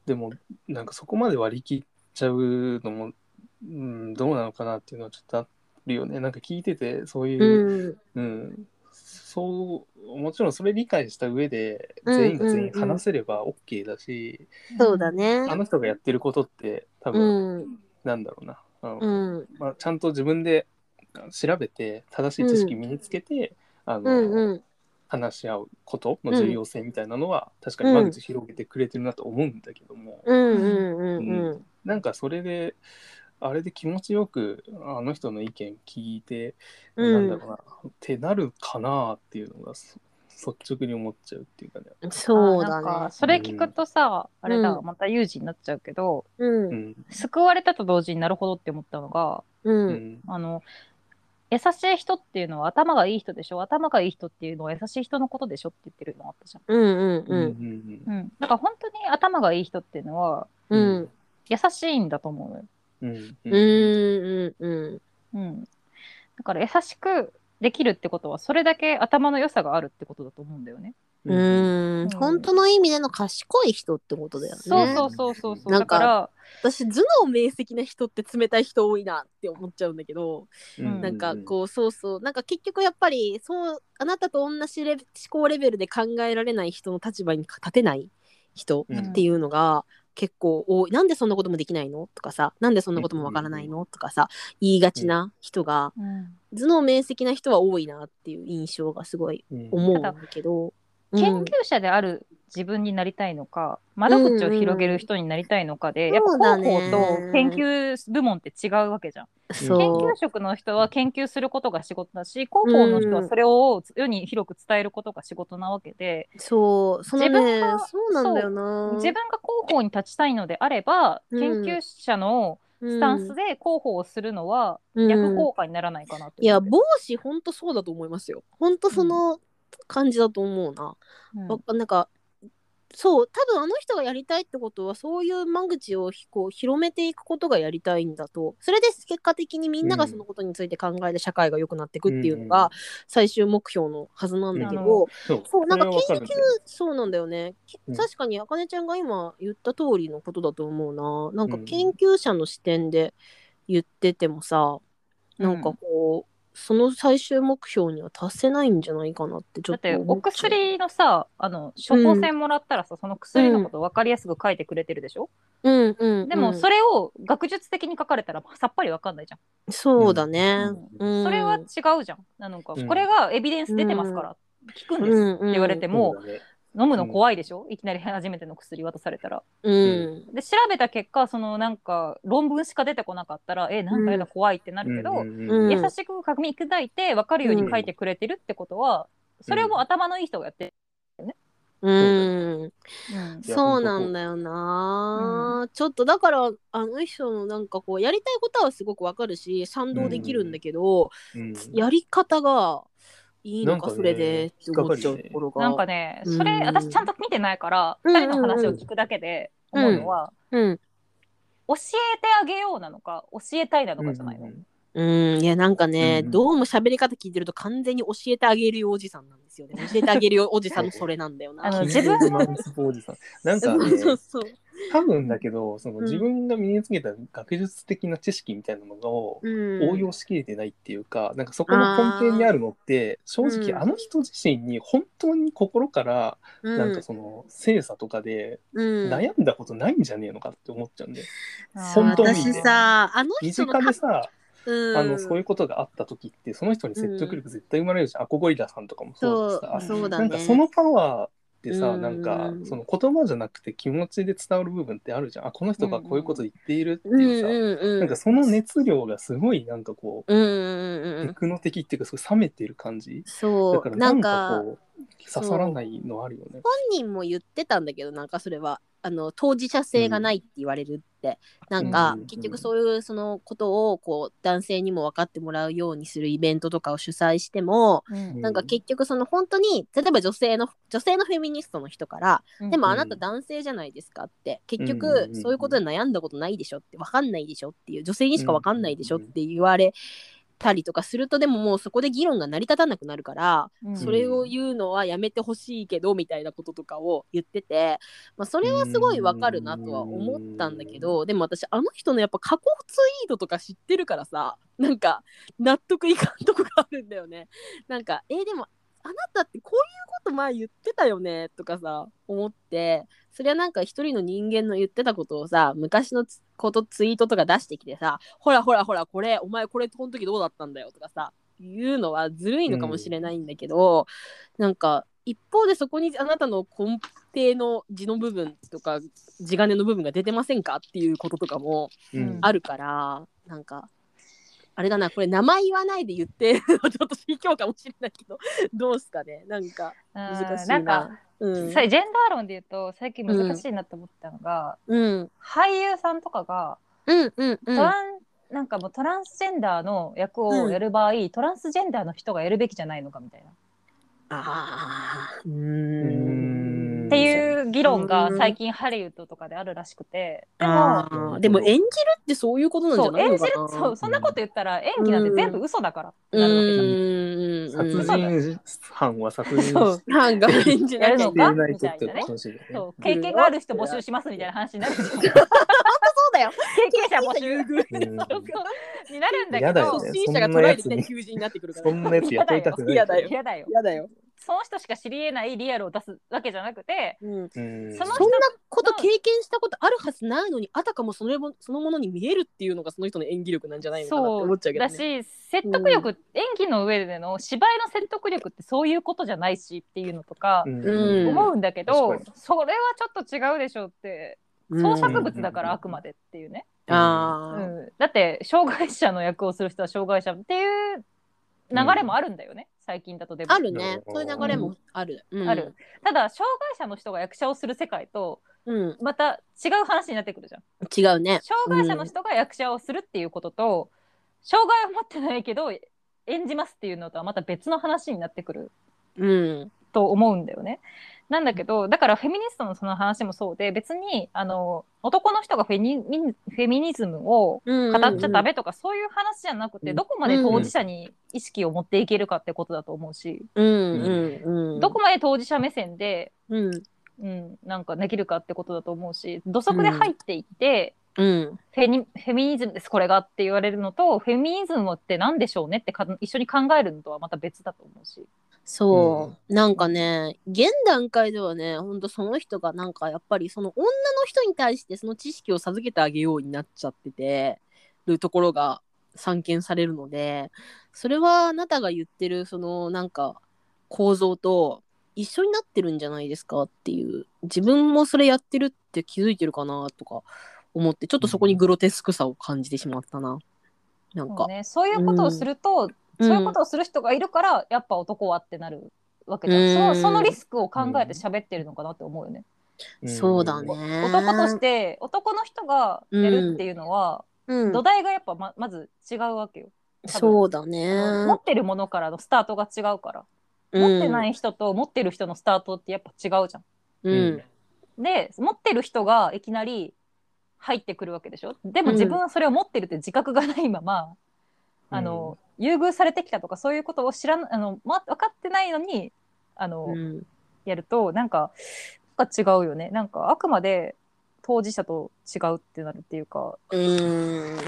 Speaker 3: でもなんかそこまで割り切っちゃうのも、うん、どうなのかなっていうのはちょっとあるよねなんか聞いててそういう、
Speaker 2: うん
Speaker 3: うんそうもちろんそれ理解した上で
Speaker 2: うん
Speaker 3: 全員が全員
Speaker 2: うんうん
Speaker 3: 話せれば OK だし、
Speaker 2: そうだね。
Speaker 3: あの人がやってることって多
Speaker 2: う
Speaker 3: 分、
Speaker 2: ん
Speaker 3: なんだろうなあの、
Speaker 2: うん
Speaker 3: まあ、ちゃんと自分で調べて正しい知識身につけて、あ
Speaker 2: う
Speaker 3: の
Speaker 2: んうん
Speaker 3: 話し合うことの重要性みたいなのは、確かに間口広げてくれてるなと思うんだけども。
Speaker 2: うんうんうんうん
Speaker 3: なんかそれであれで気持ちよくあの人の意見聞いて、
Speaker 2: うん
Speaker 3: なんだろうなってなるかなっていうのがそ率直に思っちゃうっていうかね。
Speaker 2: そう
Speaker 4: あ
Speaker 2: だ
Speaker 4: ーなんか
Speaker 2: ね。
Speaker 4: それ聞くとさ、あれだ
Speaker 2: うん
Speaker 4: また有事になっちゃうけど、
Speaker 2: う
Speaker 3: うんん
Speaker 4: 救われたと同時になるほどって思ったのが
Speaker 2: う
Speaker 3: うんん
Speaker 4: あの優しい人っていうのは頭がいい人でしょ頭がいい人っていうのは優しい人のことでしょって言ってるのあったじゃん。
Speaker 2: うん
Speaker 3: うんう
Speaker 2: うん
Speaker 3: ん
Speaker 4: うん、なんか本当に頭がいい人っていうのは
Speaker 2: うんうん
Speaker 4: 優しいんだと思うよ。
Speaker 3: うん
Speaker 2: うんうんうん
Speaker 4: うん、だから優しくできるってことはそれだけ頭の良さがあるってことだと思うんだよね。
Speaker 2: う
Speaker 3: うん
Speaker 2: ん
Speaker 4: ん
Speaker 2: 本当の意味での賢い人ってことだよね。
Speaker 4: そうそうそうそうそう。
Speaker 2: なん
Speaker 4: だ
Speaker 2: か
Speaker 4: から
Speaker 2: 私頭脳明晰な人って冷たい人多いなって思っちゃうんだけど、
Speaker 4: うん
Speaker 2: なんかこうそうそうなんか結局やっぱりそうあなたと同じレベ思考レベルで考えられない人の立場に立てない人
Speaker 3: うん
Speaker 2: っていうのが結構多いなんでそんなこともできないのとかさなんでそんなこともわからないのとかさ言いがちな人が
Speaker 4: うん
Speaker 2: 頭脳明晰な人は多いなっていう印象がすごい
Speaker 3: うん
Speaker 2: 思うんだけど。
Speaker 4: 研究者である自分になりたいのか、窓口を広げる人になりたいのかで、
Speaker 2: うん
Speaker 4: やっ
Speaker 2: そう
Speaker 4: ぱ
Speaker 2: だ
Speaker 4: 広
Speaker 2: ね
Speaker 4: 報と研究部門って違うわけじゃん。
Speaker 2: そう
Speaker 4: 研究職の人は研究することが仕事だし広報の人はそれを世に広く伝えることが仕事なわけで、
Speaker 2: そうその
Speaker 4: 自
Speaker 2: ね
Speaker 4: 分が
Speaker 2: そうなんだよな
Speaker 4: 自分が広報に立ちたいのであれば、
Speaker 2: うん
Speaker 4: 研究者のスタンスで広報をするのは
Speaker 2: うん
Speaker 4: 逆効果にならないかなと、
Speaker 2: いや帽子ほんとそうだと思いますよほんとその感じだと思うな、
Speaker 4: うん
Speaker 2: わなんかそう多分あの人がやりたいってことはそういう間口をひこう広めていくことがやりたいんだとそれで結果的にみんながそのことについて考えて社会が良くなっていくっていうの
Speaker 3: うん
Speaker 2: が最終目標のはずなんだけど、
Speaker 3: そう
Speaker 2: そうなんか
Speaker 3: それ
Speaker 2: 研
Speaker 3: はわ
Speaker 2: 究
Speaker 3: るんだよ
Speaker 2: そうなんだよね、き
Speaker 3: うん
Speaker 2: 確かにあかねちゃんが今言った通りのことだと思うななんか
Speaker 3: うん
Speaker 2: 研究者の視点で言っててもさ、なんかこうその最終目標には達せないんじゃないかなってちょ
Speaker 4: だっ
Speaker 2: っと
Speaker 4: て
Speaker 2: 思
Speaker 4: お
Speaker 2: っちゃう
Speaker 4: 薬のさあの処方箋もらったらさ、その薬のこと分かりやすく書いてくれてるでしょ、
Speaker 2: うんうんうん、
Speaker 4: でもそれを学術的に書かれたらさっぱり分かんないじゃん、
Speaker 2: そうだね、
Speaker 4: う
Speaker 2: うん
Speaker 4: それは違うじゃんなんか、
Speaker 3: うん
Speaker 4: これがエビデンス出てますから、聞くんですって言われて
Speaker 2: も
Speaker 4: も、
Speaker 3: そうだね
Speaker 4: 飲むの怖いでしょいきなり初めての薬渡されたら
Speaker 2: うん
Speaker 4: で調べた結果そのなんか論文しか出てこなかったらえなんかやだ怖いってなるけど、
Speaker 3: うんうん
Speaker 2: うん
Speaker 4: 優しく確認砕いて分かるように書いてくれてるってことは、それも頭のいい人がやって
Speaker 2: うん、
Speaker 4: る、
Speaker 3: いや
Speaker 2: そうなんだよな、ちょっとだからあの人のなんかこうやりたいことはすごくわかるし賛同できるんだけど、
Speaker 3: うん
Speaker 2: やり方がいいのか
Speaker 3: なんかね
Speaker 2: それでって思っちゃうところが
Speaker 4: なんかねそれ、
Speaker 2: うん
Speaker 4: 私ちゃんと見てないから、
Speaker 2: うん
Speaker 4: 2人の話を聞くだけで思うのは、
Speaker 2: うん
Speaker 4: 教えてあげようなのか教えたいなのかじゃないの、
Speaker 3: うん
Speaker 2: うん、いや、なんかね、
Speaker 3: うん
Speaker 2: どうも喋り方聞いてると完全に教えてあげるよおじさんなんですよ ね。教えてあげるよおじさんのそれなんだよ
Speaker 4: あ
Speaker 2: な。
Speaker 4: の
Speaker 3: 自
Speaker 4: 自
Speaker 3: 分
Speaker 4: 分
Speaker 3: のマウスポおじさん。なんか、ね、
Speaker 2: そうそう。
Speaker 3: 多分だけど、その
Speaker 2: うん
Speaker 3: 自分が身につけた学術的な知識みたいなものを
Speaker 2: うん
Speaker 3: 応用しきれてないっていうか、なんかそこの根底にあるのって、正直
Speaker 2: うん
Speaker 3: あの人自身に本当に心から、
Speaker 2: う
Speaker 3: なんかその精査とかで
Speaker 2: うん
Speaker 3: 悩んだことないんじゃねえのかって思っちゃうん で、
Speaker 2: そう
Speaker 3: 本当に
Speaker 2: 私さ、あの
Speaker 3: 身
Speaker 2: 人の
Speaker 3: 近でさ、
Speaker 2: うん、
Speaker 3: あのそういうことがあった時ってその人に説得力絶対生まれるじゃん、アコゴリラさんとかもそう
Speaker 2: そ
Speaker 3: だ
Speaker 2: う
Speaker 3: しさ、
Speaker 2: そうだ
Speaker 3: な
Speaker 2: ね。
Speaker 3: んかそのパワーってさ、
Speaker 2: うん
Speaker 3: なんかその言葉じゃなくて気持ちで伝わる部分ってあるじゃんあこの人がこういうこと言っているって
Speaker 2: うん
Speaker 3: いう
Speaker 2: う
Speaker 3: さ、
Speaker 2: んうん。
Speaker 3: なんかその熱量がすごいなんかこ
Speaker 2: うんうん
Speaker 3: う、
Speaker 2: うんうん
Speaker 3: テ。クノ的っていうかすごい冷めてる感じだ
Speaker 2: そ
Speaker 3: か
Speaker 2: う。な
Speaker 3: らなんん
Speaker 2: か
Speaker 3: か、こう刺さらないのあるよね。
Speaker 2: 本人も言ってたんだけどなんかそれはあの当事者性がないって言われるって、なんか、
Speaker 3: うん
Speaker 2: 結局そういうそのことをこう男性にも分かってもらうようにするイベントとかを主催しても、
Speaker 3: うん
Speaker 2: なんか結局その本当に例えば女性の女性のフェミニストの人から、でもあなた男性じゃないですかって結
Speaker 3: うんうん
Speaker 2: 局
Speaker 3: うんうん
Speaker 2: そういうことで悩んだことないでしょって分かんないでしょっていう女性にしか分かんないでしょって言われたりとかするとでももうそこで議論が成り立たなくなるから、それを言うのはやめてほしいけどみたいなこととかを言ってて、まあ、それはすごいわかるなとは思ったんだけどでも私あの人のやっぱ過去ツイートとか知ってるからさなんか納得いかんとこがあるんだよね。なんかえーでもあなたってこういうこと前言ってたよねとかさ思ってそりゃなんか一人の人間の言ってたことをさ昔のつことツイートとか出してきてさほらほらほらこれお前これこの時どうだったんだよとかさ言うのはずるいのかもしれないんだけど、なんか一方でそこにあなたの根底の字の部分とか地金の部分が出てませんかっていうこととかも
Speaker 3: うん
Speaker 2: あるからなんかあれだなこれ名前言わないで言ってるのちょっと卑怯かもしれないけどどうすかねなんか難しいな。
Speaker 4: なんか、
Speaker 2: うん
Speaker 4: さジェンダー論で言うと最近難しいなって思ったのが、
Speaker 2: うん
Speaker 4: 俳優さんとかが
Speaker 2: うんうんう
Speaker 4: ト
Speaker 2: ん
Speaker 4: ラン、なんかもうトランスジェンダーの役をやる場合、トランスジェンダーの人がやるべきじゃないのかみたいな、
Speaker 2: あーうー
Speaker 3: うん
Speaker 2: ん
Speaker 4: っていう議論が
Speaker 2: うん
Speaker 4: 最近ハリウッドとかであるらしくて、でも
Speaker 2: あーでも演じるってそういうことなんじ
Speaker 4: そ
Speaker 2: ゃ
Speaker 4: う
Speaker 2: ないの
Speaker 4: 演
Speaker 2: か
Speaker 4: じ
Speaker 2: な
Speaker 4: るそうそんなこと言ったら演技なんて全部嘘だからって
Speaker 2: う
Speaker 4: なるわけじゃん
Speaker 2: ーん
Speaker 3: 殺人犯は殺人
Speaker 4: そう
Speaker 3: して
Speaker 2: なんか演じなきゃいけない
Speaker 4: やるのか
Speaker 3: ないとってほしいよね。
Speaker 4: そう経験がある人募集しますみたいな話にな るじゃん経
Speaker 2: そうだよ
Speaker 4: 験者募集
Speaker 3: うん
Speaker 4: になるんだけ
Speaker 3: やだ
Speaker 4: ど
Speaker 3: よね
Speaker 2: 初心者が捉えてきた求人になってくるから
Speaker 3: そんなやつ雇いたくない。
Speaker 2: 嫌だよ
Speaker 4: 嫌だよ
Speaker 2: 嫌だよ、
Speaker 4: その人しか知り得ないリアルを出すわけじゃなくて
Speaker 2: うん、
Speaker 3: うん
Speaker 4: その
Speaker 2: そんなこと経験したことあるはずないのにあたかもそれもそのものに見えるっていうのがその人の演技力なんじゃないのかなって思っちゃうけど、
Speaker 4: だ
Speaker 2: ね、
Speaker 4: し説得力、演技の上での芝居の説得力ってそういうことじゃないしっていうのとか
Speaker 2: うん
Speaker 4: 思うんだけど、
Speaker 3: 確か
Speaker 4: それはちょっと違うでしょうって
Speaker 2: うん
Speaker 4: 創作物だか
Speaker 3: うん
Speaker 4: らあくまでっていうね、
Speaker 2: あー、
Speaker 4: うんだって障害者の役をする人は障害者っていう流れもあるんだよね、最近だとでも
Speaker 2: あるねそういう流れもある、うん
Speaker 4: ある、ただ障害者の人が役者をする世界と
Speaker 2: うん、
Speaker 4: また違う話になってくるじゃん
Speaker 2: 違うね
Speaker 4: 障害者の人が役者をするっていうことと、障害を持ってないけど演じますっていうのとはまた別の話になってくる
Speaker 2: うん
Speaker 4: と思うんだよね。なんだけどだからフェミニストのその話もそうで別にあの男の人がフェニミンフェミニズムを
Speaker 2: うん
Speaker 4: 語っちゃダメとか、そういう話じゃなくて、
Speaker 3: うん
Speaker 4: どこまで当事者に意識を持っていけるかってことだと思うし、
Speaker 2: うんうんうん
Speaker 4: どこまで当事者目線で、
Speaker 2: うん
Speaker 4: うん、なんかできるかってことだと思うし土足で入っていって。
Speaker 2: うん
Speaker 4: フェニフェミニズムですこれがって言われるのとフェミニズムって何でしょうねってか一緒に考えるのとはまた別だと思うし。
Speaker 2: そう、なんかね現段階ではねほんとその人がなんかやっぱりその女の人に対してその知識を授けてあげようになっちゃっててるところが散見されるのでそれはあなたが言ってるそのなんか構造と一緒になってるんじゃないですかっていう自分もそれやってるって気づいてるかなとか思ってちょっとそこにグロテスクさを感じてしまったな。なん
Speaker 4: そ
Speaker 2: か
Speaker 4: う,、ね、そういうことをすると、
Speaker 2: うん
Speaker 4: そういうことをする人がいるからやっぱ男はってなるわけじゃん、
Speaker 2: うん
Speaker 4: そのそのリスクを考えて喋ってるのかなって思うよね。
Speaker 2: そうだ。ね。
Speaker 4: 男として男の人がやるっていうのは、
Speaker 2: うん
Speaker 4: 土台がやっぱままず違うわけよ。多分
Speaker 2: そうだね。
Speaker 4: 持ってるものからのスタートが違うから、持ってない人と持ってる人のスタートってやっぱ違うじゃん。
Speaker 2: うん、うん
Speaker 4: で持ってる人がいきなり入ってくるわけでしょでも自分はそれを持ってるって自覚がないまま、あの、優遇されてきたとかそういうことを知らんあの、ま、分かってないのにあの、
Speaker 2: うん
Speaker 4: やるとなんかなんか違うよねなんかあくまで当事者と違うってなるっていうか、
Speaker 2: うーん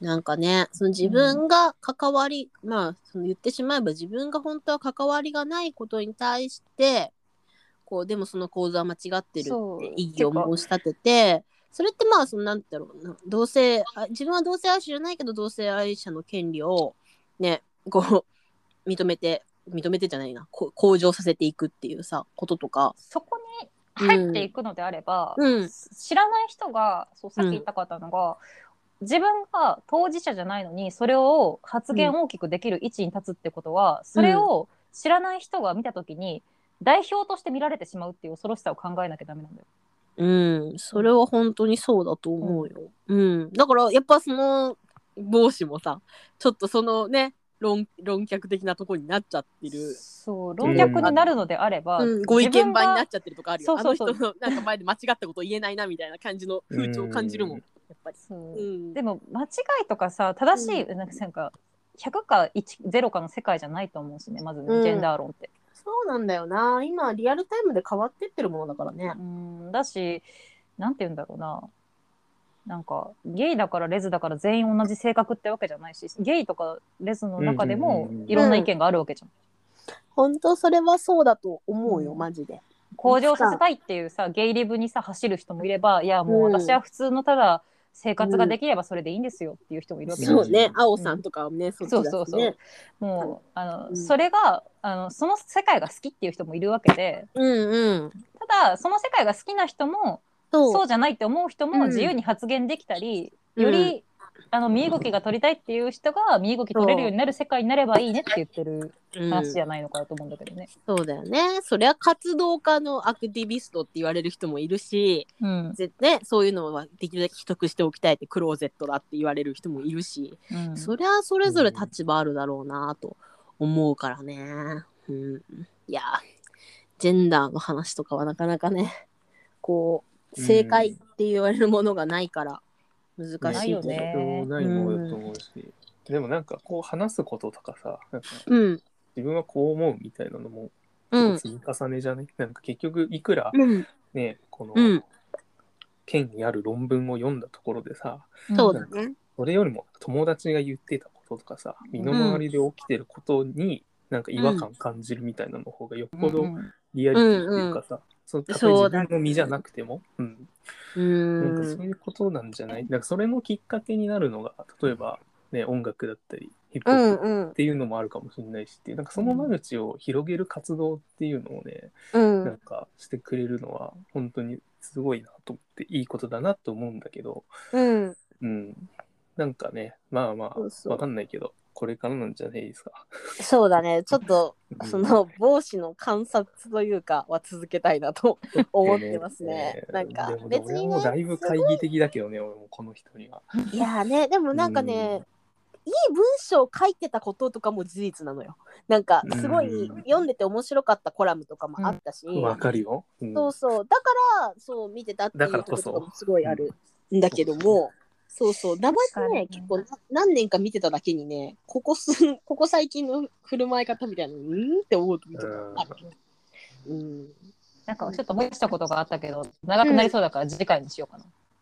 Speaker 2: なんかねその自分が関わり、まあその言ってしまえば自分が本当は関わりがないことに対してこうでもその構図は間違ってる
Speaker 4: そ
Speaker 2: っ
Speaker 4: う
Speaker 2: て意義を申し立ててそれってまあそのなんだろうな同性あ自分は同性愛者じゃないけど同性愛者の権利をねこう認めて認めてじゃないなこう向上させていくっていうさこととか。
Speaker 4: そこに入っていくのであれば、
Speaker 2: うん
Speaker 4: 知らない人がそうさっき言ったかったのが、自分が当事者じゃないのにそれを発言大きくできる位置に立つってことは、それを知らない人が見た時に代表として見られてしまうっていう恐ろしさを考えなきゃダメなんだよ。
Speaker 2: うん、それは本当にそうだと思うよ。うん、だからやっぱその帽子もさ、ちょっとそのね、論論客的なとこになっちゃってる、
Speaker 4: そう論客になるのであれば、
Speaker 2: うん、ご意見番になっ
Speaker 4: ち
Speaker 2: ちゃってるとかあるよ。
Speaker 4: そうそうそう
Speaker 2: あの人のなんか前で間違ったこと言えないなみたいな感じの風潮を感じるもん、
Speaker 3: う
Speaker 2: や
Speaker 3: ん
Speaker 2: っぱり。
Speaker 4: ゃう
Speaker 2: うんん、
Speaker 4: でも間違いとかさ正しい、なんかなんか100か1 0かの世界じゃないと思うしねまずね
Speaker 2: うん
Speaker 4: ジェンダー論って。
Speaker 2: そうなんだよな。今リアルタイムで変わってってるものだからね
Speaker 4: う。んだしなんて言うんだろうななんかゲイだからレズだから全員同じ性格ってわけじゃないしゲイとかレズの中で
Speaker 3: うん
Speaker 4: も
Speaker 3: うんうんうん
Speaker 4: いろんな意見があるわけじゃん。
Speaker 2: 本当それはそうだと思
Speaker 4: うん
Speaker 2: ジで。
Speaker 4: 向上させたいっていうさゲイリブにさ走る人もいればいやもう
Speaker 2: うん
Speaker 4: 私は普通のただ生活ができればそれでいいんですよっていう人もいるわけじゃん
Speaker 2: そうね、青さんとかはね、そっちだしね。
Speaker 4: そうそうそうもうあの、
Speaker 2: うん
Speaker 4: それがあのその世界が好きっていう人もいるわけで
Speaker 2: うんうん。
Speaker 4: ただその世界が好きな人も
Speaker 2: そう
Speaker 4: そうじゃないって思う人
Speaker 2: う
Speaker 4: も
Speaker 2: ん
Speaker 4: 自由に発言できたり、
Speaker 2: うん
Speaker 4: よりあの身動きが取りたいっていう人が身動き取れるようになる世界になればいいねって言ってる
Speaker 2: うん
Speaker 4: 話じゃないのかなと思うんだけどね。
Speaker 2: そうだよね。そりゃ活動家のアクティビストって言われる人もいるし、
Speaker 4: うん
Speaker 2: ぜね、そういうのはできるだけ秘匿しておきたいってクローゼットだって言われる人もいるし、
Speaker 4: うん
Speaker 2: そりゃそれぞれ立場あるだろうなと思うからね。うん、いや、ジェンダーの話とかはなかなかね、こう、正解って言われるものがないから難しいけど。
Speaker 4: ないよね
Speaker 3: ないものだと思うし、でもなんかこう話すこととかさなんか
Speaker 2: うん。
Speaker 3: 自分はこう思うみたいなのも
Speaker 2: うん。
Speaker 3: 積み重ねじゃない、なんか結局いくら
Speaker 2: うん。
Speaker 3: ねこの、
Speaker 2: うん
Speaker 3: 権威ある論文を読んだところでさ
Speaker 2: そうだね。
Speaker 3: それよりも友達が言ってたこととかさ身の回りで起きてることになんか違和感感じるみたいなの方がよっぽ
Speaker 4: う
Speaker 3: ど
Speaker 4: んうん
Speaker 3: リアリティっていうかさ、そのたとえ
Speaker 2: そう
Speaker 3: 自
Speaker 2: だね
Speaker 3: 分の身じゃなくても、うん、
Speaker 2: う
Speaker 3: なんかそ
Speaker 2: ん
Speaker 3: う。いうことなんじゃない、なんかそれのきっかけになるのが例えば、ね、音楽だったりヒップホップ
Speaker 2: うん
Speaker 3: っ。ていうのもあるかもしれないしっていうなんかそのマルチを広げる活動っていうのをね、
Speaker 2: うん
Speaker 3: なんかしてくれるのは本当にすごいなと思っていいことだなと思うんだけど、
Speaker 2: うん。
Speaker 3: うん、なんかねまあま
Speaker 2: そう
Speaker 3: あ
Speaker 2: そう
Speaker 3: わかんないけどこれからなんじゃないですか。
Speaker 2: そうだね、ちょっと
Speaker 3: うん
Speaker 2: その帽子の観察というかは続けたいな と思ってますね。なんか
Speaker 3: でも
Speaker 2: 別に
Speaker 3: 俺もだい
Speaker 2: ね、
Speaker 3: ぶ懐疑的だけどね俺もこの人には。
Speaker 2: いやーね、でもなんかね、いい文章を書いてたこととかも事実なのよ。なんかすごい
Speaker 3: うん
Speaker 2: 読んでて面白かったコラムとかもあったし、
Speaker 3: わかるよ。うん
Speaker 2: そうそう、だからそう見てたってい
Speaker 3: だから
Speaker 2: う
Speaker 3: こ
Speaker 2: こ
Speaker 3: そ
Speaker 2: ととかもすごいあるんだけども。そうそう名前ね結
Speaker 4: 確か
Speaker 2: 構な何年か見てただけにねここすここ最近の振る舞い方みたいなのうんって思うとことがあるうん、
Speaker 4: なんかちょっと思い出したことがあったけど長くなりそうだから次回にしようか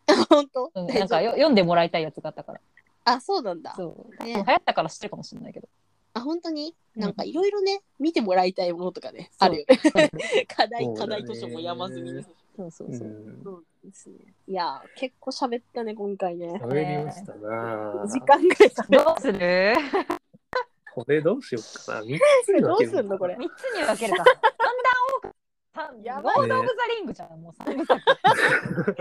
Speaker 4: な。
Speaker 2: 本当、
Speaker 4: うんなんかよ読んでもらいたいやつがあったから。
Speaker 2: あそうなんだ
Speaker 4: そう流
Speaker 2: ね
Speaker 4: 行ったから知ってるかもしれないけど。
Speaker 2: あ本当に
Speaker 4: うん
Speaker 2: なんかいろいろね見てもらいたいものとかね
Speaker 4: そ
Speaker 2: あ
Speaker 4: う
Speaker 2: るよね課題、
Speaker 3: そうだ
Speaker 2: 課
Speaker 3: ね
Speaker 2: 題図書も山積みです
Speaker 4: そうそうそうう。
Speaker 3: ん
Speaker 2: そうですねいやー結構喋ったね今回ね
Speaker 3: 喋りましたな。
Speaker 2: 時間ぐらい喋っ
Speaker 4: どうする
Speaker 3: これどうしようかな。3つ
Speaker 2: た
Speaker 3: に
Speaker 2: ど
Speaker 3: 分
Speaker 2: う
Speaker 3: け
Speaker 2: すんのこれ
Speaker 4: 三つに分けるか。だんだ
Speaker 2: や
Speaker 4: ん多
Speaker 2: ばい
Speaker 4: く。ゴールド・オブ・ザ・リングじゃん。もう三部作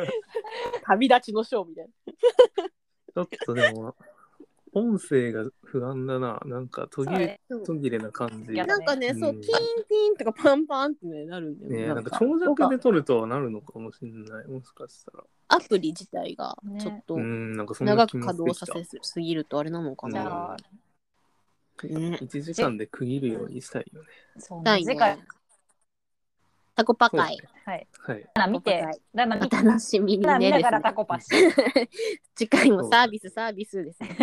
Speaker 2: 旅立ちのショーみたい
Speaker 3: ちょっとでも、音声が不安だな。なんか途切
Speaker 4: そう
Speaker 3: れ
Speaker 4: ね、
Speaker 2: な、
Speaker 3: 途切れな感じ。
Speaker 4: いや
Speaker 2: なんかね、
Speaker 3: うん
Speaker 2: そうキーンキーンとかパンパンってねなるんだよ
Speaker 3: ね、
Speaker 2: な
Speaker 3: な
Speaker 2: ん
Speaker 3: んか
Speaker 2: か
Speaker 3: 長尺で撮るとはなるのかもしれない。もしかしたら。
Speaker 2: アプリ自体がちょっと
Speaker 3: うん、なんかそんな
Speaker 2: 長
Speaker 3: 気
Speaker 2: く
Speaker 3: も
Speaker 2: 稼
Speaker 3: して
Speaker 2: 働
Speaker 3: き
Speaker 2: さ
Speaker 3: た。
Speaker 2: せすぎるとあれなのか
Speaker 3: うん
Speaker 4: じ
Speaker 2: な、
Speaker 4: ゃあ、
Speaker 2: ね
Speaker 3: 1時間で区切るようにしたいよね。
Speaker 4: そう
Speaker 2: した
Speaker 4: ね
Speaker 2: いね
Speaker 4: 次回
Speaker 2: タコパ会
Speaker 4: はい。
Speaker 3: はい。
Speaker 4: だから見て
Speaker 2: タコパ会、
Speaker 4: だから見
Speaker 2: お
Speaker 4: て
Speaker 2: 楽しみに
Speaker 4: だから
Speaker 2: ね
Speaker 4: 見ながら
Speaker 2: ですね
Speaker 4: タコパし
Speaker 2: 次回もサービスサービスですね。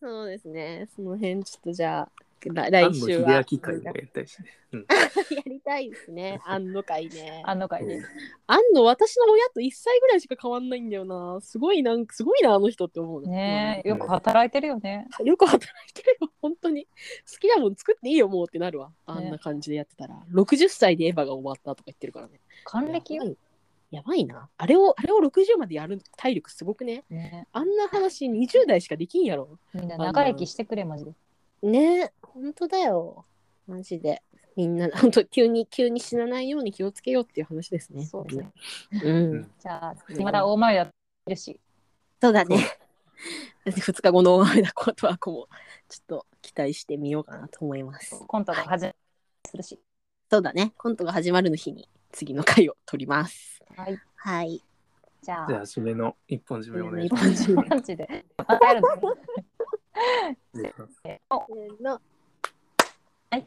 Speaker 2: そうですね。その辺ちょっとじゃあ来来週は
Speaker 3: 安野秀明会 もやりたいしね。
Speaker 2: やりたいですね。安野会ね。
Speaker 4: あの回ね。
Speaker 2: 安野私の親と1歳ぐらいしか変わんないんだよな。すごいなんすごいなあの人って思うな。
Speaker 4: ねえ、よく働いてるよね。
Speaker 2: うんよく働いてるよ本当に。好きなもん作っていいよもうってなるわ。あんな感じでやってたら、60歳でエヴァが終わったとか言ってるからね。
Speaker 4: 還暦よ。
Speaker 2: やばいやばいな。あれをあれを60までやる体力すごくね。
Speaker 4: ね
Speaker 2: あんな話20代しかできんやろ。
Speaker 4: みんな長生きしてくれ、マジで。
Speaker 2: ね本当だよマジでみんな 本当急に急に死なないように気をつけようっていう話ですね
Speaker 4: そうですね。
Speaker 2: うん、
Speaker 4: じゃあ、まだ大前だいるし。
Speaker 2: そうだね 2日後の大雨だことはこもちょっと期待してみようかなと思います
Speaker 4: コントが始めするし。
Speaker 2: そうだねコントが始まるの日に次の回を撮ります
Speaker 4: はい。
Speaker 2: はい
Speaker 4: じゃあ
Speaker 3: じゃ、あ、締めの一本締めお願い
Speaker 2: 日
Speaker 3: しま
Speaker 2: 本人
Speaker 4: マジで。またやるの
Speaker 3: す。
Speaker 2: の
Speaker 4: はい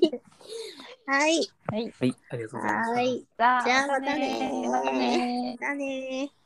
Speaker 2: はい
Speaker 4: はい。
Speaker 3: はい、ありがとうございまし
Speaker 2: は
Speaker 3: た。
Speaker 2: い
Speaker 4: じゃあ、
Speaker 2: じゃあまたね
Speaker 4: またね
Speaker 2: だねー